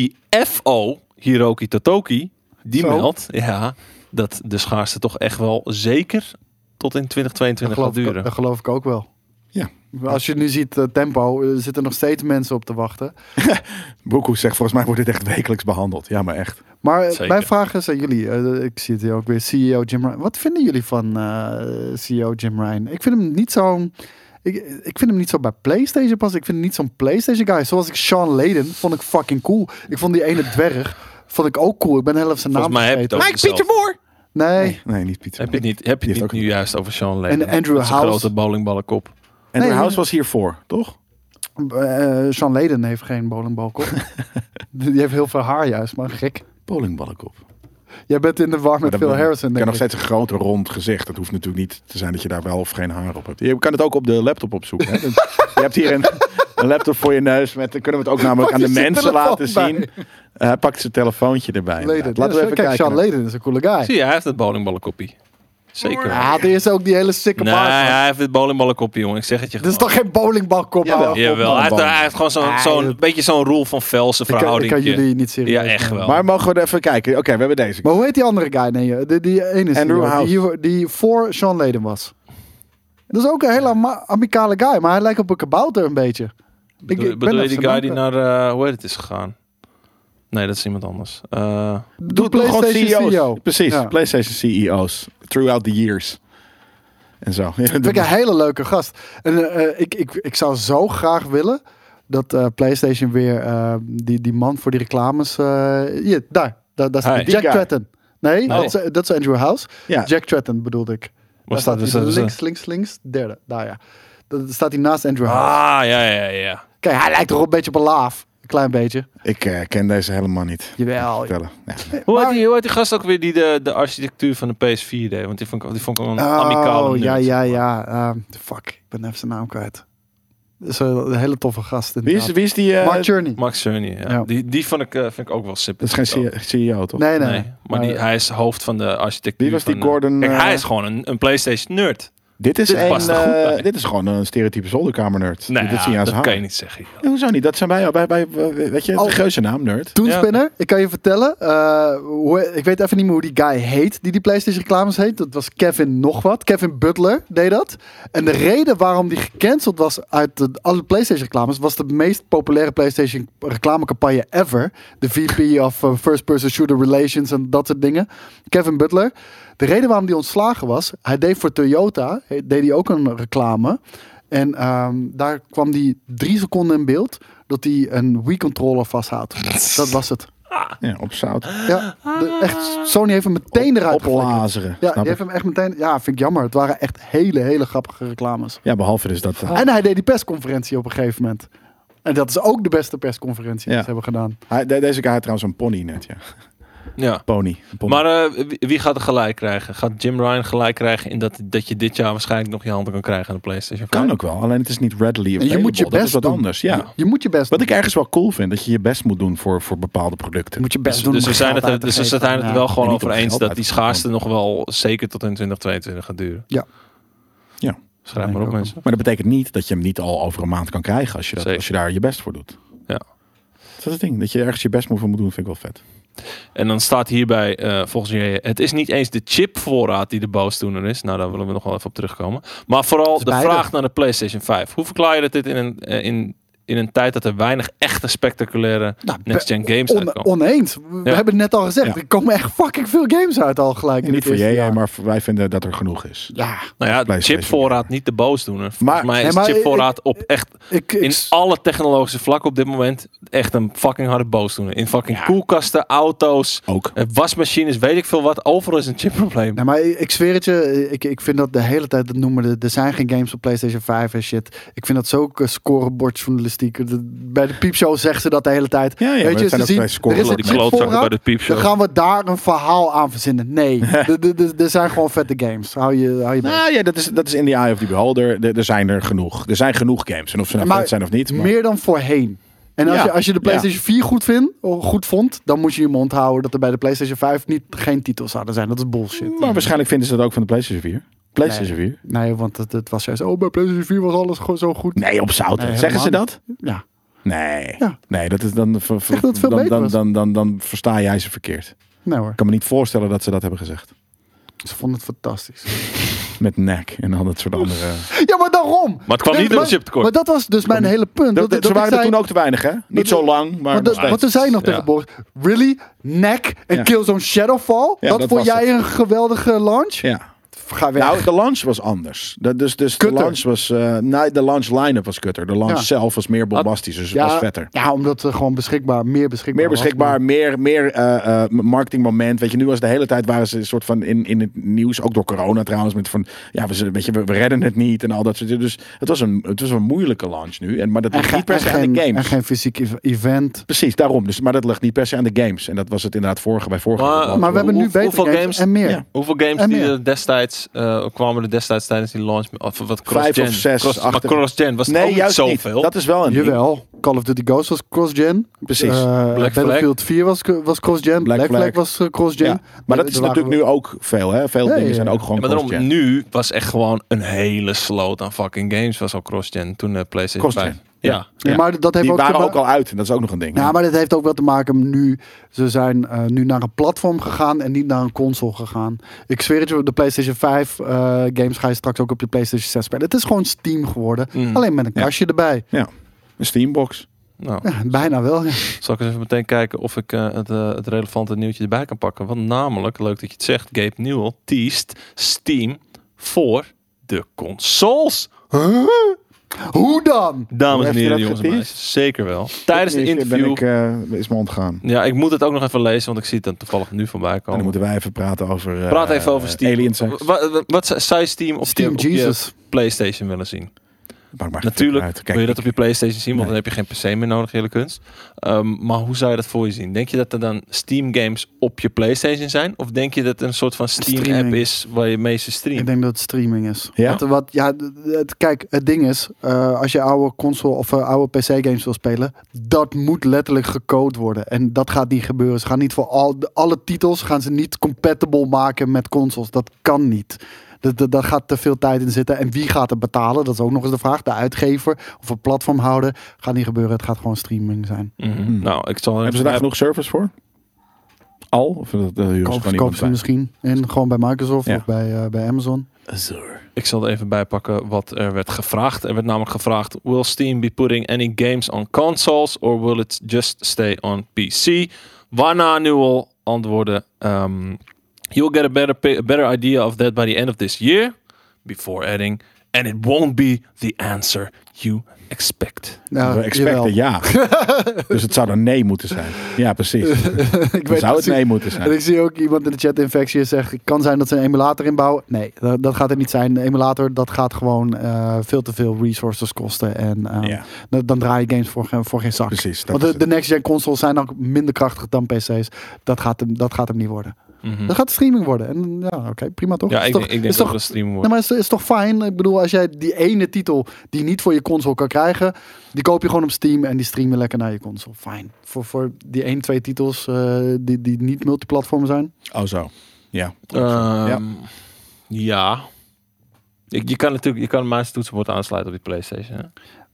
Speaker 3: CFO Hiroki Totoki, die
Speaker 2: Zo.
Speaker 3: meldt ja, dat de schaarste toch echt wel zeker tot in 2022 gaat
Speaker 2: geloof ik,
Speaker 3: duren.
Speaker 2: dat geloof ik ook wel.
Speaker 1: Ja.
Speaker 2: Als je nu ziet eh, tempo, eh, zitten nog steeds mensen op te wachten.
Speaker 1: Boekoe zegt, volgens mij wordt dit echt wekelijks behandeld. Ja, maar echt.
Speaker 2: Maar eh,
Speaker 3: Zeker.
Speaker 2: mijn vraag is aan jullie. eh, ik zie het hier ook weer. CEO Jim Ryan. Wat vinden jullie van eh, CEO Jim Ryan? Ik vind hem niet zo'n... Ik, ik vind hem niet zo bij PlayStation pas. Ik vind hem niet zo'n PlayStation guy. Zoals ik Sean Layden vond ik fucking cool. Ik vond die ene dverg vond ik ook cool. Ik ben heel even zijn
Speaker 3: Volgens
Speaker 2: naam
Speaker 3: mij heb je het
Speaker 2: vergeten.
Speaker 3: over dezelfde.
Speaker 1: Moore!
Speaker 2: Nee.
Speaker 1: Nee, nee, niet Pieter
Speaker 3: Heb je het niet, heb je
Speaker 1: Die heeft
Speaker 3: het niet
Speaker 1: ook
Speaker 3: nu juist over Sean Lennon?
Speaker 2: En Andrew
Speaker 3: Met zijn
Speaker 2: House.
Speaker 3: grote bowlingballenkop.
Speaker 1: En de
Speaker 2: Nee,
Speaker 1: House
Speaker 2: nee.
Speaker 1: was hiervoor, toch?
Speaker 2: eh Sean Layden heeft geen bowlingbalkop. die heeft heel veel haar juist, maar gek.
Speaker 1: Bowlingballenkop.
Speaker 2: Jij bent in de war met
Speaker 1: dan
Speaker 2: Phil
Speaker 1: ben-
Speaker 2: Harrison.
Speaker 1: Je kan
Speaker 2: Denk
Speaker 1: nog
Speaker 2: ik.
Speaker 1: steeds een groot rond gezicht. Dat hoeft natuurlijk niet te zijn dat je daar wel of geen haar op hebt. Je kan het ook op de laptop opzoeken. Hè? je hebt hier een, een laptop voor je neus. Met, dan kunnen we het ook namelijk aan
Speaker 2: Pak
Speaker 1: de
Speaker 2: je zijn
Speaker 1: mensen laten
Speaker 2: telefoon
Speaker 1: zien. Eh, hij pakt zijn telefoontje erbij.
Speaker 2: Leden.
Speaker 1: inderdaad. Laten we even
Speaker 2: Kijk,
Speaker 1: kijken.
Speaker 2: Sean Leden is een coole guy.
Speaker 3: Zie je, hij heeft het bowlingballenkoppie. Zeker.
Speaker 2: Ja, het is ook die hele sikke
Speaker 3: nee,
Speaker 2: baard, man.
Speaker 3: hij heeft het bowlingballenkoppie, jongen. Ik zeg het je
Speaker 2: Dit is
Speaker 3: gewoon.
Speaker 2: toch geen bowlingbalkop?
Speaker 1: Jawel.
Speaker 2: man?
Speaker 3: Jawel, hij heeft, hij heeft gewoon zo'n
Speaker 2: Ah,
Speaker 3: zo'n
Speaker 2: dat-
Speaker 3: beetje zo'n rol van Velse
Speaker 2: Ik kan, ik
Speaker 3: verhouding.
Speaker 2: kan jullie niet serieus
Speaker 3: Ja, echt
Speaker 2: nemen.
Speaker 3: wel.
Speaker 1: Maar mogen we er even kijken? Oké, we hebben deze.
Speaker 2: Maar hoe heet die andere guy? Nee, joh. die, die ene is
Speaker 1: Andrew
Speaker 2: die, joh, die, hier- die voor Sean Leden was. Dat is ook een hele ama- amicale guy, maar hij lijkt op een kabouter een beetje.
Speaker 3: bedoel,
Speaker 2: ik ben
Speaker 3: bedoel je
Speaker 2: even
Speaker 3: die guy
Speaker 2: zijn
Speaker 3: die naar, eh, hoe heet het, is gegaan? Nee, dat is iemand anders.
Speaker 2: Ah.
Speaker 3: Eh,
Speaker 1: Doe, doe gewoon CEO's. Precies,
Speaker 2: E Ja.
Speaker 1: PlayStation CEO's. Throughout the years. En zo. Ja,
Speaker 2: Vind ik een hele leuke gast. En eh, eh, ik, ik, ik zou zo graag willen dat eh, PlayStation weer eh, die, die man voor die reclames. eh, hier, daar, daar, daar staat
Speaker 3: Hij.
Speaker 2: die Jack
Speaker 1: Die guy.
Speaker 2: Tretton. Nee,
Speaker 3: Nee.
Speaker 2: Dat, is, eh, dat is Andrew House.
Speaker 1: Ja.
Speaker 2: Jack Tretton bedoelde ik. Daar
Speaker 3: staat-
Speaker 2: staat
Speaker 3: waar
Speaker 2: hij
Speaker 3: staat- waar
Speaker 2: links, links, links, derde. Daar ja. Dan staat hij naast Andrew House.
Speaker 3: ah, ja, ja, ja.
Speaker 2: Kijk, hij lijkt toch een beetje op een laaf. Een klein beetje.
Speaker 1: Ik eh, ken deze helemaal niet.
Speaker 2: Jawel.
Speaker 1: Vertellen. Ja, nee.
Speaker 3: Hoe, heet
Speaker 2: Maar-
Speaker 3: die, hoe heet die gast ook weer die de, de architectuur van de PS4 deed? Want die vond ik, die vond ik wel een amicale
Speaker 2: Oh, ja,
Speaker 3: nerd.
Speaker 2: ja, ja. Ehm, fuck, ik ben even zijn naam kwijt. Dat is een hele toffe gast.
Speaker 1: Wie is,
Speaker 2: inderdaad.
Speaker 1: wie is die? eh,
Speaker 2: Mark Journey.
Speaker 3: Mark Cerny, ja.
Speaker 2: Ja.
Speaker 3: Die, die vond ik, eh, vind ik ook wel
Speaker 1: dat is
Speaker 3: sympathiek.
Speaker 1: geen
Speaker 3: ook.
Speaker 1: CEO, CEO toch?
Speaker 2: Nee, nee.
Speaker 3: Nee, maar die, hij is hoofd van de architectuur.
Speaker 1: Wie was die
Speaker 3: van, eh,
Speaker 1: Gordon,
Speaker 3: kijk, hij
Speaker 1: eh,
Speaker 3: is gewoon een, een PlayStation nerd.
Speaker 1: Dit is,
Speaker 3: Dit
Speaker 1: een,
Speaker 3: past er goed
Speaker 1: eh,
Speaker 3: bij.
Speaker 1: dit is gewoon een stereotype zolderkamernerd.
Speaker 3: Nee,
Speaker 1: dit zie je aan
Speaker 3: Nou dat
Speaker 1: zijn
Speaker 3: kan je
Speaker 1: haar.
Speaker 3: niet zeggen. joh.
Speaker 1: Ja, hoezo niet? Dat zijn wij, wij, wij, wij- weet je,
Speaker 2: Oh.
Speaker 1: de geuze naam, nerd.
Speaker 2: Toonspinner, ik kan je vertellen. eh, hoe, ik weet even niet meer hoe die guy heet. Die die PlayStation reclames heet. Dat was Kevin nog wat. Kevin Butler deed dat. En de reden waarom die gecanceld was uit de, alle PlayStation reclames. was de meest populaire PlayStation reclamecampagne ever. De VP of eh, First Person Shooter Relations en dat soort dingen. Kevin Butler. De reden waarom die ontslagen was. Hij deed voor Toyota. eh, Deed hij ook een reclame. En ehm, daar kwam die drie seconden in beeld. Dat hij een Wii-controller vasthoudt. Dat was het.
Speaker 1: Ja, op zout.
Speaker 2: Ja, de- echt, Sony heeft hem meteen Ah. eruit geflikkerd.
Speaker 1: Oplazeren.
Speaker 2: Ja,
Speaker 1: snap
Speaker 2: die
Speaker 1: ik.
Speaker 2: heeft hem echt meteen... Ja, vind ik jammer. Het waren echt hele, hele grappige reclames.
Speaker 1: ja, behalve dus dat.
Speaker 2: En hij deed die persconferentie op een gegeven moment. En dat is ook de beste persconferentie
Speaker 1: Ja.
Speaker 2: die ze hebben gedaan.
Speaker 1: Hij- de- deze guy had trouwens een pony net, ja.
Speaker 3: Ja.
Speaker 1: Pony. Een pony.
Speaker 3: Maar eh, wie- wie gaat er gelijk krijgen? Gaat Jim Ryan gelijk krijgen in dat, dat je dit jaar waarschijnlijk nog je handen kan krijgen aan de PlayStation?
Speaker 1: kan ook wel, alleen het is niet readily available.
Speaker 2: moet je
Speaker 1: dat is
Speaker 2: best
Speaker 1: wat
Speaker 2: doen.
Speaker 1: anders, ja.
Speaker 2: Je moet je best
Speaker 1: Wat
Speaker 2: doen.
Speaker 1: ik ergens wel cool vind, dat je je best moet doen voor, voor bepaalde producten.
Speaker 2: Je moet je best
Speaker 3: Dus,
Speaker 2: doen
Speaker 3: dus
Speaker 2: om
Speaker 3: we
Speaker 2: er
Speaker 3: zijn
Speaker 2: geld
Speaker 3: het,
Speaker 2: uit
Speaker 3: er-
Speaker 2: te
Speaker 3: dus we
Speaker 2: geven.
Speaker 3: zijn het er
Speaker 2: Ja.
Speaker 3: wel gewoon
Speaker 1: eh, En niet om
Speaker 3: over eens
Speaker 1: geld
Speaker 3: dat
Speaker 1: uit
Speaker 3: die
Speaker 1: te geven.
Speaker 3: schaarste nog wel zeker tot in 2022 gaat duren.
Speaker 2: Ja.
Speaker 1: Ja.
Speaker 3: Schrijf maar op mensen.
Speaker 1: Maar dat betekent niet dat je hem niet al over een maand kan krijgen als je, dat,
Speaker 3: Zeker.
Speaker 1: als je daar je best voor doet.
Speaker 3: Ja.
Speaker 1: Dat is het ding. Dat je ergens je best voor moet doen, vind ik wel vet.
Speaker 3: En dan staat hierbij, eh, volgens je, het is niet eens de chipvoorraad die de boosdoener is. Nou, daar willen we nog wel even op terugkomen. Maar vooral de
Speaker 2: beide.
Speaker 3: vraag naar de PlayStation 5. Hoe verklaar je dat dit in een, eh, in, in een tijd dat er weinig echte spectaculaire
Speaker 2: Nou,
Speaker 3: next-gen games
Speaker 2: On-
Speaker 3: uitkomen?
Speaker 2: oneens. We
Speaker 3: Ja.
Speaker 2: hebben het net al gezegd.
Speaker 1: Ja.
Speaker 2: Er komen echt fucking veel games uit al gelijk. in
Speaker 1: niet
Speaker 2: dit
Speaker 1: voor
Speaker 2: eerste
Speaker 1: jij,
Speaker 2: jaar.
Speaker 1: maar voor- wij vinden dat er genoeg is.
Speaker 2: Ja,
Speaker 3: Nou ja, de
Speaker 1: PlayStation.
Speaker 3: chipvoorraad, niet de boosdoener. Volgens
Speaker 1: Maar-
Speaker 3: mij
Speaker 2: Nee,
Speaker 3: is
Speaker 2: maar
Speaker 3: chipvoorraad op echt,
Speaker 2: ik, ik,
Speaker 3: in alle technologische vlakken op dit moment, echt een fucking harde boosdoener. In fucking koelkasten, auto's,
Speaker 1: Ook.
Speaker 3: eh, wasmachines, weet ik veel wat. Overal is een chipprobleem.
Speaker 2: Nee, maar ik zweer het je, ik, ik vind dat de hele tijd, dat noemen de, er zijn geen games op PlayStation 5 en shit. Ik vind dat zo ook eh, scorebordjournalistiek. De- Bij de piepshow zeggen ze dat de hele tijd.
Speaker 1: Ja, ja, maar
Speaker 2: Weet
Speaker 1: het
Speaker 2: je,
Speaker 1: zijn
Speaker 2: ze
Speaker 1: ook
Speaker 2: zien,
Speaker 1: twee scorebord-
Speaker 2: er is een
Speaker 1: die
Speaker 2: chip
Speaker 3: klootzakken
Speaker 2: voorraad,
Speaker 3: bij de piepshow.
Speaker 2: Dan gaan we daar een verhaal aan verzinnen. Nee, de- de- de- er zijn gewoon vette games. Hou je, hou je mee.
Speaker 1: Nou ja, dat is, dat is in the eye of the beholder. Er, er zijn er genoeg. Er zijn genoeg games. En of ze nou
Speaker 2: Maar
Speaker 1: vet zijn of niet. Maar
Speaker 2: Meer dan voorheen. En als,
Speaker 1: Ja,
Speaker 2: je, als je de PlayStation 4 goed, vindt, of goed vond, dan moet je je mond houden dat er bij de PlayStation 5 niet, geen titels zouden zijn. Dat is bullshit.
Speaker 1: Maar waarschijnlijk vinden ze dat ook van de PlayStation 4. PlayStation 4?
Speaker 2: Hmm. Nee, want het, het was juist, oh, bij PlayStation 4 was alles gewoon zo goed.
Speaker 1: Nee, op zout.
Speaker 2: Nee,
Speaker 1: Zeggen ze
Speaker 2: helemaal
Speaker 1: dat?
Speaker 2: Ja.
Speaker 1: Nee.
Speaker 2: Ja.
Speaker 1: Nee, dat is dan, ver- ver-
Speaker 2: Echt dat het veel
Speaker 1: dan,
Speaker 2: beter
Speaker 1: dan,
Speaker 2: was.
Speaker 1: dan, dan, dan versta jij ze verkeerd.
Speaker 2: Nou hoor.
Speaker 1: Ik kan me niet voorstellen dat ze dat hebben gezegd.
Speaker 2: Ze vonden het fantastisch.
Speaker 1: Met nek en al dat soort andere...
Speaker 2: Ja, maar daarom.
Speaker 3: Maar het kwam
Speaker 2: Nee,
Speaker 3: niet door
Speaker 2: maar-
Speaker 3: de chiptekort.
Speaker 2: Maar dat was dus mijn hele punt.
Speaker 1: Dat,
Speaker 2: Dat,
Speaker 1: ze
Speaker 2: dat
Speaker 1: waren
Speaker 2: ik zei,
Speaker 1: er toen ook te weinig, hè? Niet zo lang, maar
Speaker 2: Want,
Speaker 1: nog
Speaker 2: dat,
Speaker 1: steeds.
Speaker 2: want toen zei je nog tegen
Speaker 3: Ja.
Speaker 2: Boris, really? Neck en
Speaker 1: Ja.
Speaker 2: Killzone Shadowfall?
Speaker 1: Ja,
Speaker 2: dat,
Speaker 1: dat
Speaker 2: vond
Speaker 1: was
Speaker 2: jij
Speaker 1: het.
Speaker 2: een geweldige launch?
Speaker 1: Ja.
Speaker 2: Ga weg.
Speaker 1: Nou, de launch was anders. De, dus dus de
Speaker 2: Kutter.
Speaker 1: launch was... eh nee, de launch line-up was kutter. De launch
Speaker 2: Ja. Ah,
Speaker 1: zelf was meer bombastisch, dus het was vetter.
Speaker 2: Ja, omdat er gewoon beschikbaar, meer beschikbaar
Speaker 1: Meer
Speaker 2: was.
Speaker 1: beschikbaar, meer, meer eh, eh, marketingmoment. Weet je, nu was de hele tijd waren ze een soort van in, in het nieuws, ook door corona trouwens, met van ja, we, z- weet je, we, we redden het niet en al dat soort dingen. Dus het was een, het was een moeilijke launch nu. En, maar dat
Speaker 2: En,
Speaker 1: ligt
Speaker 2: geen-
Speaker 1: niet per se
Speaker 2: en
Speaker 1: aan de
Speaker 2: geen, en
Speaker 1: games.
Speaker 2: geen fysiek ev- event.
Speaker 1: Precies, daarom. Dus, maar dat ligt niet per se aan de games. En dat was het inderdaad vorige bij vorige.
Speaker 3: Maar-
Speaker 1: launch.
Speaker 2: Maar we hebben nu
Speaker 3: Hoe-
Speaker 2: beter
Speaker 3: hoeveel
Speaker 2: games,
Speaker 3: games-
Speaker 2: en meer.
Speaker 1: Ja.
Speaker 3: Hoeveel games
Speaker 2: En
Speaker 3: die
Speaker 2: meer.
Speaker 3: er destijds destijds, eh, kwamen er destijds tijdens die launch, of wat cross
Speaker 1: Vijf of zes
Speaker 3: maar
Speaker 1: achter-
Speaker 3: cross-gen was het ook
Speaker 1: Nee,
Speaker 3: niet
Speaker 1: juist niet.
Speaker 3: zoveel.
Speaker 1: Dat is wel een ding.
Speaker 2: Jawel, Call of Duty Ghost was cross-gen.
Speaker 1: Precies.
Speaker 2: Eh,
Speaker 3: Black Flag.
Speaker 2: Battlefield 4 was, was cross-gen.
Speaker 1: Black
Speaker 2: Black,
Speaker 1: Flag.
Speaker 2: Flag was eh, cross-gen.
Speaker 1: Ja, maar dat is
Speaker 2: Er waren
Speaker 1: natuurlijk nu ook veel. Hè? Veel
Speaker 2: Ja,
Speaker 1: dingen
Speaker 2: ja,
Speaker 1: zijn
Speaker 2: ja.
Speaker 1: ook gewoon
Speaker 3: Ja, maar daarom,
Speaker 1: cross-gen.
Speaker 3: nu was echt gewoon een hele sloot aan fucking games. Was al cross-gen toen eh, PlayStation
Speaker 1: Cross-gen,
Speaker 3: 5. Ja.
Speaker 2: Ja,
Speaker 1: Ja.
Speaker 2: Maar dat heeft
Speaker 1: Die
Speaker 2: ook te
Speaker 1: waren
Speaker 2: ma-
Speaker 1: ook al uit. En dat is ook nog een ding.
Speaker 2: Ja, maar dat heeft ook wel te maken nu. Ze zijn eh, nu naar een platform gegaan en niet naar een console gegaan. Ik zweer het je, de PlayStation 5 eh, games ga je straks ook op je PlayStation 6 spelen. Het is gewoon Steam geworden.
Speaker 3: Mm.
Speaker 2: Alleen met een
Speaker 1: Ja.
Speaker 2: kastje erbij.
Speaker 1: Ja. Een Steambox.
Speaker 3: Nou,
Speaker 2: Ja, bijna wel. ja.
Speaker 3: zal ik eens even meteen kijken of ik eh, het, eh, het relevante nieuwtje erbij kan pakken. Want namelijk, leuk dat je het zegt, Gabe Newell teased Steam voor de consoles.
Speaker 2: Hoe dan?
Speaker 3: Dames en
Speaker 1: Heeft hij
Speaker 3: heren,
Speaker 1: dat
Speaker 3: jongens en
Speaker 1: geteased?
Speaker 3: meisjes. Zeker wel. Tijdens de
Speaker 1: Is- Ben
Speaker 3: interview...
Speaker 1: ik, eh, is me ontgaan.
Speaker 3: Ja, ik moet het ook nog even lezen, want ik zie het dan toevallig nu voorbij
Speaker 1: En dan
Speaker 3: komen.
Speaker 1: moeten wij even praten over... eh,
Speaker 3: Praat even over Steam.
Speaker 1: Alien Sex.
Speaker 3: Wa- wa- Wat zou- zou je Steam op,
Speaker 2: Steam
Speaker 3: je, op je
Speaker 2: Jesus.
Speaker 3: PlayStation willen zien?
Speaker 1: Maakt maar geen
Speaker 3: Natuurlijk
Speaker 1: uit. Kijk,
Speaker 3: wil je dat op je PlayStation zien, want
Speaker 1: Nee.
Speaker 3: dan heb je geen PC meer nodig, hele kunst. Ehm, maar hoe zou je dat voor je zien? Denk je dat er dan Steam games op je PlayStation zijn? Of denk je dat er een soort van Steam app
Speaker 2: Streaming.
Speaker 3: is waar je meeste
Speaker 2: Ik
Speaker 3: streamt?
Speaker 2: denk dat het streaming is.
Speaker 1: Ja?
Speaker 2: Wat, wat, ja d- d- het, kijk, het ding is, eh, als je oude console of eh, oude PC games wil spelen, dat moet letterlijk gecode worden. En dat gaat niet gebeuren. Ze gaan niet voor al, de- alle titels gaan ze niet compatible maken met consoles. Dat kan niet. Dat- dat- Daar gaat te veel tijd in zitten. En wie gaat het betalen? Dat is ook nog eens de vraag. De uitgever of een platformhouder. Gaat niet gebeuren. Het gaat gewoon streaming zijn.
Speaker 3: Mhm.
Speaker 1: Hmm.
Speaker 3: Nou, ik zal
Speaker 1: Hebben ze daar genoeg servers voor? Al? Of dat, dat huren ze
Speaker 2: Koop,
Speaker 1: gewoon
Speaker 2: koop
Speaker 1: iemand
Speaker 2: ze
Speaker 1: bij?
Speaker 2: misschien in. Gewoon bij Microsoft
Speaker 1: Ja.
Speaker 2: of bij, eh, bij Amazon.
Speaker 3: Ik zal er even bij pakken wat er werd gevraagd. Er werd namelijk gevraagd: Will Steam be putting any games on consoles or will it just stay on PC? Waarna Newell antwoordde: ehm, You'll get a better, pi- a better idea of that by the end of this year. Before adding: And it won't be the answer you expect.
Speaker 2: Ja,
Speaker 1: We
Speaker 2: jawel.
Speaker 1: expecten ja. dus het zou dan nee moeten zijn. Ja, precies.
Speaker 2: Ik
Speaker 1: Dan
Speaker 2: weet
Speaker 1: zou het
Speaker 2: precies-
Speaker 1: nee moeten zijn.
Speaker 2: En ik zie ook iemand in de chat infectie zegt, het kan zijn dat ze een emulator inbouwen. Nee, dat, dat gaat er niet zijn. Een emulator, dat gaat gewoon eh, veel te veel resources kosten. En eh,
Speaker 1: Ja.
Speaker 2: dan, dan draai je games voor, geen- voor geen zak.
Speaker 1: Precies, dat
Speaker 2: Want
Speaker 1: is
Speaker 2: de,
Speaker 1: het.
Speaker 2: de next-gen consoles zijn ook minder krachtig dan PC's. Dat gaat hem, dat gaat hem niet worden.
Speaker 1: Hm.
Speaker 3: Mhm.
Speaker 2: Dat gaat streaming worden. En ja, oké, prima toch?
Speaker 3: Ja,
Speaker 2: Is
Speaker 3: ik,
Speaker 2: toch-
Speaker 3: denk- ik denk
Speaker 2: is
Speaker 3: dat
Speaker 2: toch-
Speaker 3: het een stream
Speaker 2: Nee,
Speaker 3: wordt.
Speaker 2: maar is, is toch fijn? Ik bedoel, als jij die ene titel die niet voor je console kan krijgen, die koop je gewoon op Steam en die stream je lekker naar je console. Fijn. Voor, voor die één, twee titels eh, die, die niet multiplatform zijn.
Speaker 1: Oh zo. Ja.
Speaker 3: Ehm, ja. Ik, je kan natuurlijk je kan een muis en toetsenbord aansluiten op die PlayStation. Hè?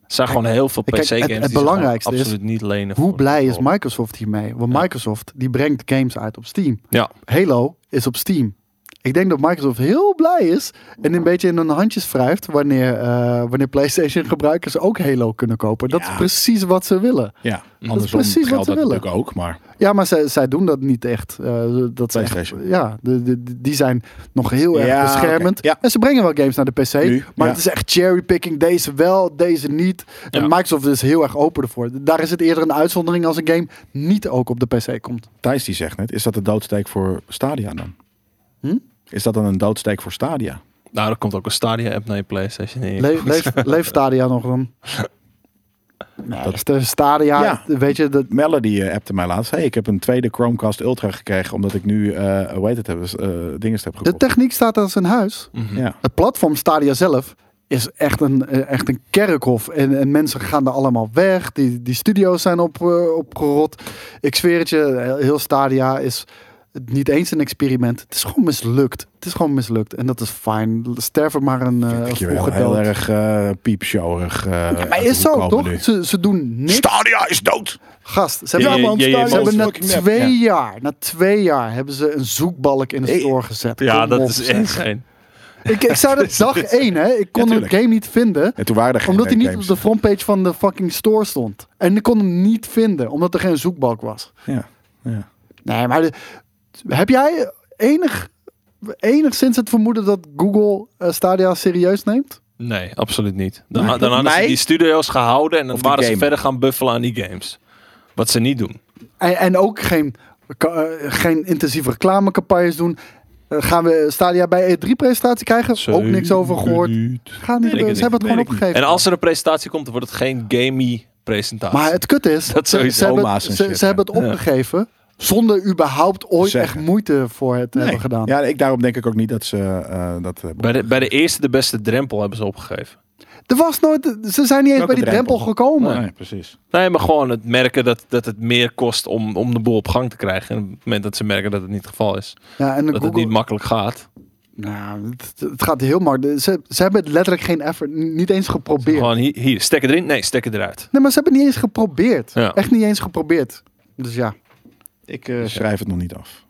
Speaker 3: Er zijn
Speaker 2: Kijk,
Speaker 3: gewoon heel veel
Speaker 2: kijk,
Speaker 3: PC-games.
Speaker 2: het- het
Speaker 3: die zich
Speaker 2: belangrijkste
Speaker 3: gewoon
Speaker 2: is,
Speaker 3: absoluut niet lenen.
Speaker 2: Hoe
Speaker 3: voor
Speaker 2: blij is
Speaker 3: controle.
Speaker 2: Microsoft hiermee? Want
Speaker 3: Ja.
Speaker 2: Microsoft die brengt games uit op Steam.
Speaker 3: Ja.
Speaker 2: Halo is op Steam. Ik denk dat Microsoft heel blij is en een beetje in hun handjes wrijft wanneer, eh, wanneer PlayStation gebruikers ook Halo kunnen kopen. Dat
Speaker 1: Ja.
Speaker 2: is precies wat ze willen.
Speaker 1: Ja. Andersom
Speaker 2: precies wat
Speaker 1: geldt
Speaker 2: ze
Speaker 1: dat
Speaker 2: willen.
Speaker 1: natuurlijk ook, maar
Speaker 2: Ja, maar zij, zij doen dat niet echt. Eh, dat ze echt-
Speaker 1: PlayStation.
Speaker 2: ja, de, de- de- die zijn nog heel erg
Speaker 1: Ja,
Speaker 2: beschermend.
Speaker 1: oké. Ja.
Speaker 2: En ze brengen wel games naar de PC.
Speaker 1: Nu,
Speaker 2: maar
Speaker 1: ja.
Speaker 2: het is echt cherrypicking. Deze wel, deze niet. En
Speaker 3: Ja.
Speaker 2: Microsoft is heel erg open ervoor. Daar is het eerder een uitzondering als een game niet ook op de PC komt.
Speaker 1: Thijs die zegt net, is dat de doodsteek voor Stadia dan?
Speaker 2: Hm?
Speaker 1: Is dat dan een doodsteek voor Stadia?
Speaker 3: Nou, er komt ook een Stadia-app naar je PlayStation. in.
Speaker 2: Le- leef, leef Stadia nog dan. Nee,
Speaker 1: Dat-
Speaker 2: dat... de Stadia,
Speaker 1: Ja.
Speaker 2: weet je, dat,
Speaker 1: Melody eh, appte mij laatst. Hey, ik heb een tweede Chromecast Ultra gekregen omdat ik nu, eh hoe heet het, hebben, eh dingen heb
Speaker 2: de
Speaker 1: gekocht.
Speaker 2: techniek staat als een huis.
Speaker 3: Mhm.
Speaker 1: Ja.
Speaker 2: Het platform Stadia zelf is echt een, eh, echt een kerkhof. En, en mensen gaan er allemaal weg. Die, die studio's zijn op, eh, opgerot. Ik zweer het je, heel- heel Stadia is niet eens een experiment. Het is gewoon mislukt. Het is gewoon mislukt. En dat is fijn. Sterf er maar een eh
Speaker 1: Vind ik je wel
Speaker 2: vroege
Speaker 1: heel
Speaker 2: dood.
Speaker 1: erg eh piepshowerig. eh, uit
Speaker 2: Maar
Speaker 1: de
Speaker 2: is zo,
Speaker 1: hoek komen
Speaker 2: toch?
Speaker 1: nu.
Speaker 2: Ze, ze doen niks.
Speaker 1: Stadia is dood!
Speaker 2: Gast, ze
Speaker 3: Ja,
Speaker 2: hebben,
Speaker 3: ja,
Speaker 2: man,
Speaker 3: ja, ja,
Speaker 2: Stadia-
Speaker 3: ja,
Speaker 2: ze hebben na
Speaker 1: motherfucking nep,
Speaker 2: twee jaar, na twee jaar, hebben ze een zoekbalk in de
Speaker 1: Hey.
Speaker 2: store gezet.
Speaker 3: Ja,
Speaker 2: Kom
Speaker 3: dat
Speaker 2: op,
Speaker 3: is
Speaker 2: zeg.
Speaker 3: echt geen.
Speaker 2: Ik, ik zei dat dag één, hè. Ik kon het
Speaker 1: tuurlijk.
Speaker 2: game niet vinden.
Speaker 1: En toen waren er geen
Speaker 2: Omdat hij niet op
Speaker 1: games.
Speaker 2: de frontpage van de fucking store stond. En ik kon hem niet vinden, omdat er geen zoekbalk was.
Speaker 1: Ja, ja.
Speaker 2: Nee, maar de- heb jij enig, enigszins het vermoeden dat Google eh, Stadia serieus neemt?
Speaker 3: Nee, absoluut niet. Dan,
Speaker 1: Maar
Speaker 3: dan hadden
Speaker 1: mij-
Speaker 3: ze die studio's gehouden en dan
Speaker 1: Of de
Speaker 3: waren ze
Speaker 1: game.
Speaker 3: verder gaan buffelen aan die games. Wat ze niet doen.
Speaker 2: En, en ook geen, ka- eh, geen intensieve reclamecampagnes doen. Eh, gaan we Stadia bij E3-presentatie krijgen? ook niks over gehoord.
Speaker 3: Niet.
Speaker 2: Gaat niet,
Speaker 3: ik
Speaker 2: gebeuren.
Speaker 3: niet.
Speaker 2: ze hebben het
Speaker 1: Weet
Speaker 2: gewoon
Speaker 1: ik niet.
Speaker 2: opgegeven.
Speaker 3: En als er een presentatie komt, dan wordt het geen gamey presentatie.
Speaker 2: Maar het kut is,
Speaker 3: Dat
Speaker 2: ze,
Speaker 3: sowieso
Speaker 2: ze, hebben,
Speaker 1: maas en
Speaker 2: ze,
Speaker 1: shit,
Speaker 2: ze
Speaker 1: ja.
Speaker 2: hebben het opgegeven. Zonder überhaupt ooit
Speaker 1: Zeggen.
Speaker 2: echt moeite voor het hebben gedaan.
Speaker 1: Ja, ik, daarom denk ik ook niet dat ze eh, dat... eh,
Speaker 3: Bij de, bij de eerste de beste drempel hebben ze opgegeven.
Speaker 2: Er was nooit, ze zijn niet eens
Speaker 1: Welke
Speaker 2: bij die drempel,
Speaker 1: drempel?
Speaker 2: gekomen.
Speaker 1: Nee, precies.
Speaker 3: Nee, maar gewoon het merken dat, dat het meer kost om, om de boel op gang te krijgen. En op het moment dat ze merken dat het niet het geval is.
Speaker 2: Ja, en de
Speaker 3: Dat het
Speaker 2: Google,
Speaker 3: niet makkelijk gaat.
Speaker 2: nou, het, het gaat heel makkelijk. Ze, ze hebben het letterlijk geen effort, n- niet eens geprobeerd.
Speaker 3: Gewoon hier, hier, stekker erin. Nee, stekker eruit.
Speaker 2: Nee, maar ze hebben het niet eens geprobeerd.
Speaker 3: Ja.
Speaker 2: Echt niet eens geprobeerd. Dus ja.
Speaker 1: Ik
Speaker 2: Dus
Speaker 1: eh, schrijf het nog niet af.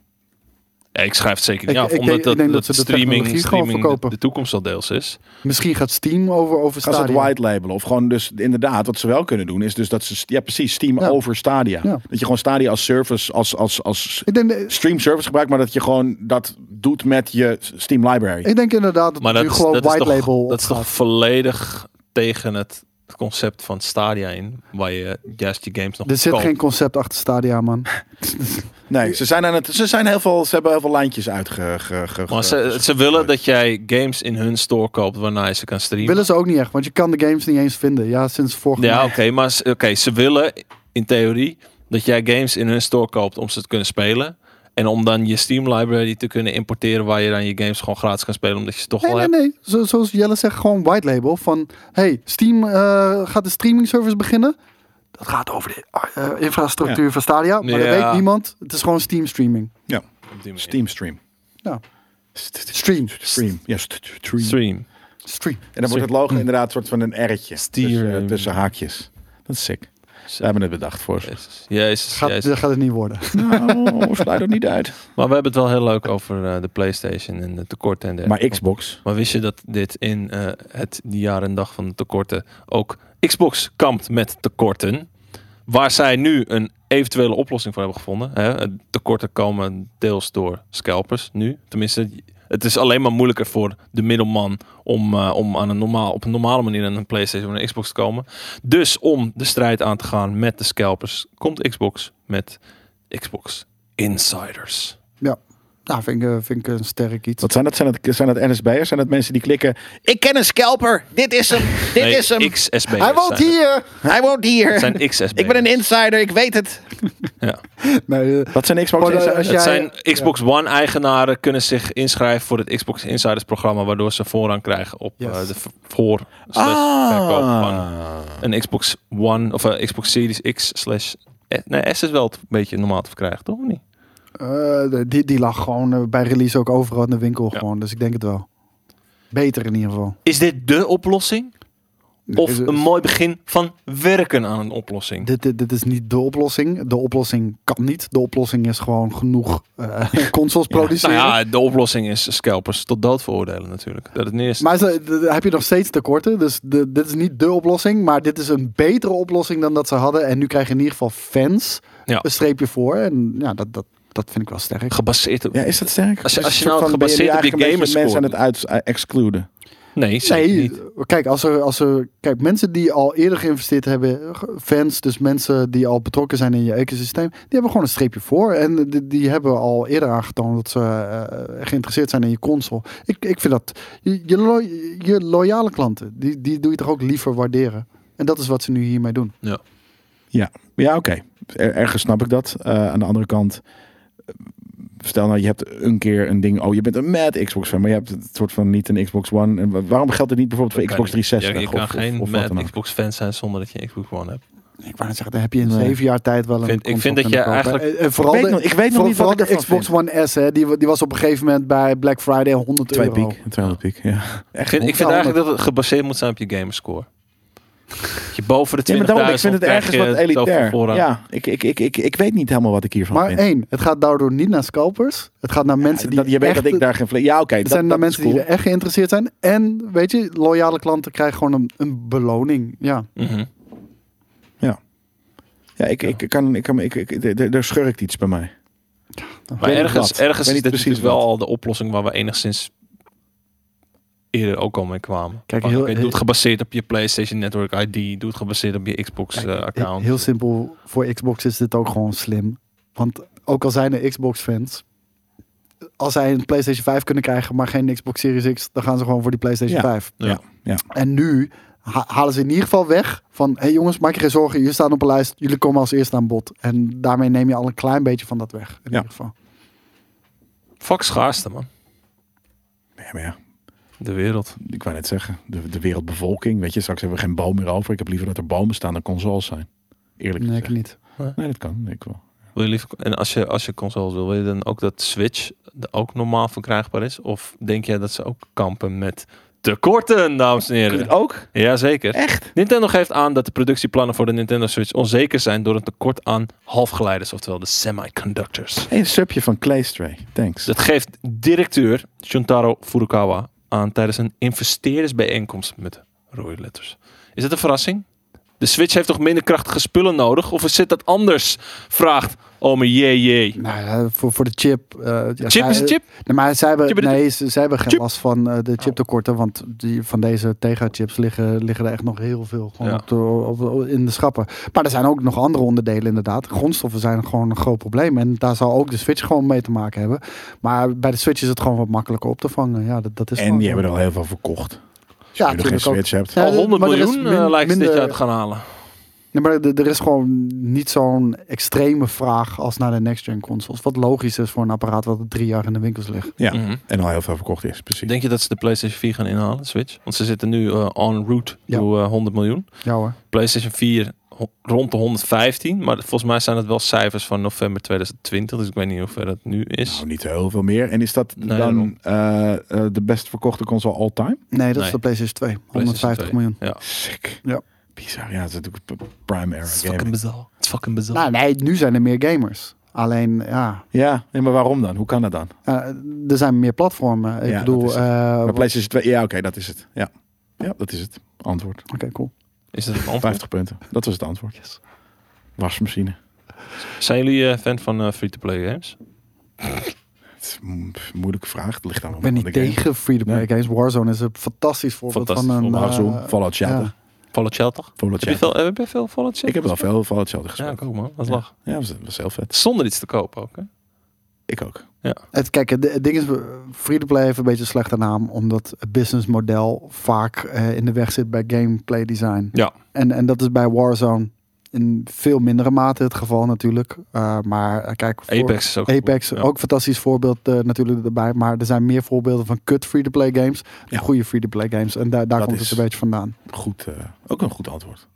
Speaker 3: Ja, ik schrijf het zeker niet
Speaker 2: Ik-
Speaker 3: af.
Speaker 2: ik
Speaker 3: Omdat
Speaker 2: denk- ik
Speaker 3: dat,
Speaker 2: denk
Speaker 3: dat
Speaker 2: dat ze de
Speaker 3: streaming,
Speaker 2: technologie gewoon
Speaker 3: streaming de,
Speaker 2: verkopen.
Speaker 3: de toekomst al deels is.
Speaker 2: Misschien gaat Steam over, over
Speaker 1: Gaan ze het
Speaker 2: Stadia.
Speaker 1: white labelen? Of gewoon dus inderdaad, wat ze wel kunnen doen, is dus dat ze... Ja, precies, Steam
Speaker 2: Ja.
Speaker 1: over Stadia.
Speaker 2: Ja.
Speaker 1: Dat je gewoon Stadia als service, als, als, als
Speaker 2: Ik denk,
Speaker 1: stream service gebruikt, maar dat je gewoon dat doet met je Steam library.
Speaker 2: ik denk inderdaad dat
Speaker 3: Maar
Speaker 2: het
Speaker 3: dat,
Speaker 2: nu
Speaker 3: is-
Speaker 2: gewoon
Speaker 3: dat,
Speaker 2: white
Speaker 3: is, toch,
Speaker 2: label
Speaker 3: dat is toch volledig tegen het concept van Stadia in. Waar je juist je games nog
Speaker 2: Er zit
Speaker 3: koopt.
Speaker 2: geen concept achter Stadia, man.
Speaker 1: Nee, ze zijn aan het. Ze zijn heel veel. Ze hebben heel veel lijntjes uitge. ge- ge-
Speaker 3: Maar ze, ze willen dat jij games in hun store koopt waarna je ze kan streamen.
Speaker 2: Willen ze ook niet echt, want je kan de games niet eens vinden. Ja, sinds vorig
Speaker 3: Ja,
Speaker 2: jaar.
Speaker 3: oké, maar s- oké, ze willen in theorie dat jij games in hun store koopt om ze te kunnen spelen. En om dan je Steam library te kunnen importeren waar je dan je games gewoon gratis kan spelen omdat je ze toch
Speaker 2: Nee,
Speaker 3: al
Speaker 2: nee,
Speaker 3: hebt.
Speaker 2: nee. Zo, zoals Jelle zegt, gewoon white label. Van, hey, Steam eh, gaat de streaming service beginnen. Dat gaat over de eh, infrastructuur van Stadia. Maar dat
Speaker 3: Ja.
Speaker 2: weet niemand. Het is gewoon Steam streaming.
Speaker 3: Op die manier.
Speaker 1: Steam stream.
Speaker 2: Ja.
Speaker 1: St- st-
Speaker 2: Stream.
Speaker 1: Stream. Ja, st- st- stream.
Speaker 3: Stream. Hm.
Speaker 2: Stream.
Speaker 1: En dan wordt het logo inderdaad soort van een R'tje.
Speaker 3: Steam.
Speaker 1: Tussen, eh, tussen haakjes. Dat is sick. Ze hebben het bedacht voor ze.
Speaker 3: Jezus, jezus,
Speaker 2: Gaat,
Speaker 3: jezus.
Speaker 2: dat gaat het niet worden.
Speaker 1: Nou, sluit dat niet uit.
Speaker 3: Maar we hebben het wel heel leuk over eh, de PlayStation en de tekorten en dergelijke.
Speaker 1: Maar Xbox.
Speaker 3: Maar wist je dat dit in eh, het jaar en dag van de tekorten ook Xbox kampt met tekorten? Waar zij nu een eventuele oplossing voor hebben gevonden. Hè? Eh, Tekorten komen deels door scalpers nu. Tenminste, het is alleen maar moeilijker voor de middelman om, eh, om aan een normaal, op een normale manier aan een PlayStation of een Xbox te komen. Dus om de strijd aan te gaan met de scalpers, komt Xbox met Xbox Insiders.
Speaker 2: Nou, vind ik, eh, vind ik een sterk iets.
Speaker 1: Wat zijn dat? Zijn dat, zijn dat NSB'ers? Zijn dat mensen die klikken? Ik ken een scalper. Dit is hem. Dit
Speaker 3: Nee,
Speaker 1: is hem.
Speaker 3: XSB.
Speaker 2: Hij woont hier!
Speaker 1: Hij woont hier.
Speaker 3: Het zijn XSB.
Speaker 1: ik ben een insider. Ik weet het.
Speaker 3: Ja.
Speaker 2: Nee, eh,
Speaker 1: Wat zijn Xbox?
Speaker 2: Gewoon, eh, als
Speaker 1: insiders?
Speaker 2: jij-
Speaker 3: Het zijn Xbox One-eigenaren kunnen zich inschrijven voor het Xbox Insiders-programma, waardoor ze voorrang krijgen op
Speaker 2: Yes.
Speaker 3: eh, de v- voor slash
Speaker 1: Ah.
Speaker 3: verkoop van een Xbox One of een Xbox Series X slash S. Nee, S is wel t- een beetje normaal te verkrijgen, toch? Of niet?
Speaker 2: eh, die, die lag gewoon eh, bij release ook overal in de winkel.
Speaker 3: Ja.
Speaker 2: Gewoon, dus ik denk het wel. Beter in ieder geval.
Speaker 3: Is dit de oplossing? Of
Speaker 2: Deze-
Speaker 3: een mooi begin van werken aan een oplossing?
Speaker 2: Dit, dit, dit is niet de oplossing. De oplossing kan niet. De oplossing is gewoon genoeg eh, consoles
Speaker 3: nou
Speaker 2: produceren.
Speaker 3: ja, de oplossing is scalpers tot dood veroordelen natuurlijk. Dat het niet is.
Speaker 2: Maar ze- d- heb je nog steeds tekorten. Dus de- dit is niet de oplossing. Maar dit is een betere oplossing dan dat ze hadden. En nu krijg je in ieder geval fans
Speaker 3: Ja.
Speaker 2: een streepje voor. En ja, dat, dat, dat vind ik wel sterk.
Speaker 3: gebaseerd op...
Speaker 1: Ja, is dat sterk?
Speaker 3: Als je-
Speaker 1: Is
Speaker 3: als je
Speaker 1: het
Speaker 3: nou
Speaker 1: soort van- ben
Speaker 3: gebaseerd
Speaker 1: jullie
Speaker 3: op je
Speaker 1: eigenlijk een beetje
Speaker 3: gamerscore
Speaker 1: mensen aan het uit eh, excluden.
Speaker 3: Nee, zeker
Speaker 2: Nee,
Speaker 3: niet.
Speaker 2: kijk, als er, als er, kijk, mensen die al eerder geïnvesteerd hebben, ge- fans, dus mensen die al betrokken zijn in je ecosysteem, die hebben gewoon een streepje voor. En die, die hebben al eerder aangetoond dat ze eh, geïnteresseerd zijn in je console. Ik, ik vind dat, je, je, lo- je loyale klanten, die, die doe je toch ook liever waarderen. En dat is wat ze nu hiermee doen.
Speaker 1: Ja, oké. Er- ergens snap ik dat. Eh, aan de andere kant, eh, stel nou je hebt een keer een ding. Oh, je bent een mad Xbox fan, maar je hebt het soort van niet een Xbox One. En wa- waarom geldt het niet bijvoorbeeld voor Xbox
Speaker 3: Ja,
Speaker 1: 360?
Speaker 3: je kan
Speaker 1: of,
Speaker 3: geen
Speaker 1: of, of wat
Speaker 3: mad
Speaker 1: dan ook?
Speaker 3: Xbox fan zijn zonder dat je Xbox One hebt.
Speaker 2: Ik wou net zeggen, dan heb je in
Speaker 1: Nee.
Speaker 2: zeven jaar tijd wel een.
Speaker 3: Vind- ik
Speaker 2: console
Speaker 3: vind dat
Speaker 2: kunnen
Speaker 3: je
Speaker 2: kopen.
Speaker 3: eigenlijk-
Speaker 2: En- en vooral
Speaker 1: Ik weet
Speaker 2: de,
Speaker 1: nog- ik weet nog
Speaker 2: voor-
Speaker 1: niet wat
Speaker 2: vooral
Speaker 1: ik
Speaker 2: de
Speaker 1: ervan
Speaker 2: Xbox One S, hè, die, die was op een gegeven moment bij Black Friday 100
Speaker 1: Twee
Speaker 2: euro.
Speaker 1: piek, 200 piek. Ja.
Speaker 3: Ik vind, ik vind eigenlijk dat het gebaseerd moet zijn op je gamerscore. Dat je boven de
Speaker 1: Ja, maar
Speaker 3: 20.000
Speaker 1: daarom, ik vind het
Speaker 3: krijg
Speaker 1: ergens
Speaker 3: je
Speaker 1: wat
Speaker 3: zoveel
Speaker 1: elitair.
Speaker 3: voorrang.
Speaker 1: Ja, ik, ik, ik, ik, ik weet niet helemaal wat ik hiervan
Speaker 2: Maar
Speaker 1: vind.
Speaker 2: één, het gaat daardoor niet naar scalpers. Het gaat naar mensen die.
Speaker 1: dat, je weet
Speaker 2: echt,
Speaker 1: dat ik daar geen... vle- Ja, oké.
Speaker 2: Het
Speaker 1: dat,
Speaker 2: zijn
Speaker 1: dat
Speaker 2: naar
Speaker 1: is
Speaker 2: mensen
Speaker 1: cool.
Speaker 2: die er echt geïnteresseerd zijn. En weet je, loyale klanten krijgen gewoon een, een beloning. Ja.
Speaker 3: Mhm.
Speaker 1: Ja, ik, ik kan... Ik kan ik, ik, ik- daar- daar schurkt iets bij mij.
Speaker 3: Maar
Speaker 1: weet niet
Speaker 3: ergens,
Speaker 1: wat.
Speaker 3: ergens
Speaker 1: Weet
Speaker 3: is
Speaker 1: niet
Speaker 3: dit
Speaker 1: precies
Speaker 3: precies wel
Speaker 1: wat.
Speaker 3: al de oplossing waar we enigszins eerder ook al mee kwamen.
Speaker 2: Kijk,
Speaker 3: Van,
Speaker 2: heel-
Speaker 3: oké, doe het gebaseerd op je PlayStation Network ID. Doe het gebaseerd op je Xbox eh,
Speaker 2: He-
Speaker 3: account.
Speaker 2: Heel simpel, voor Xbox is dit ook gewoon slim. Want ook al zijn er Xbox-fans. Als zij een PlayStation 5 kunnen krijgen, maar geen Xbox Series X, dan gaan ze gewoon voor die PlayStation
Speaker 1: Ja.
Speaker 2: 5.
Speaker 1: Ja. Ja.
Speaker 2: En nu ha- halen ze in ieder geval weg van... hé hey jongens, maak je geen zorgen, jullie staan op een lijst, jullie komen als eerste aan bod. En daarmee neem je al een klein beetje van dat weg, in
Speaker 1: Ja.
Speaker 2: ieder geval.
Speaker 3: Fuck schaarste, man.
Speaker 1: Nee, maar ja,
Speaker 3: De wereld.
Speaker 1: ik wou net zeggen, de, de wereldbevolking, weet je, straks hebben we geen boom meer over. Ik heb liever dat er bomen staan dan consoles zijn. Eerlijk
Speaker 2: Nee, ik
Speaker 1: gezegd.
Speaker 2: niet.
Speaker 1: Nee, dat kan. Ik wel.
Speaker 3: Wil je liever, en als je, als je consoles wil, wil je dan ook dat Switch er ook normaal verkrijgbaar is? Of denk jij dat ze ook kampen met tekorten, dames en heren?
Speaker 1: ook?
Speaker 3: Jazeker.
Speaker 1: Echt?
Speaker 3: Nintendo geeft aan dat de productieplannen voor de Nintendo Switch onzeker zijn door een tekort aan halfgeleiders, oftewel de semiconductors.
Speaker 1: Hey, een subje van Claystray. Thanks.
Speaker 3: Dat geeft directeur Shuntaro Furukawa aan tijdens een investeerdersbijeenkomst met rode letters. Is dat een verrassing? De Switch heeft toch minder krachtige spullen nodig? Of zit dat anders? Vraagt ome JJ.
Speaker 2: Nou, ja, voor, voor de chip. eh, ja,
Speaker 3: Chip
Speaker 2: zij-
Speaker 3: is een chip?
Speaker 2: Nee, maar zij hebben,
Speaker 3: Chip is een
Speaker 2: nee, ze, zij hebben geen
Speaker 3: Chip.
Speaker 2: last van eh, de chiptekorten. Want die, van deze tegenchips liggen, liggen er echt nog heel veel gewoon
Speaker 3: Ja.
Speaker 2: op de- op- op- in de schappen. Maar er zijn ook nog andere onderdelen inderdaad. Grondstoffen zijn gewoon een groot probleem. En daar zal ook de Switch gewoon mee te maken hebben. Maar bij de Switch is het gewoon wat makkelijker op te vangen. Ja, dat, dat is
Speaker 1: En
Speaker 2: gewoon
Speaker 1: die
Speaker 2: zo.
Speaker 1: hebben er al heel veel verkocht. Als
Speaker 2: Ja,
Speaker 1: je nog geen
Speaker 2: natuurlijk ook.
Speaker 1: Switch hebt.
Speaker 2: Ja,
Speaker 3: Al
Speaker 2: dit-
Speaker 3: 100
Speaker 2: maar er is
Speaker 3: miljoen
Speaker 2: min-
Speaker 3: eh, lijkt ze dit
Speaker 2: minder-
Speaker 3: jaar te gaan halen.
Speaker 2: Nee, maar er er is gewoon niet zo'n extreme vraag als naar de next-gen consoles. Wat logisch is voor een apparaat wat drie jaar in de winkels ligt.
Speaker 1: Ja,
Speaker 3: Mhm.
Speaker 1: en al heel veel verkocht is, precies.
Speaker 3: Denk je dat ze de PlayStation 4 gaan inhalen, Switch? Want ze zitten nu eh, on route
Speaker 2: Ja.
Speaker 3: to eh, 100 miljoen.
Speaker 2: Ja hoor.
Speaker 3: PlayStation 4 ho- rond de 115. Maar volgens mij zijn het wel cijfers van november 2020. Dus ik weet niet hoe ver dat nu is.
Speaker 1: Nou, niet heel veel meer. En is dat
Speaker 3: Nee,
Speaker 1: dan eh, eh, de best verkochte console all time?
Speaker 2: Nee, dat
Speaker 3: Nee.
Speaker 2: is de PlayStation 2. 150
Speaker 3: PlayStation 2.
Speaker 2: miljoen.
Speaker 3: Ja.
Speaker 1: Sick.
Speaker 2: Ja.
Speaker 1: Bizar. Ja, dat is natuurlijk een prime era
Speaker 3: Het is
Speaker 1: game.
Speaker 3: fucking bizar. Het is fucking bizar.
Speaker 2: Nou, nee, nu zijn er meer gamers. Alleen, ja,
Speaker 1: Ja, nee, maar waarom dan? Hoe kan dat dan?
Speaker 2: eh, er zijn meer platformen. Ik
Speaker 1: Ja, dat is
Speaker 2: bedoel,
Speaker 1: het.
Speaker 2: eh,
Speaker 1: Maar
Speaker 2: oké,
Speaker 1: PlayStation 2, ja oké, dat is het. Ja. ja, dat is het. Antwoord.
Speaker 2: cool.
Speaker 3: Is dat een antwoord?
Speaker 1: 50 punten. Dat was het antwoord. Wasmachine.
Speaker 3: Zijn jullie eh, fan van eh, free-to-play games?
Speaker 1: Het is een moeilijke vraag. Het ligt aan
Speaker 2: Ik ben niet tegen free-to-play
Speaker 1: Nee.
Speaker 2: games. Warzone is een fantastisch voorbeeld
Speaker 3: Fantastisch
Speaker 2: van een...
Speaker 3: voorbeeld.
Speaker 1: Warzone,
Speaker 2: eh,
Speaker 1: Fallout Shelter.
Speaker 2: ja.
Speaker 3: Fallout Shelter?
Speaker 1: Fallout
Speaker 3: Heb je,
Speaker 1: Shelter.
Speaker 3: veel, eh, heb je veel Fallout Shelter?
Speaker 1: Ik heb wel
Speaker 3: gespeeld?
Speaker 1: veel Fallout Shelter gespeeld.
Speaker 3: Ja, ik ook man. Dat
Speaker 1: Ja.
Speaker 3: lag.
Speaker 1: Ja, dat was, was heel vet.
Speaker 3: Zonder iets te kopen ook. Hè?
Speaker 1: Ik ook.
Speaker 2: Het, kijk, het, het ding is, eh, free-to-play heeft een beetje een slechte naam, omdat het businessmodel vaak eh, in de weg zit bij gameplay design.
Speaker 3: Ja.
Speaker 2: En, en dat is bij Warzone in veel mindere mate het geval natuurlijk. Eh, maar eh, kijk, voor-
Speaker 3: Apex is ook
Speaker 2: Apex,
Speaker 3: goed. Ja.
Speaker 2: ook een fantastisch voorbeeld eh, natuurlijk erbij. Maar er zijn meer voorbeelden van kut free-to-play games.
Speaker 1: Ja.
Speaker 2: en Goede free-to-play games. En daar daar
Speaker 1: Dat
Speaker 2: komt
Speaker 1: is-
Speaker 2: het een beetje vandaan.
Speaker 1: Goed, eh, ook een goed antwoord.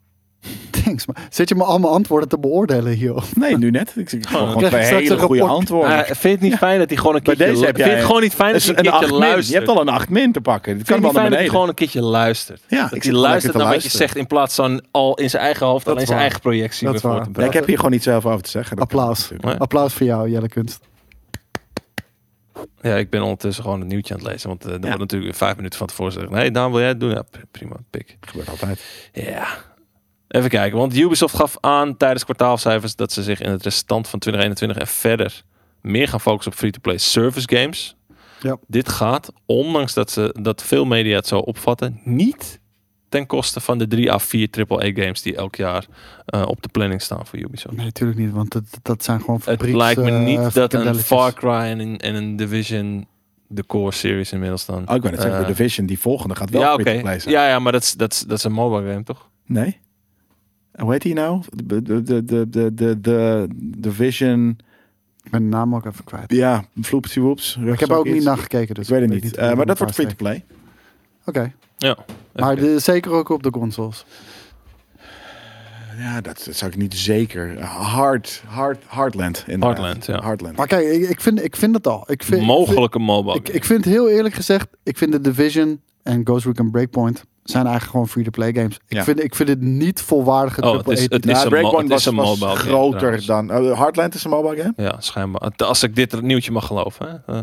Speaker 2: Thanks, maar zit je me allemaal antwoorden te beoordelen hier? joh?
Speaker 1: Nee, nu net. Ik zie gewoon,
Speaker 3: Oh,
Speaker 1: gewoon
Speaker 2: krijg je
Speaker 1: twee
Speaker 2: straks
Speaker 1: hele
Speaker 2: een
Speaker 1: goede
Speaker 2: rapport.
Speaker 1: antwoorden.
Speaker 3: Ah, vind je het niet fijn dat hij gewoon een
Speaker 1: Bij
Speaker 3: keertje...
Speaker 1: deze heb
Speaker 3: lu- vind je
Speaker 1: jij-
Speaker 3: het gewoon niet fijn
Speaker 1: Dat
Speaker 3: dat
Speaker 1: is
Speaker 3: hij een
Speaker 1: een 8
Speaker 3: keertje
Speaker 1: min.
Speaker 3: luistert?
Speaker 1: Je hebt al een 8 min te pakken. Dit
Speaker 3: Vind
Speaker 1: kan
Speaker 3: je
Speaker 1: wel
Speaker 3: niet
Speaker 1: naar
Speaker 3: fijn dat hij
Speaker 1: beneden.
Speaker 3: gewoon een keertje luistert?
Speaker 1: Ja, ik
Speaker 3: dat
Speaker 1: zit
Speaker 3: hij
Speaker 1: gewoon lekker
Speaker 3: luistert
Speaker 1: te
Speaker 3: naar wat je
Speaker 1: luisteren.
Speaker 3: zegt in plaats van al in zijn eigen hoofd, alleen
Speaker 2: is
Speaker 3: zijn
Speaker 2: waar.
Speaker 3: eigen
Speaker 2: Dat
Speaker 3: projectie weer
Speaker 2: is
Speaker 3: voor
Speaker 2: waar.
Speaker 3: te
Speaker 1: Ja, ik
Speaker 3: brengen.
Speaker 1: heb hier gewoon niet zelf over te zeggen. Dat kan
Speaker 2: Applaus.
Speaker 1: natuurlijk.
Speaker 3: Ja.
Speaker 2: Applaus voor jou, Jelle Kunst.
Speaker 3: Ja, ik ben ondertussen gewoon het nieuwtje aan het lezen, want eh, dan
Speaker 1: Ja.
Speaker 3: wordt natuurlijk weer vijf minuten van tevoren gezegd. Nee, Daan, wil jij het doen? Ja, p- prima, pik.
Speaker 1: Dat gebeurt altijd. Oh,
Speaker 3: Ja. Even kijken, want Ubisoft gaf aan tijdens kwartaalcijfers dat ze zich in het restant van 2021 en verder meer gaan focussen op free-to-play service games.
Speaker 2: Ja.
Speaker 3: Dit gaat, ondanks dat, ze, dat veel media het zo opvatten, niet ten koste van de 3 à 4 AAA games die elk jaar eh, op de planning staan voor Ubisoft.
Speaker 2: Nee, natuurlijk niet, want dat, dat zijn gewoon
Speaker 3: Het
Speaker 2: fabrieks,
Speaker 3: lijkt me
Speaker 2: eh,
Speaker 3: niet dat een
Speaker 2: frikadelletjes.
Speaker 3: Far Cry en een, en een Division de core series inmiddels dan.
Speaker 1: Oh, ik wou net zeggen, de
Speaker 3: Eh.
Speaker 1: Division, die volgende, gaat wel
Speaker 3: ja,
Speaker 1: free
Speaker 3: oké.
Speaker 1: to play zijn.
Speaker 3: Ja, ja, maar dat is, dat, is, dat is een mobile game, toch?
Speaker 1: Nee? Hoe heet die nou? De, de, de, de, de, de, de Division...
Speaker 2: Ik ben de naam ook even kwijt.
Speaker 1: Ja, floepsie woeps.
Speaker 2: Ik heb er ook niet naar gekeken, dus
Speaker 1: Ik weet het niet.
Speaker 2: hoe
Speaker 1: Eh,
Speaker 2: het
Speaker 1: maar dat
Speaker 2: in
Speaker 1: wordt free to
Speaker 2: elkaar
Speaker 1: play.
Speaker 2: steekt. Oké,
Speaker 3: Ja.
Speaker 2: maar de- zeker ook op de consoles.
Speaker 1: Ja, dat, dat zou ik niet zeker. Hard, hard, Hardland. inderdaad.
Speaker 3: Hardland, ja.
Speaker 1: Hardland.
Speaker 2: Maar kijk, ik, ik, vind, ik vind het al. Ik vind,
Speaker 3: Mogelijke mobile
Speaker 2: Ik, ik vind heel eerlijk gezegd, ik vind de Division en Ghost Recon Breakpoint zijn eigenlijk gewoon free-to-play games. Ik,
Speaker 1: Ja.
Speaker 2: vind, ik vind het niet volwaardige
Speaker 3: Oh, het is-
Speaker 2: AAA
Speaker 3: het
Speaker 1: Ja,
Speaker 3: is een mo-
Speaker 1: Breakpoint
Speaker 3: het
Speaker 1: was,
Speaker 3: is een
Speaker 1: was
Speaker 3: mobile game,
Speaker 1: groter
Speaker 3: trouwens.
Speaker 1: dan... eh, Hardland is een mobile game?
Speaker 3: game. Ja, schijnbaar. Als ik dit nieuwtje mag geloven. Hè? Eh,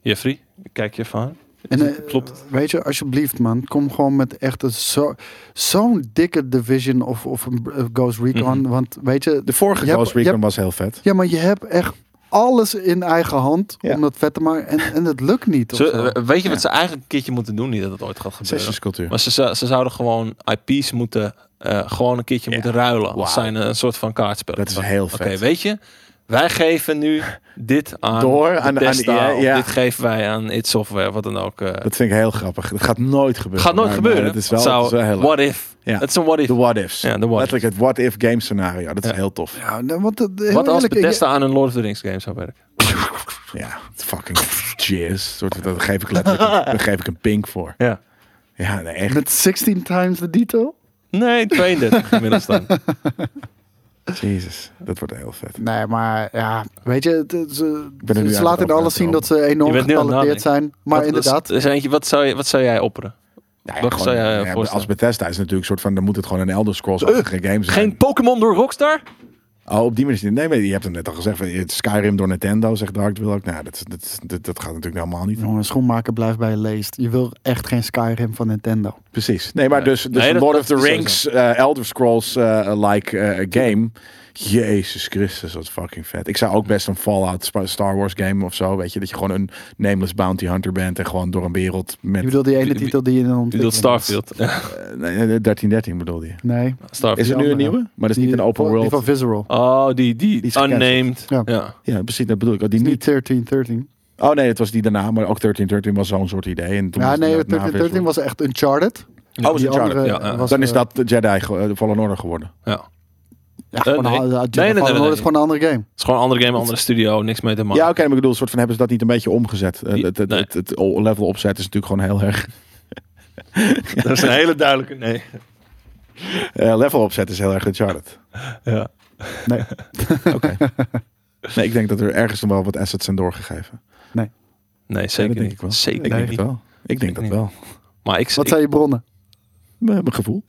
Speaker 3: Jeffrey, ik kijk je even aan.
Speaker 2: En, eh,
Speaker 3: Klopt.
Speaker 2: Weet je, alsjeblieft man, kom gewoon met echt een zo, zo'n dikke Division of, of een eh, Ghost Recon.
Speaker 3: Mhm.
Speaker 2: Want weet je,
Speaker 1: De vorige
Speaker 2: Je hebt-
Speaker 1: Ghost
Speaker 2: je
Speaker 1: Recon
Speaker 2: hebt-
Speaker 1: was heel vet.
Speaker 2: ja, maar je hebt echt alles in eigen hand
Speaker 1: Ja.
Speaker 2: om dat vet te maken. En, en het lukt niet. of
Speaker 3: Zo,
Speaker 2: zo.
Speaker 3: eh, weet je wat ze eigenlijk een keertje moeten doen? Niet dat het ooit gaat gebeuren.
Speaker 1: Sessiescultuur.
Speaker 3: Maar ze, zou- ze zouden gewoon IP's moeten, eh, gewoon een keertje
Speaker 1: Ja.
Speaker 3: moeten ruilen. Als
Speaker 1: Wauw.
Speaker 3: zijn een soort van kaartspel.
Speaker 1: Dat is heel
Speaker 3: Oké,
Speaker 1: vet.
Speaker 3: weet je? Wij geven nu dit aan
Speaker 1: Door aan- aan
Speaker 3: Bethesda,
Speaker 1: EA,
Speaker 3: of
Speaker 1: ja.
Speaker 3: Dit geven wij aan It Software, wat dan ook. eh.
Speaker 1: Dat vind ik heel grappig. Dat gaat nooit gebeuren.
Speaker 3: gaat nooit
Speaker 1: Maar, eh,
Speaker 3: gebeuren.
Speaker 1: Het is wel,
Speaker 3: Het zou-
Speaker 1: het is wel heel
Speaker 3: what if?
Speaker 1: Ja.
Speaker 3: Het is een what if.
Speaker 1: De what ifs.
Speaker 3: Ja, de what
Speaker 1: Letterlijk het what if game scenario. Dat is
Speaker 3: Ja.
Speaker 1: heel tof.
Speaker 2: Ja, nou, want, eh, heel
Speaker 3: Wat als
Speaker 2: eerlijk, ik-
Speaker 3: Bethesda aan een Lord of the Rings game zou werken?
Speaker 1: Ja, fucking jizz. Soort, daar geef ik letterlijk een, daar geef ik een pink voor.
Speaker 3: Ja.
Speaker 1: Ja, nee, echt.
Speaker 2: Met 16 times the detail?
Speaker 3: Nee, 32 inmiddels dan.
Speaker 1: Jezus, dat wordt heel vet.
Speaker 2: Nee, maar ja, weet je, het- het- ze,
Speaker 1: ben er nu
Speaker 2: ze
Speaker 1: eigenlijk
Speaker 2: laten in
Speaker 1: over
Speaker 2: alles zien
Speaker 1: uitgekomen.
Speaker 2: dat ze enorm
Speaker 3: Je bent nu aan het
Speaker 2: getalenteerd zijn. Maar
Speaker 3: Wat-
Speaker 2: inderdaad,
Speaker 3: dat is- is eentje, wat, zou je, wat zou jij opperen?
Speaker 1: Nou
Speaker 3: Wat zou jij, eh,
Speaker 1: ja,
Speaker 3: voorstellen?
Speaker 1: als Bethesda is het natuurlijk een soort van, dan moet het gewoon een Elder Scrolls-achtige game zijn.
Speaker 3: Geen Pokémon door Rockstar?
Speaker 1: Oh, op die manier. Nee, maar je hebt het net al gezegd. van, eh, Skyrim door Nintendo, zegt Dark wil ook. Nou, dat, dat, dat, dat gaat natuurlijk helemaal niet.
Speaker 2: jongen, schoenmaker blijft bij je leest. Je wil echt geen Skyrim van Nintendo.
Speaker 1: Precies. Nee, maar
Speaker 3: Nee.
Speaker 1: dus, dus
Speaker 3: Nee,
Speaker 1: een
Speaker 3: dat-
Speaker 1: Lord
Speaker 3: dat
Speaker 1: of the
Speaker 3: is sowieso.
Speaker 1: Rings, eh, Elder eh, Scrolls-like game. Jezus Christus, wat fucking vet. Ik zou ook best een Fallout Sp- Star Wars game of zo, weet je. Dat je gewoon een nameless bounty hunter bent en gewoon door een wereld
Speaker 2: Je
Speaker 1: met...
Speaker 2: bedoelt die ene
Speaker 3: Wie-
Speaker 2: titel die je in een
Speaker 3: Je bedoelt
Speaker 2: ontwikkeling
Speaker 3: Starfield.
Speaker 1: eh, nee, nee, 1313 bedoelde je.
Speaker 2: Nee.
Speaker 1: Is
Speaker 3: Starfield.
Speaker 1: er nu een
Speaker 2: andere.
Speaker 1: nieuwe? Maar dat is niet
Speaker 2: die-
Speaker 1: een open
Speaker 2: Die
Speaker 1: world.
Speaker 2: van Visceral.
Speaker 3: Oh, die, die,
Speaker 1: Die is
Speaker 3: unnamed. Ja.
Speaker 2: Ja.
Speaker 1: Ja, precies, dat bedoel ik. Oh, die
Speaker 2: Is
Speaker 1: niet.
Speaker 2: niet 13, 13.
Speaker 1: Oh nee, het was die daarna, maar ook 1313 was zo'n soort idee. En toen
Speaker 2: Ja,
Speaker 1: was
Speaker 2: nee,
Speaker 1: het na-
Speaker 2: 13,
Speaker 1: na
Speaker 2: 13 was echt Uncharted.
Speaker 1: Oh, was
Speaker 2: Die
Speaker 1: Uncharted,
Speaker 2: andere,
Speaker 3: ja, ja.
Speaker 2: eh, was,
Speaker 1: Dan is
Speaker 2: eh,
Speaker 1: dat Jedi, ge- eh, de Fallen Order geworden.
Speaker 3: Ja.
Speaker 2: Ja, gewoon
Speaker 3: Eh, nee.
Speaker 2: een- ja,
Speaker 3: Nee, nee,
Speaker 2: Jedi Fallen
Speaker 3: nee,
Speaker 2: Order
Speaker 3: nee,
Speaker 2: is gewoon een andere game.
Speaker 3: Het is gewoon een andere game, andere studio, niks mee te maken.
Speaker 1: Ja, oké, maar ik bedoel, soort van hebben ze dat niet een beetje omgezet. Eh,
Speaker 3: Die-
Speaker 1: het, het,
Speaker 3: nee.
Speaker 1: het, het level opzet is natuurlijk gewoon heel erg.
Speaker 3: Dat is een hele duidelijke nee.
Speaker 1: eh, level opzet is heel erg Uncharted.
Speaker 3: Ja.
Speaker 2: Nee.
Speaker 1: Oké. nee, ik denk dat er ergens nog wel wat assets zijn doorgegeven.
Speaker 3: Nee, zeker
Speaker 1: dat denk
Speaker 3: niet.
Speaker 1: ik wel.
Speaker 3: Zeker
Speaker 1: Ik denk
Speaker 3: niet.
Speaker 1: het wel. Ik denk
Speaker 3: Zeker
Speaker 1: dat
Speaker 3: niet.
Speaker 1: wel.
Speaker 3: Maar ik,
Speaker 2: Wat
Speaker 3: ik,
Speaker 2: zijn je bronnen?
Speaker 1: Mijn mijn gevoel.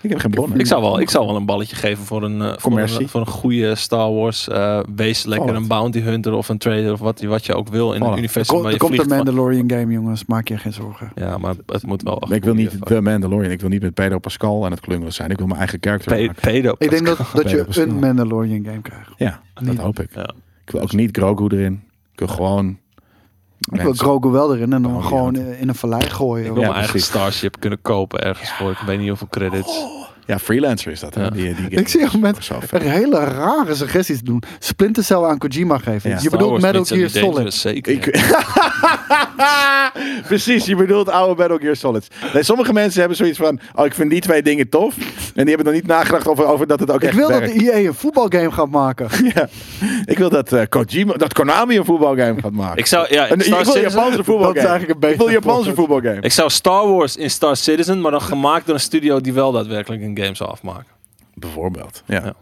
Speaker 1: ik heb geen bronnen.
Speaker 3: ik, zou wel, ik zou wel een balletje geven voor een, eh, voor
Speaker 1: Commercie.
Speaker 3: een, voor een goede Star Wars. eh, wees lekker
Speaker 1: Fallout.
Speaker 3: een bounty hunter of een trader of wat, je- wat je ook wil in
Speaker 1: Fallout.
Speaker 3: een universum
Speaker 2: Kom-
Speaker 3: waar
Speaker 2: Er
Speaker 3: je
Speaker 2: komt een
Speaker 3: vliegt. van-
Speaker 2: Mandalorian game, jongens. Maak je geen zorgen.
Speaker 3: Ja, maar het moet wel...
Speaker 1: Ik wil
Speaker 3: Oh,
Speaker 1: niet The Mandalorian. Ik wil niet met Pedro Pascal aan het klungelen zijn. Ik wil mijn eigen karakter
Speaker 3: Pe-
Speaker 1: maken.
Speaker 3: Pedo.
Speaker 2: Ik denk dat, dat
Speaker 1: bij de
Speaker 2: je
Speaker 1: verschillen.
Speaker 2: een Mandalorian game krijgt.
Speaker 1: Ja, dat
Speaker 2: Niet-
Speaker 1: hoop ik.
Speaker 3: Ja.
Speaker 1: Ik wil ook niet Grogu erin. Ik wil gewoon...
Speaker 2: Ik wil Grogu wel erin en
Speaker 1: Oh,
Speaker 2: dan
Speaker 1: die
Speaker 2: gewoon
Speaker 1: houdt.
Speaker 2: eh, in een vallei gooien.
Speaker 3: Ik wil
Speaker 2: hoor.
Speaker 1: Ja,
Speaker 3: mijn eigen
Speaker 1: precies.
Speaker 3: Starship kunnen kopen ergens voor. Ik weet niet hoeveel credits.
Speaker 1: Ja, freelancer is dat. Hè?
Speaker 3: Ja.
Speaker 1: Die, die
Speaker 2: Ik zie op
Speaker 1: met...
Speaker 2: met er hele rare suggesties te doen. Splinter Cell aan Kojima geven.
Speaker 1: Ja.
Speaker 2: je
Speaker 3: Star
Speaker 2: bedoelt
Speaker 3: Wars
Speaker 2: Metal
Speaker 3: Meets and
Speaker 2: Gear
Speaker 3: the Dangerous,
Speaker 2: Solid.
Speaker 3: Zeker.
Speaker 1: Ik... Precies, je bedoelt oude Metal Gear Solids. Nee, sommige mensen hebben zoiets van, oh, ik vind die twee dingen tof. En die hebben dan niet nagedacht over, over dat het ook
Speaker 2: Ik
Speaker 1: echt
Speaker 2: wil dat
Speaker 1: werkt.
Speaker 2: de EA een voetbalgame gaat maken.
Speaker 1: Ja. Ik wil dat eh, Kojima, dat Konami een voetbalgame gaat maken.
Speaker 3: Ik zou, ja,
Speaker 1: Een- ik wil
Speaker 3: Star
Speaker 1: een
Speaker 3: Citizen,
Speaker 1: Japanse voetbalgame.
Speaker 2: Dat is eigenlijk een betere
Speaker 1: ik wil een Japanse
Speaker 2: voorzet.
Speaker 1: voetbalgame.
Speaker 3: ik zou Star Wars in Star Citizen, maar dan gemaakt door een studio die wel daadwerkelijk een game zou afmaken.
Speaker 1: Bijvoorbeeld. Ja.
Speaker 3: Ja.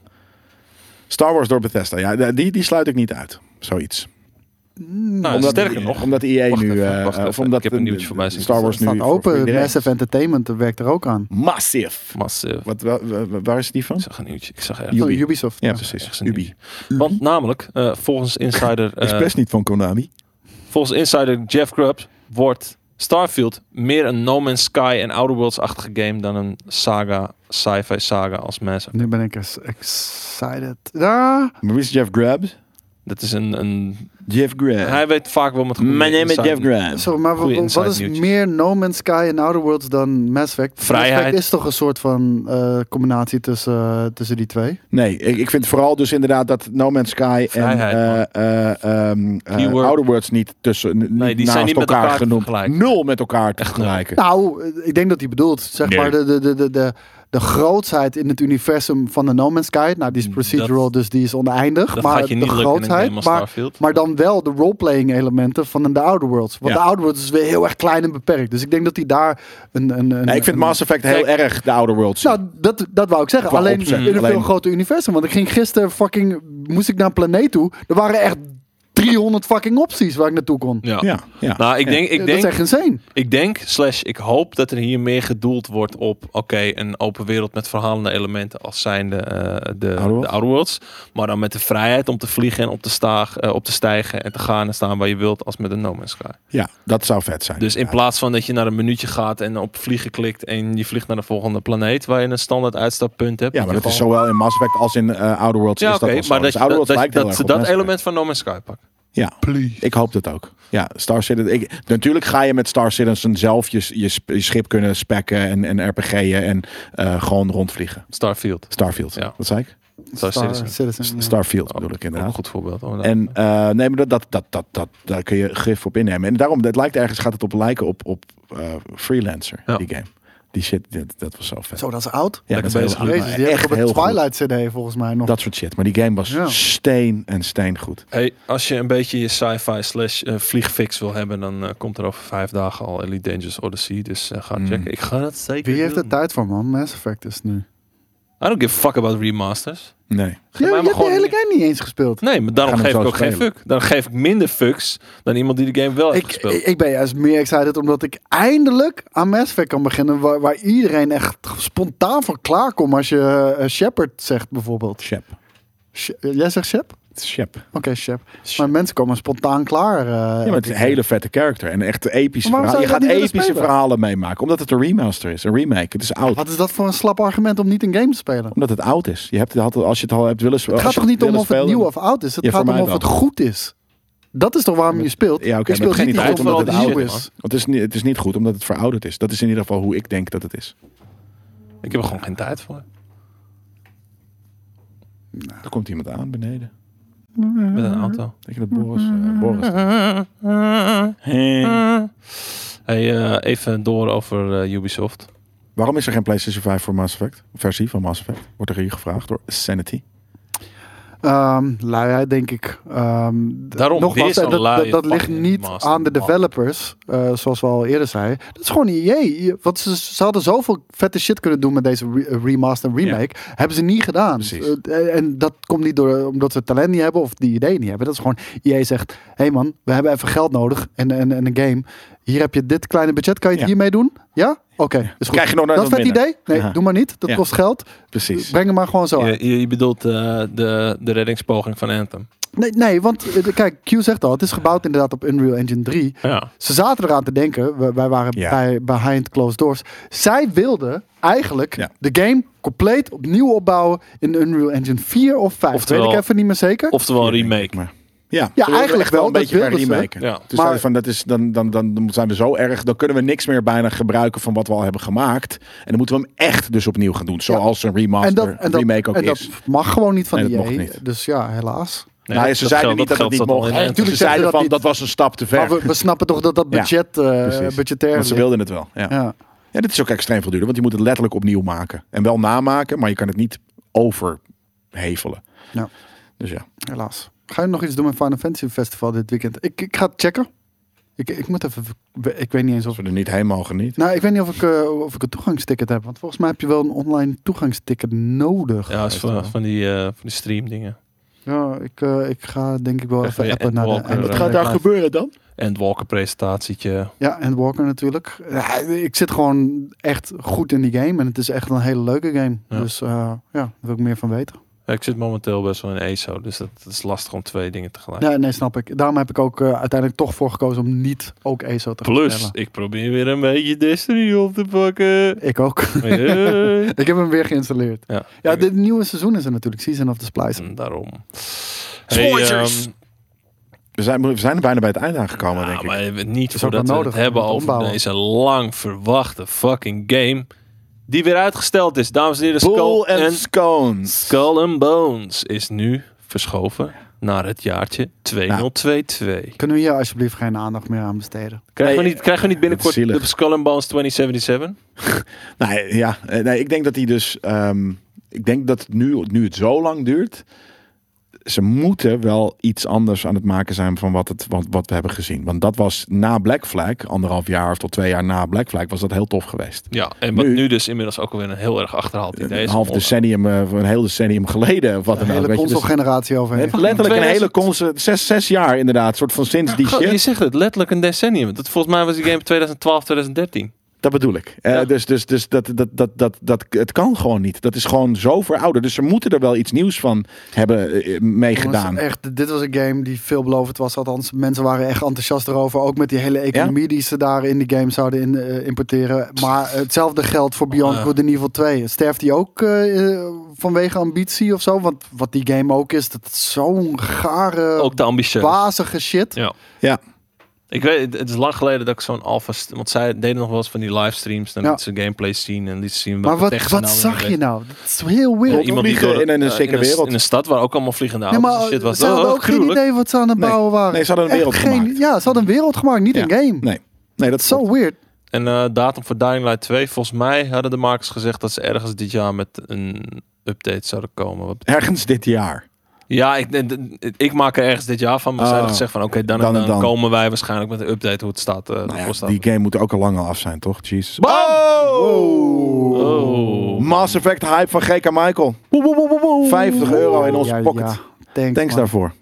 Speaker 1: Star Wars door Bethesda. Ja, die, die sluit ik niet uit. Zoiets.
Speaker 3: Nou, sterker nog,
Speaker 1: Omdat EA
Speaker 3: Wacht
Speaker 1: nu...
Speaker 3: even,
Speaker 1: eh,
Speaker 3: wacht
Speaker 1: eh, of
Speaker 3: even.
Speaker 1: omdat
Speaker 3: Ik heb een nieuwtje voorbij zien
Speaker 1: Star Wars nu...
Speaker 2: Staat
Speaker 1: voor- voor
Speaker 2: open.
Speaker 1: iedereen is.
Speaker 2: Massive Entertainment werkt er ook aan.
Speaker 1: Massive.
Speaker 3: massief.
Speaker 1: Wat, wa- wa- waar is die van?
Speaker 3: Ik eh, zag een nieuwtje. Ik zag echt.
Speaker 1: Ubi.
Speaker 2: Oh, Ubisoft.
Speaker 1: Ja,
Speaker 2: Ja.
Speaker 1: precies.
Speaker 3: ergens een
Speaker 1: Ubi.
Speaker 3: nieuwtje. Want namelijk, eh, volgens insider,
Speaker 1: Is
Speaker 3: eh,
Speaker 1: best niet van Konami.
Speaker 3: volgens insider Jeff Grubbs wordt Starfield meer een No Man's Sky en Outer Worlds-achtige game dan een saga, sci-fi saga als Mass Effect.
Speaker 2: Nu ben ik eens excited. Ah, Ja,
Speaker 1: Maar wie is Jeff Grubbs?
Speaker 3: Dat is een, een...
Speaker 1: Jeff Grubbs.
Speaker 3: Hij weet vaak wel met goede
Speaker 1: Mijn naam is
Speaker 3: insider-
Speaker 1: Jeff Grubbs.
Speaker 2: sorry, maar
Speaker 3: Goeie
Speaker 2: wat,
Speaker 3: inside
Speaker 2: wat is
Speaker 3: nieuwtjes.
Speaker 2: meer No Man's Sky en Outer Worlds dan Mass Effect? Mass
Speaker 3: Vrijheid.
Speaker 2: Effect is toch een soort van eh, combinatie tussen, eh, tussen die twee?
Speaker 1: Nee, ik, ik vind vooral dus inderdaad dat No Man's Sky
Speaker 3: Vrijheid,
Speaker 1: en eh eh ehm eh,
Speaker 3: Keyword.
Speaker 1: Outer Worlds niet tussen n-
Speaker 3: Nee, die
Speaker 1: naast
Speaker 3: zijn niet met
Speaker 1: elkaar,
Speaker 3: elkaar te
Speaker 1: genoemd.
Speaker 3: vergelijken.
Speaker 1: Nul met elkaar te vergelijken.
Speaker 2: Nou, eh, ik denk dat hij bedoelt, zeg
Speaker 1: Nee.
Speaker 2: maar, de, de, de, de, de, de grootsheid in het universum van de No Man's Sky. Nou, die is
Speaker 3: Mm, Dat-
Speaker 2: procedural, dus die is oneindig.
Speaker 3: Dat
Speaker 2: maar
Speaker 3: gaat je niet
Speaker 2: de
Speaker 3: lukken in een game
Speaker 2: grootheid,
Speaker 3: als
Speaker 2: maar,
Speaker 3: Starfield.
Speaker 2: maar dan wel de roleplaying elementen van de Outer Worlds. Want
Speaker 1: Ja.
Speaker 2: de Outer Worlds is weer heel erg klein en beperkt. Dus ik denk dat hij daar een... een, een
Speaker 1: Nee, ik vind
Speaker 2: een-
Speaker 1: Mass Effect heel
Speaker 3: Kijk.
Speaker 1: erg de Outer Worlds.
Speaker 2: Nou, dat, dat wou ik zeggen.
Speaker 1: Qua
Speaker 2: Alleen
Speaker 1: opzet,
Speaker 2: in een
Speaker 1: alleen-
Speaker 2: veel groter universum. Want ik ging gisteren fucking... Moest ik naar een planeet toe. Er waren echt 300 fucking opties waar ik naartoe kon.
Speaker 3: Ja.
Speaker 1: ja, ja.
Speaker 3: Nou, ik
Speaker 1: Ja.
Speaker 3: denk, ik
Speaker 2: dat is
Speaker 3: denk,
Speaker 2: echt insane.
Speaker 3: ik denk, slash, ik hoop dat er hier meer gedoeld wordt op, oké, een open wereld met verhalende elementen als zijnde eh de,
Speaker 1: Worlds?
Speaker 3: de Outer Worlds. Maar dan met de vrijheid om te vliegen en op te, staag, eh, op te stijgen en te gaan en staan waar je wilt als met een No Man's Sky.
Speaker 1: ja, dat zou vet zijn.
Speaker 3: Dus in
Speaker 1: inderdaad.
Speaker 3: plaats van dat je naar een minuutje gaat en op vliegen klikt en je vliegt naar de volgende planeet waar je een standaard uitstappunt hebt.
Speaker 1: Ja, maar dat is
Speaker 3: gewoon-
Speaker 1: zowel in Mass Effect als in eh, Outer Worlds.
Speaker 3: Ja,
Speaker 1: is
Speaker 3: oké,
Speaker 1: dat wel zo.
Speaker 3: maar dat,
Speaker 1: Dus
Speaker 3: je-
Speaker 1: Outer
Speaker 3: dat,
Speaker 1: Worlds
Speaker 3: dat,
Speaker 1: lijkt heel
Speaker 3: dat
Speaker 1: erg
Speaker 3: ze
Speaker 1: op
Speaker 3: dat
Speaker 1: Mass Effect.
Speaker 3: element van No Man's Sky pakken.
Speaker 1: Ja, ik hoop dat ook. Ja, Star Citizen. Ik, natuurlijk ga je met Star Citizen zelf je, je, sp- je schip kunnen spekken en, en RPG'en en eh, gewoon rondvliegen.
Speaker 3: Starfield.
Speaker 1: Starfield.
Speaker 3: Ja.
Speaker 1: Wat zei ik?
Speaker 3: Star Citizen.
Speaker 2: ja.
Speaker 1: Starfield
Speaker 3: Oh,
Speaker 1: bedoel ik
Speaker 3: Ook een
Speaker 1: inderdaad.
Speaker 3: goed voorbeeld. Oh,
Speaker 1: En eh, nee, maar dat, dat, dat, dat, dat, daar kun je gif op innemen. En daarom, het lijkt ergens, gaat het op lijken op, op eh, Freelancer,
Speaker 3: Ja.
Speaker 1: die game. Die shit, dat, dat was zo vet.
Speaker 2: Zo, dat is oud.
Speaker 1: ja,
Speaker 3: lekker
Speaker 1: dat is
Speaker 3: bezig.
Speaker 1: heel goed,
Speaker 2: Jezus,
Speaker 1: maar
Speaker 2: die heb
Speaker 1: echt
Speaker 2: ik op
Speaker 1: heel
Speaker 2: een
Speaker 1: goed.
Speaker 2: Twilight CD volgens mij nog.
Speaker 1: Dat soort shit. Maar die game was
Speaker 2: Ja.
Speaker 1: steen en steen goed.
Speaker 3: Hey, als je een beetje je sci-fi slash eh, vliegfix wil hebben, dan eh, komt er over vijf dagen al Elite Dangerous Odyssey. Dus eh, ga
Speaker 1: Mm.
Speaker 3: checken. Ik ga dat zeker
Speaker 2: Wie heeft
Speaker 3: doen.
Speaker 2: er tijd voor, man? Mass Effect is nu.
Speaker 3: I don't give a fuck about remasters.
Speaker 1: Nee.
Speaker 3: Geef
Speaker 2: Ja, je
Speaker 3: mij maar
Speaker 2: hebt de
Speaker 3: gewoon...
Speaker 2: hele game niet eens gespeeld.
Speaker 3: Nee, maar daarom
Speaker 1: Gaan we
Speaker 3: geef ik
Speaker 1: zo
Speaker 3: ook geen
Speaker 1: spelen.
Speaker 3: fuck. Dan geef ik minder fucks dan iemand die de game wel heeft
Speaker 2: Ik,
Speaker 3: gespeeld.
Speaker 2: ik ben juist meer excited omdat ik eindelijk aan Mass Effect kan beginnen. Waar, waar iedereen echt spontaan voor klaarkomt als je eh, Shepard zegt bijvoorbeeld.
Speaker 1: Shep.
Speaker 2: Sh- Jij zegt Shep?
Speaker 1: Shep.
Speaker 2: Oké, Shep.
Speaker 1: Shep.
Speaker 2: Maar mensen komen spontaan klaar. eh,
Speaker 1: Ja, maar het is een hele vette character. En echt epische
Speaker 2: Maar waarom
Speaker 1: verhalen.
Speaker 2: zou
Speaker 1: Je gaat
Speaker 2: je dat niet willen
Speaker 1: epische
Speaker 2: spelen?
Speaker 1: verhalen meemaken. Omdat het een remaster is. Een remake. Het is oud.
Speaker 2: Wat is dat voor een slap argument om niet een game te spelen?
Speaker 1: Omdat het oud is. Je hebt, het- had, het- als je het al hebt willen Nou, als je
Speaker 2: Het gaat toch niet om
Speaker 1: willen
Speaker 2: of het
Speaker 1: spelen-
Speaker 2: nieuw of oud is? Het
Speaker 1: Ja,
Speaker 2: gaat
Speaker 1: voor
Speaker 2: om
Speaker 1: mij
Speaker 2: of
Speaker 1: wel.
Speaker 2: het goed is. Dat is toch waarom je speelt?
Speaker 1: Ja, oké.
Speaker 2: je
Speaker 1: maar het
Speaker 2: speelt
Speaker 1: gaat niet
Speaker 2: niet
Speaker 1: uit
Speaker 2: om dat
Speaker 1: omdat het
Speaker 2: het
Speaker 3: die
Speaker 1: oud
Speaker 2: nieuw
Speaker 3: shit,
Speaker 1: is.
Speaker 3: man.
Speaker 2: is.
Speaker 1: Het is, niet, het is niet goed omdat het verouderd is. Dat is in ieder geval hoe ik denk dat het is.
Speaker 3: Ik heb er gewoon geen tijd voor.
Speaker 1: Er komt iemand aan beneden.
Speaker 3: Met een auto.
Speaker 1: Denk je dat Boris... eh, Boris Hey.
Speaker 3: Hey, eh, even door over eh, Ubisoft.
Speaker 1: Waarom is er geen PlayStation 5 voor Mass Effect? Versie van Mass Effect. Wordt er hier gevraagd door Sanity.
Speaker 2: Ehm luiheid, denk ik. Ehm, d-
Speaker 3: Daarom, dit is
Speaker 2: dat,
Speaker 3: een
Speaker 2: dat-
Speaker 3: luie
Speaker 2: dat ligt
Speaker 3: fucking
Speaker 2: niet
Speaker 3: master,
Speaker 2: aan de
Speaker 3: man.
Speaker 2: developers, eh, zoals we al eerder zeiden. Dat is gewoon EA. Want ze, ze hadden zoveel vette shit kunnen doen met deze re- remaster en remake. Hebben ze niet gedaan.
Speaker 1: Precies.
Speaker 2: Eh, en dat komt niet door, omdat ze talent niet hebben of die idee niet hebben. Dat is gewoon, EA zegt, hé hey man, we hebben even geld nodig en, en, en een game. Hier heb je dit kleine budget, kan je het
Speaker 1: Ja.
Speaker 2: hiermee doen? Ja? Oké, is goed.
Speaker 1: Krijg je nog net
Speaker 2: dat
Speaker 1: wat
Speaker 2: vet
Speaker 1: minder.
Speaker 2: idee? Nee,
Speaker 1: Ja.
Speaker 2: doe maar niet. Dat
Speaker 1: Ja.
Speaker 2: kost geld.
Speaker 1: Precies.
Speaker 2: Breng hem maar gewoon zo uit.
Speaker 3: Je, je, je bedoelt eh, de, de reddingspoging van Anthem.
Speaker 2: Nee, nee, want eh, de- kijk, Q zegt al, het is gebouwd inderdaad op Unreal Engine 3.
Speaker 3: Ja.
Speaker 2: Ze zaten eraan te denken, we- wij waren
Speaker 1: Ja.
Speaker 2: bij Behind Closed Doors. Zij wilden eigenlijk
Speaker 1: Ja.
Speaker 2: de game compleet opnieuw opbouwen in Unreal Engine 4 of 5.
Speaker 3: Oftewel-
Speaker 2: Weet ik even niet meer zeker.
Speaker 3: Oftewel een remake.
Speaker 1: Maar, ja,
Speaker 2: Ja, eigenlijk
Speaker 1: echt wel
Speaker 2: wel,
Speaker 1: een
Speaker 2: dat
Speaker 1: beetje gaan
Speaker 2: wilden ze.
Speaker 1: remaken.
Speaker 3: Ja.
Speaker 1: Dus
Speaker 2: Maar-
Speaker 1: zeiden van, dat is, dan, dan, dan zijn we zo erg, dan kunnen we niks meer bijna gebruiken van wat we al hebben gemaakt. En dan moeten we hem echt dus opnieuw gaan doen. Zoals een remaster,
Speaker 2: en dat,
Speaker 1: een
Speaker 2: en dat,
Speaker 1: remake ook
Speaker 2: en dat
Speaker 1: is.
Speaker 2: mag gewoon niet van
Speaker 1: Nee,
Speaker 2: die
Speaker 1: dat
Speaker 2: EA.
Speaker 1: mocht niet.
Speaker 2: Dus ja, helaas.
Speaker 3: Nee,
Speaker 1: nou, ja,
Speaker 3: dat-
Speaker 1: ze
Speaker 3: dat
Speaker 1: zeiden
Speaker 3: geld-
Speaker 1: niet dat,
Speaker 3: geld
Speaker 1: het
Speaker 3: zat
Speaker 1: niet
Speaker 3: al
Speaker 1: mocht.
Speaker 3: in Anthem.
Speaker 1: Ze
Speaker 2: tuurlijk zeggen
Speaker 1: zeiden
Speaker 2: dat
Speaker 1: van,
Speaker 2: niet.
Speaker 1: dat was een stap te ver.
Speaker 2: Maar we, eh, we snappen toch dat dat
Speaker 1: Ja,
Speaker 2: budget, eh,
Speaker 1: precies.
Speaker 2: budgetair
Speaker 1: Want ze
Speaker 2: ligt.
Speaker 1: wilden het wel. Ja.
Speaker 2: Ja.
Speaker 1: ja, dit is ook extreem veel duurder, want je moet het letterlijk opnieuw maken. En wel namaken, maar je kan het niet overhevelen.
Speaker 2: Ja.
Speaker 1: Dus ja.
Speaker 2: Helaas. Ga je nog iets doen met Final Fantasy Festival dit weekend? Ik, ik ga het checken. Ik, ik moet even. Ik weet niet eens of.
Speaker 1: Als we er niet heen mogen, niet.
Speaker 2: Nou, ik weet niet of ik, eh, of ik een toegangsticket heb. Want volgens mij heb je wel een online toegangsticket nodig.
Speaker 3: Ja, is van, van die, eh, van die stream dingen.
Speaker 2: Ja, ik, eh, ik ga denk ik wel
Speaker 3: Even
Speaker 2: even
Speaker 3: je
Speaker 2: appen naar de...
Speaker 3: Endwalker,
Speaker 2: en-
Speaker 3: Wat eh, gaat
Speaker 1: gebeuren dan?
Speaker 3: En Walker presentatietje.
Speaker 2: Ja, en Walker natuurlijk. Ja, ik zit gewoon echt goed in die game. En het is echt een hele leuke game.
Speaker 3: Ja.
Speaker 2: Dus eh, ja, daar wil ik meer van weten.
Speaker 3: Ja, ik zit momenteel best wel in ESO, dus dat, dat is lastig om twee dingen tegelijk.
Speaker 2: Nee, nee, snap ik. Daarom heb ik ook eh, uiteindelijk toch voor gekozen om niet ook ESO te gaan
Speaker 3: Plus,
Speaker 2: spelen.
Speaker 3: ik probeer weer een beetje Destiny op te pakken.
Speaker 2: Ik ook.
Speaker 3: Hey.
Speaker 2: ik heb hem weer geïnstalleerd.
Speaker 3: ja,
Speaker 2: Ja,
Speaker 3: ik-
Speaker 2: dit nieuwe seizoen is er natuurlijk. Season of the Splice.
Speaker 3: en daarom.
Speaker 1: Spoilers!
Speaker 3: ehm,
Speaker 1: We zijn, we zijn er bijna bij het einde aangekomen,
Speaker 3: nou,
Speaker 1: denk ik.
Speaker 3: maar even niet
Speaker 2: is ook
Speaker 3: voordat
Speaker 2: wel
Speaker 3: we
Speaker 2: nodig
Speaker 3: het hebben
Speaker 2: om te
Speaker 3: over
Speaker 2: ombouwen.
Speaker 3: deze lang verwachte fucking game. Die weer uitgesteld is, dames en heren.
Speaker 1: Bull
Speaker 3: Skull
Speaker 1: and
Speaker 3: and,
Speaker 1: Scones.
Speaker 3: Skull and Bones is nu verschoven naar het jaartje 2022.
Speaker 2: Kunnen we hier alsjeblieft geen aandacht meer aan besteden?
Speaker 3: Krijgen, we
Speaker 1: Nee,
Speaker 3: niet, krijgen we niet binnenkort
Speaker 1: zielig.
Speaker 3: de Skull and Bones 2077?
Speaker 1: Nee, ja, eh, nee, ik denk dat hij dus. ehm, ik denk dat nu, nu het zo lang duurt. Ze moeten wel iets anders aan het maken zijn van wat, het, wat, wat we hebben gezien. Want dat was na Black Flag, anderhalf jaar of tot twee jaar na Black Flag, was dat heel tof geweest.
Speaker 3: Ja, en wat nu,
Speaker 1: Nu-
Speaker 3: dus inmiddels ook alweer een heel erg achterhaald idee
Speaker 1: Een
Speaker 3: is.
Speaker 1: half
Speaker 3: om-
Speaker 1: decennium, eh, of een heel decennium geleden. Of wat
Speaker 2: Een
Speaker 1: dan
Speaker 3: Nou,
Speaker 1: ook.
Speaker 2: hele
Speaker 1: weet je. Dus
Speaker 2: console-generatie overheen.
Speaker 1: het- letterlijk een
Speaker 3: 2000.
Speaker 1: hele console. Zes, zes jaar inderdaad. soort van sinds die
Speaker 3: Goh,
Speaker 1: shit.
Speaker 3: Je zegt het, letterlijk een decennium. Dat, volgens mij was die game 2012, 2013.
Speaker 1: Dat bedoel ik. Eh,
Speaker 3: Ja.
Speaker 1: Dus, dus, dus dat, dat, dat, dat, dat, het kan gewoon niet. Dat is gewoon zo verouderd. Dus ze moeten er wel iets nieuws van hebben eh, mee
Speaker 2: Jongens,
Speaker 1: gedaan.
Speaker 2: Echt, dit was een game die veelbelovend was. Althans, mensen waren echt enthousiast erover. Ook met die hele economie die ze daar in de game zouden in, eh, importeren. Maar hetzelfde geldt voor Beyond
Speaker 3: Ja.
Speaker 2: Good and Evil 2. Sterft die ook eh, eh, vanwege ambitie of zo? Want wat die game ook is, dat is zo'n gare,
Speaker 3: dus. Ook de ambitieus.
Speaker 2: wazige shit.
Speaker 3: Ja.
Speaker 1: Ja.
Speaker 3: Ik weet, het is lang geleden dat ik zo'n alpha... st- Want zij deden nog wel eens van die livestreams. Dan
Speaker 2: Ja.
Speaker 3: lieten ze gameplay zien en lieten zien
Speaker 2: Maar
Speaker 3: welke
Speaker 2: wat,
Speaker 3: techs
Speaker 2: wat
Speaker 3: nou
Speaker 2: zag
Speaker 3: weer-
Speaker 2: je nou? Dat is heel weird.
Speaker 3: Ja, iemand die
Speaker 1: Vliegen
Speaker 3: door,
Speaker 1: in een
Speaker 3: eh,
Speaker 1: zeker
Speaker 3: in
Speaker 1: wereld.
Speaker 3: In een stad waar ook allemaal vliegende
Speaker 2: Ja,
Speaker 3: auto's
Speaker 2: maar
Speaker 3: en shit was.
Speaker 2: ze hadden
Speaker 3: Oh,
Speaker 2: ook geen
Speaker 3: gruwelijk.
Speaker 2: idee wat ze aan het
Speaker 1: Nee.
Speaker 2: bouwen waren.
Speaker 1: Nee, ze hadden een
Speaker 2: Echt
Speaker 1: wereld gemaakt.
Speaker 2: Ja, ze hadden een wereld gemaakt, niet
Speaker 1: Ja.
Speaker 2: een game.
Speaker 1: Nee. Nee, dat
Speaker 2: Zo
Speaker 1: is zo.
Speaker 2: weird.
Speaker 3: En eh, datum voor Dying Light 2. Volgens mij hadden de makers gezegd dat ze ergens dit jaar met een update zouden komen. Wat-
Speaker 1: Ergens dit jaar.
Speaker 3: Ja, ik, ik- ik maak er ergens dit jaar van. Maar zij
Speaker 1: Oh.
Speaker 2: Ah,
Speaker 3: hebben gezegd van oké, dan, en
Speaker 1: Dan en
Speaker 3: dan,
Speaker 1: dan.
Speaker 3: komen wij waarschijnlijk met een update hoe het staat. eh,
Speaker 1: Nou ja,
Speaker 3: ervoor staat.
Speaker 1: die game moet ook al lang al af zijn, toch? Jesus.
Speaker 3: Bam!
Speaker 1: Oh!
Speaker 3: Oh.
Speaker 1: Mass Effect hype van GK Michael. 50 euro in onze pocket.
Speaker 2: Thanks,
Speaker 1: Thanks
Speaker 2: man.
Speaker 1: daarvoor.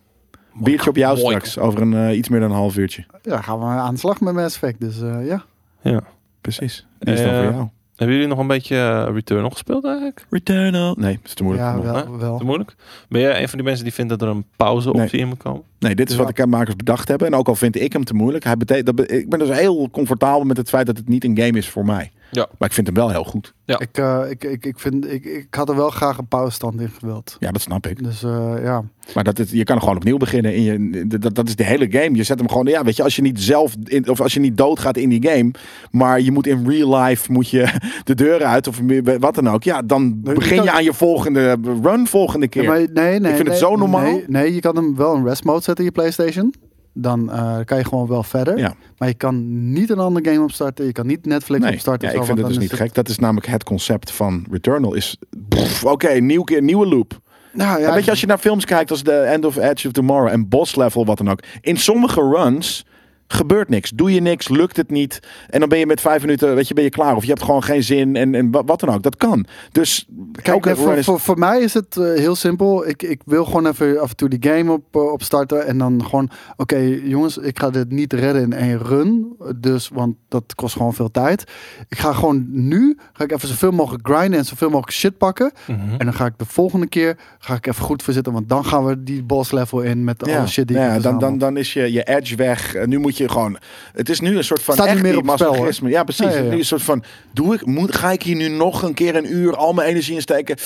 Speaker 1: Biertje op jou
Speaker 3: Mooi.
Speaker 1: straks. Over een, eh, iets meer dan een half uurtje.
Speaker 2: Ja, gaan we aan de slag met Mass Effect. Dus eh, ja.
Speaker 3: Ja.
Speaker 1: Precies. Die is dan
Speaker 3: Eh,
Speaker 1: voor jou.
Speaker 3: Hebben jullie nog een beetje eh, Returnal gespeeld eigenlijk?
Speaker 1: Returnal. Nee, dat is te moeilijk.
Speaker 2: Ja,
Speaker 3: hè?
Speaker 2: wel. wel.
Speaker 3: Te moeilijk. Ben jij een van die mensen die vindt dat er een pauze optie
Speaker 1: Nee.
Speaker 3: in moet komen?
Speaker 1: Nee, dit is wat de makers bedacht hebben. En ook al vind ik hem te moeilijk. Hij betekent, dat be- ik ben dus heel comfortabel met het feit dat het niet een game is voor mij.
Speaker 3: Ja.
Speaker 1: Maar ik vind hem wel heel goed.
Speaker 3: Ja.
Speaker 2: Ik, eh, ik, ik, ik, vind, ik, ik had er wel graag een pauzestand in gewild.
Speaker 1: Ja, dat snap ik.
Speaker 2: Dus eh, ja.
Speaker 1: Maar dat is, je kan er gewoon opnieuw beginnen. In je, dat, dat is de hele game. Je zet hem gewoon. Ja, weet je, als je niet zelf. In, of als je niet doodgaat in die game. Maar je moet in real life. Moet je de deur uit. Of meer- wat dan ook. Ja, dan
Speaker 2: Nee,
Speaker 1: begin
Speaker 2: je kan-
Speaker 1: je aan je volgende run volgende keer.
Speaker 2: Ja, maar nee, nee,
Speaker 1: Ik vind het
Speaker 2: nee,
Speaker 1: zo normaal.
Speaker 2: Nee, nee, je kan hem wel in rest mode zetten in je PlayStation. Dan eh, kan je gewoon wel verder.
Speaker 1: Ja.
Speaker 2: Maar je kan niet een andere game opstarten. Je kan niet Netflix
Speaker 1: Nee,
Speaker 2: opstarten.
Speaker 1: ja,
Speaker 2: of
Speaker 1: ik
Speaker 2: zo,
Speaker 1: vind het
Speaker 2: want
Speaker 1: dus niet
Speaker 2: dan is
Speaker 1: gek. Dat is namelijk het concept van Returnal. Is pff, oké, nieuw keer, nieuwe loop.
Speaker 2: Nou, ja,
Speaker 1: weet je, als je naar films kijkt als The End of Edge of Tomorrow en Boss Level, wat dan ook. In sommige runs gebeurt niks. Doe je niks, lukt het niet. En dan ben je met vijf minuten, weet je, ben je klaar. Of je hebt gewoon geen zin en, en wa- wat dan ook. Dat kan. Dus
Speaker 2: Kijk,
Speaker 1: elke
Speaker 2: eh,
Speaker 1: run
Speaker 2: voor,
Speaker 1: is-
Speaker 2: voor, voor mij is het eh, heel simpel. Ik, ik wil gewoon even af en toe die game op, eh, opstarten. En dan gewoon, oké jongens, ik ga dit niet redden in één run. Dus, want dat kost gewoon veel tijd. Ik ga gewoon nu, ga ik even zoveel mogelijk grinden en zoveel mogelijk shit pakken.
Speaker 3: Mhm.
Speaker 2: En dan ga ik de volgende keer, ga ik even goed voor zitten. Want dan gaan we die boss level in met alle shit die
Speaker 1: nou
Speaker 2: ik
Speaker 1: ja,
Speaker 2: heb
Speaker 1: dan, dan,
Speaker 2: verzameld.
Speaker 1: dan is je, je edge weg. En nu moet je gewoon. Het is nu een soort van.
Speaker 2: Staat niet
Speaker 1: echt
Speaker 2: meer
Speaker 1: die
Speaker 2: op het spel,
Speaker 1: masochisme. Ja, precies.
Speaker 2: Ja, ja, ja.
Speaker 1: Het is Nu een soort van. Doe ik, moet, ga ik hier nu nog een keer een uur al mijn energie in steken?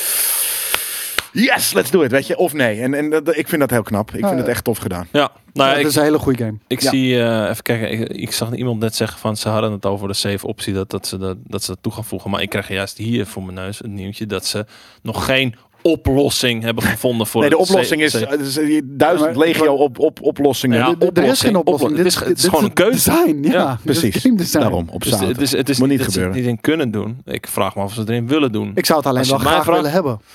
Speaker 1: Yes, let's do it. Weet je, of nee. En, en dat- ik vind dat heel knap. Ik
Speaker 2: Ja,
Speaker 1: vind
Speaker 2: Nou ja.
Speaker 1: het echt tof gedaan.
Speaker 3: Ja, nou ja,
Speaker 2: Ja,
Speaker 3: ik,
Speaker 2: het is een hele goede game.
Speaker 3: ik
Speaker 1: dus Ja.
Speaker 3: zie, eh, even kijken, ik, ik zag iemand net zeggen van ze hadden het over de save optie dat, dat, ze, dat, dat ze dat toe gaan voegen. Maar ik krijg juist hier voor mijn neus het nieuwtje dat ze nog geen oplossing hebben gevonden voor
Speaker 1: Nee, de
Speaker 3: het
Speaker 1: oplossing
Speaker 3: sa-
Speaker 1: is,
Speaker 3: sa-
Speaker 1: eh, dus, eh, duizend
Speaker 2: Maar-
Speaker 1: legio op, op, oplossingen.
Speaker 3: Ja,
Speaker 2: D- d- er is geen
Speaker 3: oplossing,
Speaker 2: oplossing.
Speaker 3: oplossing. Het is- het is
Speaker 2: dit
Speaker 3: gewoon een keuze.
Speaker 2: Design, ja.
Speaker 3: Ja,
Speaker 2: Dit is
Speaker 1: precies.
Speaker 2: game design.
Speaker 1: Daarom, op
Speaker 3: Dus het,
Speaker 1: zaterdag.
Speaker 3: is, het is
Speaker 1: Moet niet
Speaker 3: dat ze het
Speaker 1: gebeuren.
Speaker 3: niet in kunnen doen. Ik vraag me af of ze het erin willen doen.
Speaker 2: Ik zou het alleen
Speaker 3: Als je
Speaker 2: wel
Speaker 3: het mij
Speaker 2: graag willen
Speaker 3: vraagt-
Speaker 2: hebben.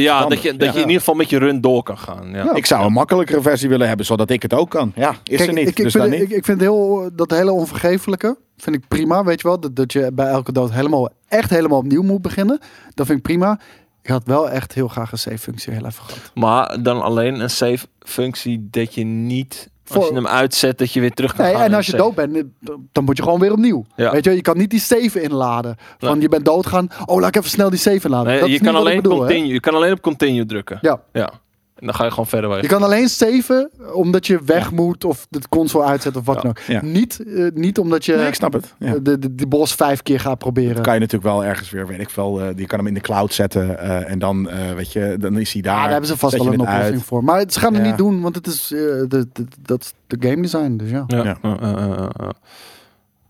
Speaker 3: ja,
Speaker 1: verandert.
Speaker 3: dat je, dat
Speaker 1: Ja.
Speaker 3: je in ieder geval met je run door kan gaan. Ja.
Speaker 1: Ik zou een makkelijkere versie willen hebben, zodat ik het ook kan. Ja, is
Speaker 2: Kijk,
Speaker 1: er niet.
Speaker 2: Ik, ik
Speaker 1: dus
Speaker 2: vind,
Speaker 1: dan niet.
Speaker 2: Ik, ik vind heel, dat hele onvergeeflijke vind ik prima, weet je wel. Dat, dat je bij elke dood helemaal, echt helemaal opnieuw moet beginnen. Dat vind ik prima. Ik had wel echt heel graag een save-functie heel even gehad.
Speaker 3: Maar dan alleen een save functie dat je niet, als
Speaker 2: Voor-
Speaker 3: je hem uitzet, dat je weer terug kan
Speaker 2: Nee,
Speaker 3: gaan.
Speaker 2: en
Speaker 3: in
Speaker 2: als je
Speaker 3: save.
Speaker 2: dood bent, dan moet je gewoon weer opnieuw.
Speaker 3: Ja.
Speaker 2: Weet je, wel, je kan niet die save inladen. Van
Speaker 3: Nee.
Speaker 2: je bent doodgaan. Oh, laat ik even snel die save inladen.
Speaker 3: Nee,
Speaker 2: dat
Speaker 3: je,
Speaker 2: is niet
Speaker 3: kan
Speaker 2: wat
Speaker 3: alleen
Speaker 2: ik bedoel, hè.
Speaker 3: continue, je kan alleen op continue drukken.
Speaker 2: Ja.
Speaker 3: En dan ga je gewoon verder. waar je-
Speaker 2: Je kan alleen saven omdat je weg moet of de console uitzet of wat
Speaker 3: Ja.
Speaker 2: dan ook.
Speaker 1: Ja.
Speaker 2: Niet, eh, niet omdat je
Speaker 1: Nee, ik snap het. Ja.
Speaker 2: eh, de, de, die boss vijf keer gaat proberen.
Speaker 1: kan je natuurlijk wel ergens weer, weet ik veel, eh, je kan hem in de cloud zetten eh, en dan, eh, weet je, dan is hij daar.
Speaker 2: Ja, Ah, daar hebben ze vast
Speaker 1: Zet je
Speaker 2: wel een
Speaker 1: het uit.
Speaker 2: oplossing voor. Maar ze gaan het
Speaker 1: Ja.
Speaker 2: niet doen, want het is, eh, de, de, dat is de game design. Dus ja.
Speaker 3: Ja.
Speaker 1: Ja.
Speaker 3: Eh, eh, eh, eh.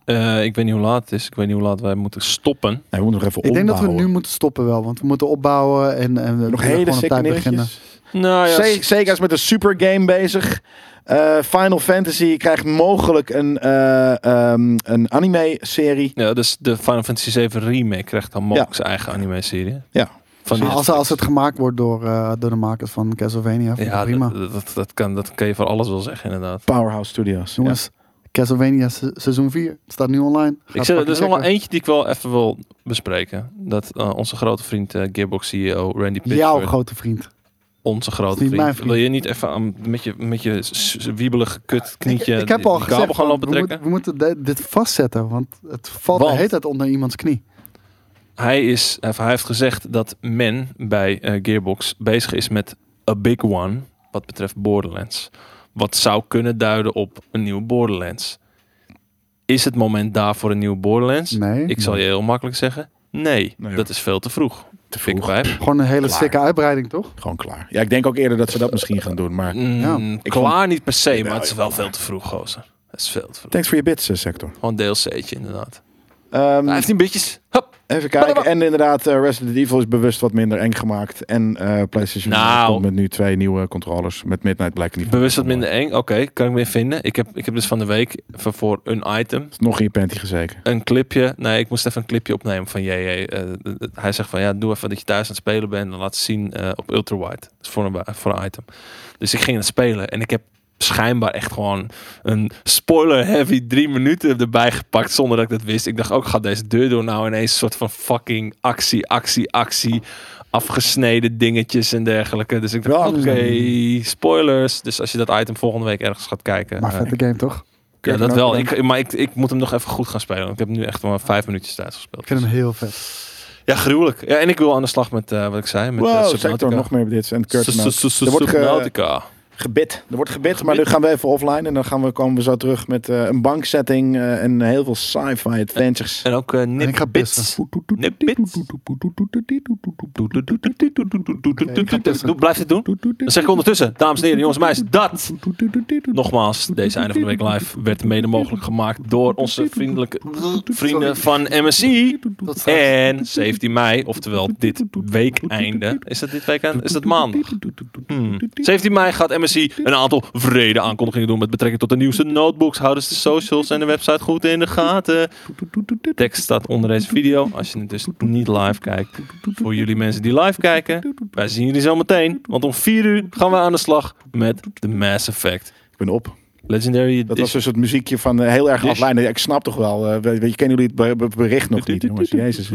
Speaker 3: Eh, ik weet niet hoe laat het is. Ik weet niet hoe laat wij moeten stoppen.
Speaker 1: Nee, we moeten nog even
Speaker 2: Ik denk dat we
Speaker 1: ombouwen.
Speaker 2: nu moeten stoppen wel, want we moeten opbouwen en, en we
Speaker 1: nog
Speaker 2: moeten
Speaker 1: hele
Speaker 2: gewoon op
Speaker 1: sikke
Speaker 2: tijd beginnen.
Speaker 1: dingetjes.
Speaker 3: Nou ja,
Speaker 1: Se- Sega is met een super game bezig. Eh, Final Fantasy krijgt mogelijk een, eh, ehm, een anime-serie.
Speaker 3: ja, dus de Final Fantasy 7 remake krijgt dan mogelijk zijn eigen anime-serie.
Speaker 1: Ja.
Speaker 3: Van
Speaker 2: Maar Ah, Als,
Speaker 3: Netflix.
Speaker 2: als het gemaakt wordt door, eh, door de makers van Castlevania, vind ik
Speaker 3: ja,
Speaker 2: prima.
Speaker 3: dat, dat, dat, kan, dat kan je voor alles wel zeggen, inderdaad.
Speaker 1: Powerhouse Studios. Ja.
Speaker 2: Jongens, Castlevania se- seizoen 4 het staat nu online. Ga het
Speaker 3: Ik zeg, er
Speaker 2: pakken,
Speaker 3: is nog wel
Speaker 2: checken.
Speaker 3: eentje die ik wel even wil bespreken. Dat eh, onze grote vriend, eh, Gearbox CEO Randy
Speaker 2: Jouw
Speaker 3: Pitchford,
Speaker 2: grote vriend.
Speaker 3: onze grote
Speaker 2: Is niet
Speaker 3: vriend.
Speaker 2: mijn vriend.
Speaker 3: Wil je niet even aan, met je, met je s- s- wiebelige kut knietje
Speaker 2: ik, ik heb al
Speaker 3: die kabel
Speaker 2: gezegd,
Speaker 3: gaan
Speaker 2: van,
Speaker 3: lopen
Speaker 2: we, moeten,
Speaker 3: trekken?
Speaker 2: we moeten de- dit vastzetten, want het valt de
Speaker 3: Want-
Speaker 2: hele tijd onder iemands knie.
Speaker 3: Hij, is, of hij heeft gezegd dat men bij eh, Gearbox bezig is met a big one wat betreft Borderlands. Wat zou kunnen duiden op een nieuwe Borderlands. Is het moment daar voor een nieuwe Borderlands?
Speaker 2: Nee,
Speaker 3: Ik zal je heel makkelijk zeggen, nee,
Speaker 1: Nee,
Speaker 3: dat is veel te vroeg.
Speaker 1: Te
Speaker 3: Fik
Speaker 1: vroeg.
Speaker 3: vijf.
Speaker 2: gewoon een hele
Speaker 1: Klaar.
Speaker 2: stikke uitbreiding, toch?
Speaker 1: Gewoon klaar. Ja, ik denk ook eerder dat ze dat misschien gaan doen, maar...
Speaker 3: Mm,
Speaker 2: Ja.
Speaker 3: klaar niet per se,
Speaker 1: Jawel,
Speaker 3: maar het is wel
Speaker 1: jawel.
Speaker 3: veel te vroeg, gozer. Dat is veel te veel.
Speaker 1: Thanks voor je bits, eh, Sector.
Speaker 3: Gewoon DLC'tje inderdaad.
Speaker 1: Ehm,
Speaker 3: 15 bitjes. Hop.
Speaker 1: even kijken. En inderdaad, eh, Resident Evil is bewust wat minder eng gemaakt. En eh, PlayStation
Speaker 3: Nou.
Speaker 1: komt met nu twee nieuwe controllers. Met Midnight Black en
Speaker 3: Bewust wat minder eng. Oké, kan ik weer vinden. Ik heb, ik heb dus van de week voor- voor een item
Speaker 1: Is nog in je panty gezeken.
Speaker 3: een clipje. Nee, ik moest even een clipje opnemen van JJ. Eh, d- d- hij zegt van ja, doe even dat je thuis aan het spelen bent. En laat het zien eh, op Ultra Wide. Dat is voor een, wa- voor een item. Dus ik ging het spelen en ik heb schijnbaar echt gewoon een spoiler-heavy drie minuten erbij gepakt zonder dat ik dat wist. Ik dacht ook, gaat deze deur door nou ineens een soort van fucking actie, actie, actie, afgesneden dingetjes en dergelijke. Dus ik dacht,
Speaker 2: Wel,
Speaker 3: oké, spoilers. Dus als je dat item volgende week ergens gaat kijken.
Speaker 2: Maar
Speaker 3: eh,
Speaker 2: vette game toch?
Speaker 3: ja,
Speaker 2: Kun je
Speaker 3: dat
Speaker 2: hem ook
Speaker 3: wel.
Speaker 2: doen?
Speaker 3: Ik, maar ik, ik moet hem nog even goed gaan spelen. want Ik heb nu echt maar vijf minuutjes tijd gespeeld.
Speaker 2: Ik vind hem heel vet.
Speaker 3: Ja, gruwelijk. Ja, en ik wil aan de slag met eh, wat ik zei. Met eh,
Speaker 1: Wow, Sector,
Speaker 3: Subnautica.
Speaker 1: nog meer bits. En Kurt
Speaker 3: Su-
Speaker 1: en ook.
Speaker 3: su- su-
Speaker 1: Er wordt ge-
Speaker 3: Subnautica.
Speaker 1: Gebit. Er wordt gebit, maar nu gaan we even offline. En dan gaan we, komen we zo terug met eh, een banksetting eh, en heel veel sci-fi adventures.
Speaker 3: En ook eh
Speaker 2: En ik ga
Speaker 3: Nip Bits.
Speaker 2: pissen.
Speaker 3: Nip Bits.
Speaker 2: ga pissen.
Speaker 3: Doe- Blijf dit doen. Dan zeg ik ondertussen, dames en heren, jongens en meisjes, dat Nogmaals, deze einde van de week live werd mede mogelijk gemaakt door onze vriendelijke vrienden van MSI.
Speaker 2: Tot straks.
Speaker 3: En 17 mei, oftewel dit weekeinde. Is dat dit weekend? Is dat maandag? Hmm. 17 mei gaat MSI een aantal vrede aankondigingen doen met betrekking tot de nieuwste notebooks. Hou dus de socials en de website goed in de gaten. Tekst staat onder deze video. Als je het dus niet live kijkt. Voor jullie mensen die live kijken, wij zien jullie zo meteen. Want om 4 uur gaan we aan de slag met de Mass Effect.
Speaker 1: Ik ben op.
Speaker 3: Legendary
Speaker 1: Dat
Speaker 3: Edition.
Speaker 1: was dus het muziekje van eh, heel erg
Speaker 3: Dish.
Speaker 1: aflijnen. Ja, Ik snap toch wel. eh, weet, weet- kennen jullie het be- be- bericht nog niet, jongens? Jezus.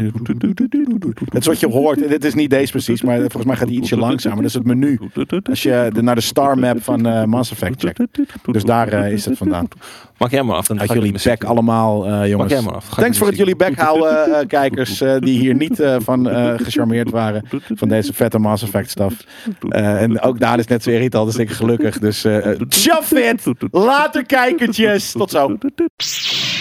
Speaker 1: Dat is wat je hoort. En Dit is niet deze precies, maar volgens mij gaat die ietsje langzamer. Dat is het menu. Als je de, naar de star map van eh, Mass Effect checkt. Dus daar eh, is het vandaan.
Speaker 3: Maak jij maar af. Dan ga
Speaker 1: Uit
Speaker 3: ik
Speaker 1: jullie
Speaker 3: misschien-
Speaker 1: bek allemaal, eh, jongens.
Speaker 3: jij maar af. Ga ik
Speaker 1: Thanks voor het
Speaker 3: muziek
Speaker 1: jullie bek houden, eh, kijkers eh, die hier niet eh, van eh, gecharmeerd waren. Van deze vette Mass Effect stuff. Eh, en ook daar is net zo irritant als ik gelukkig. Dus eh eh, shove it! Later kijkertjes! Tot zo!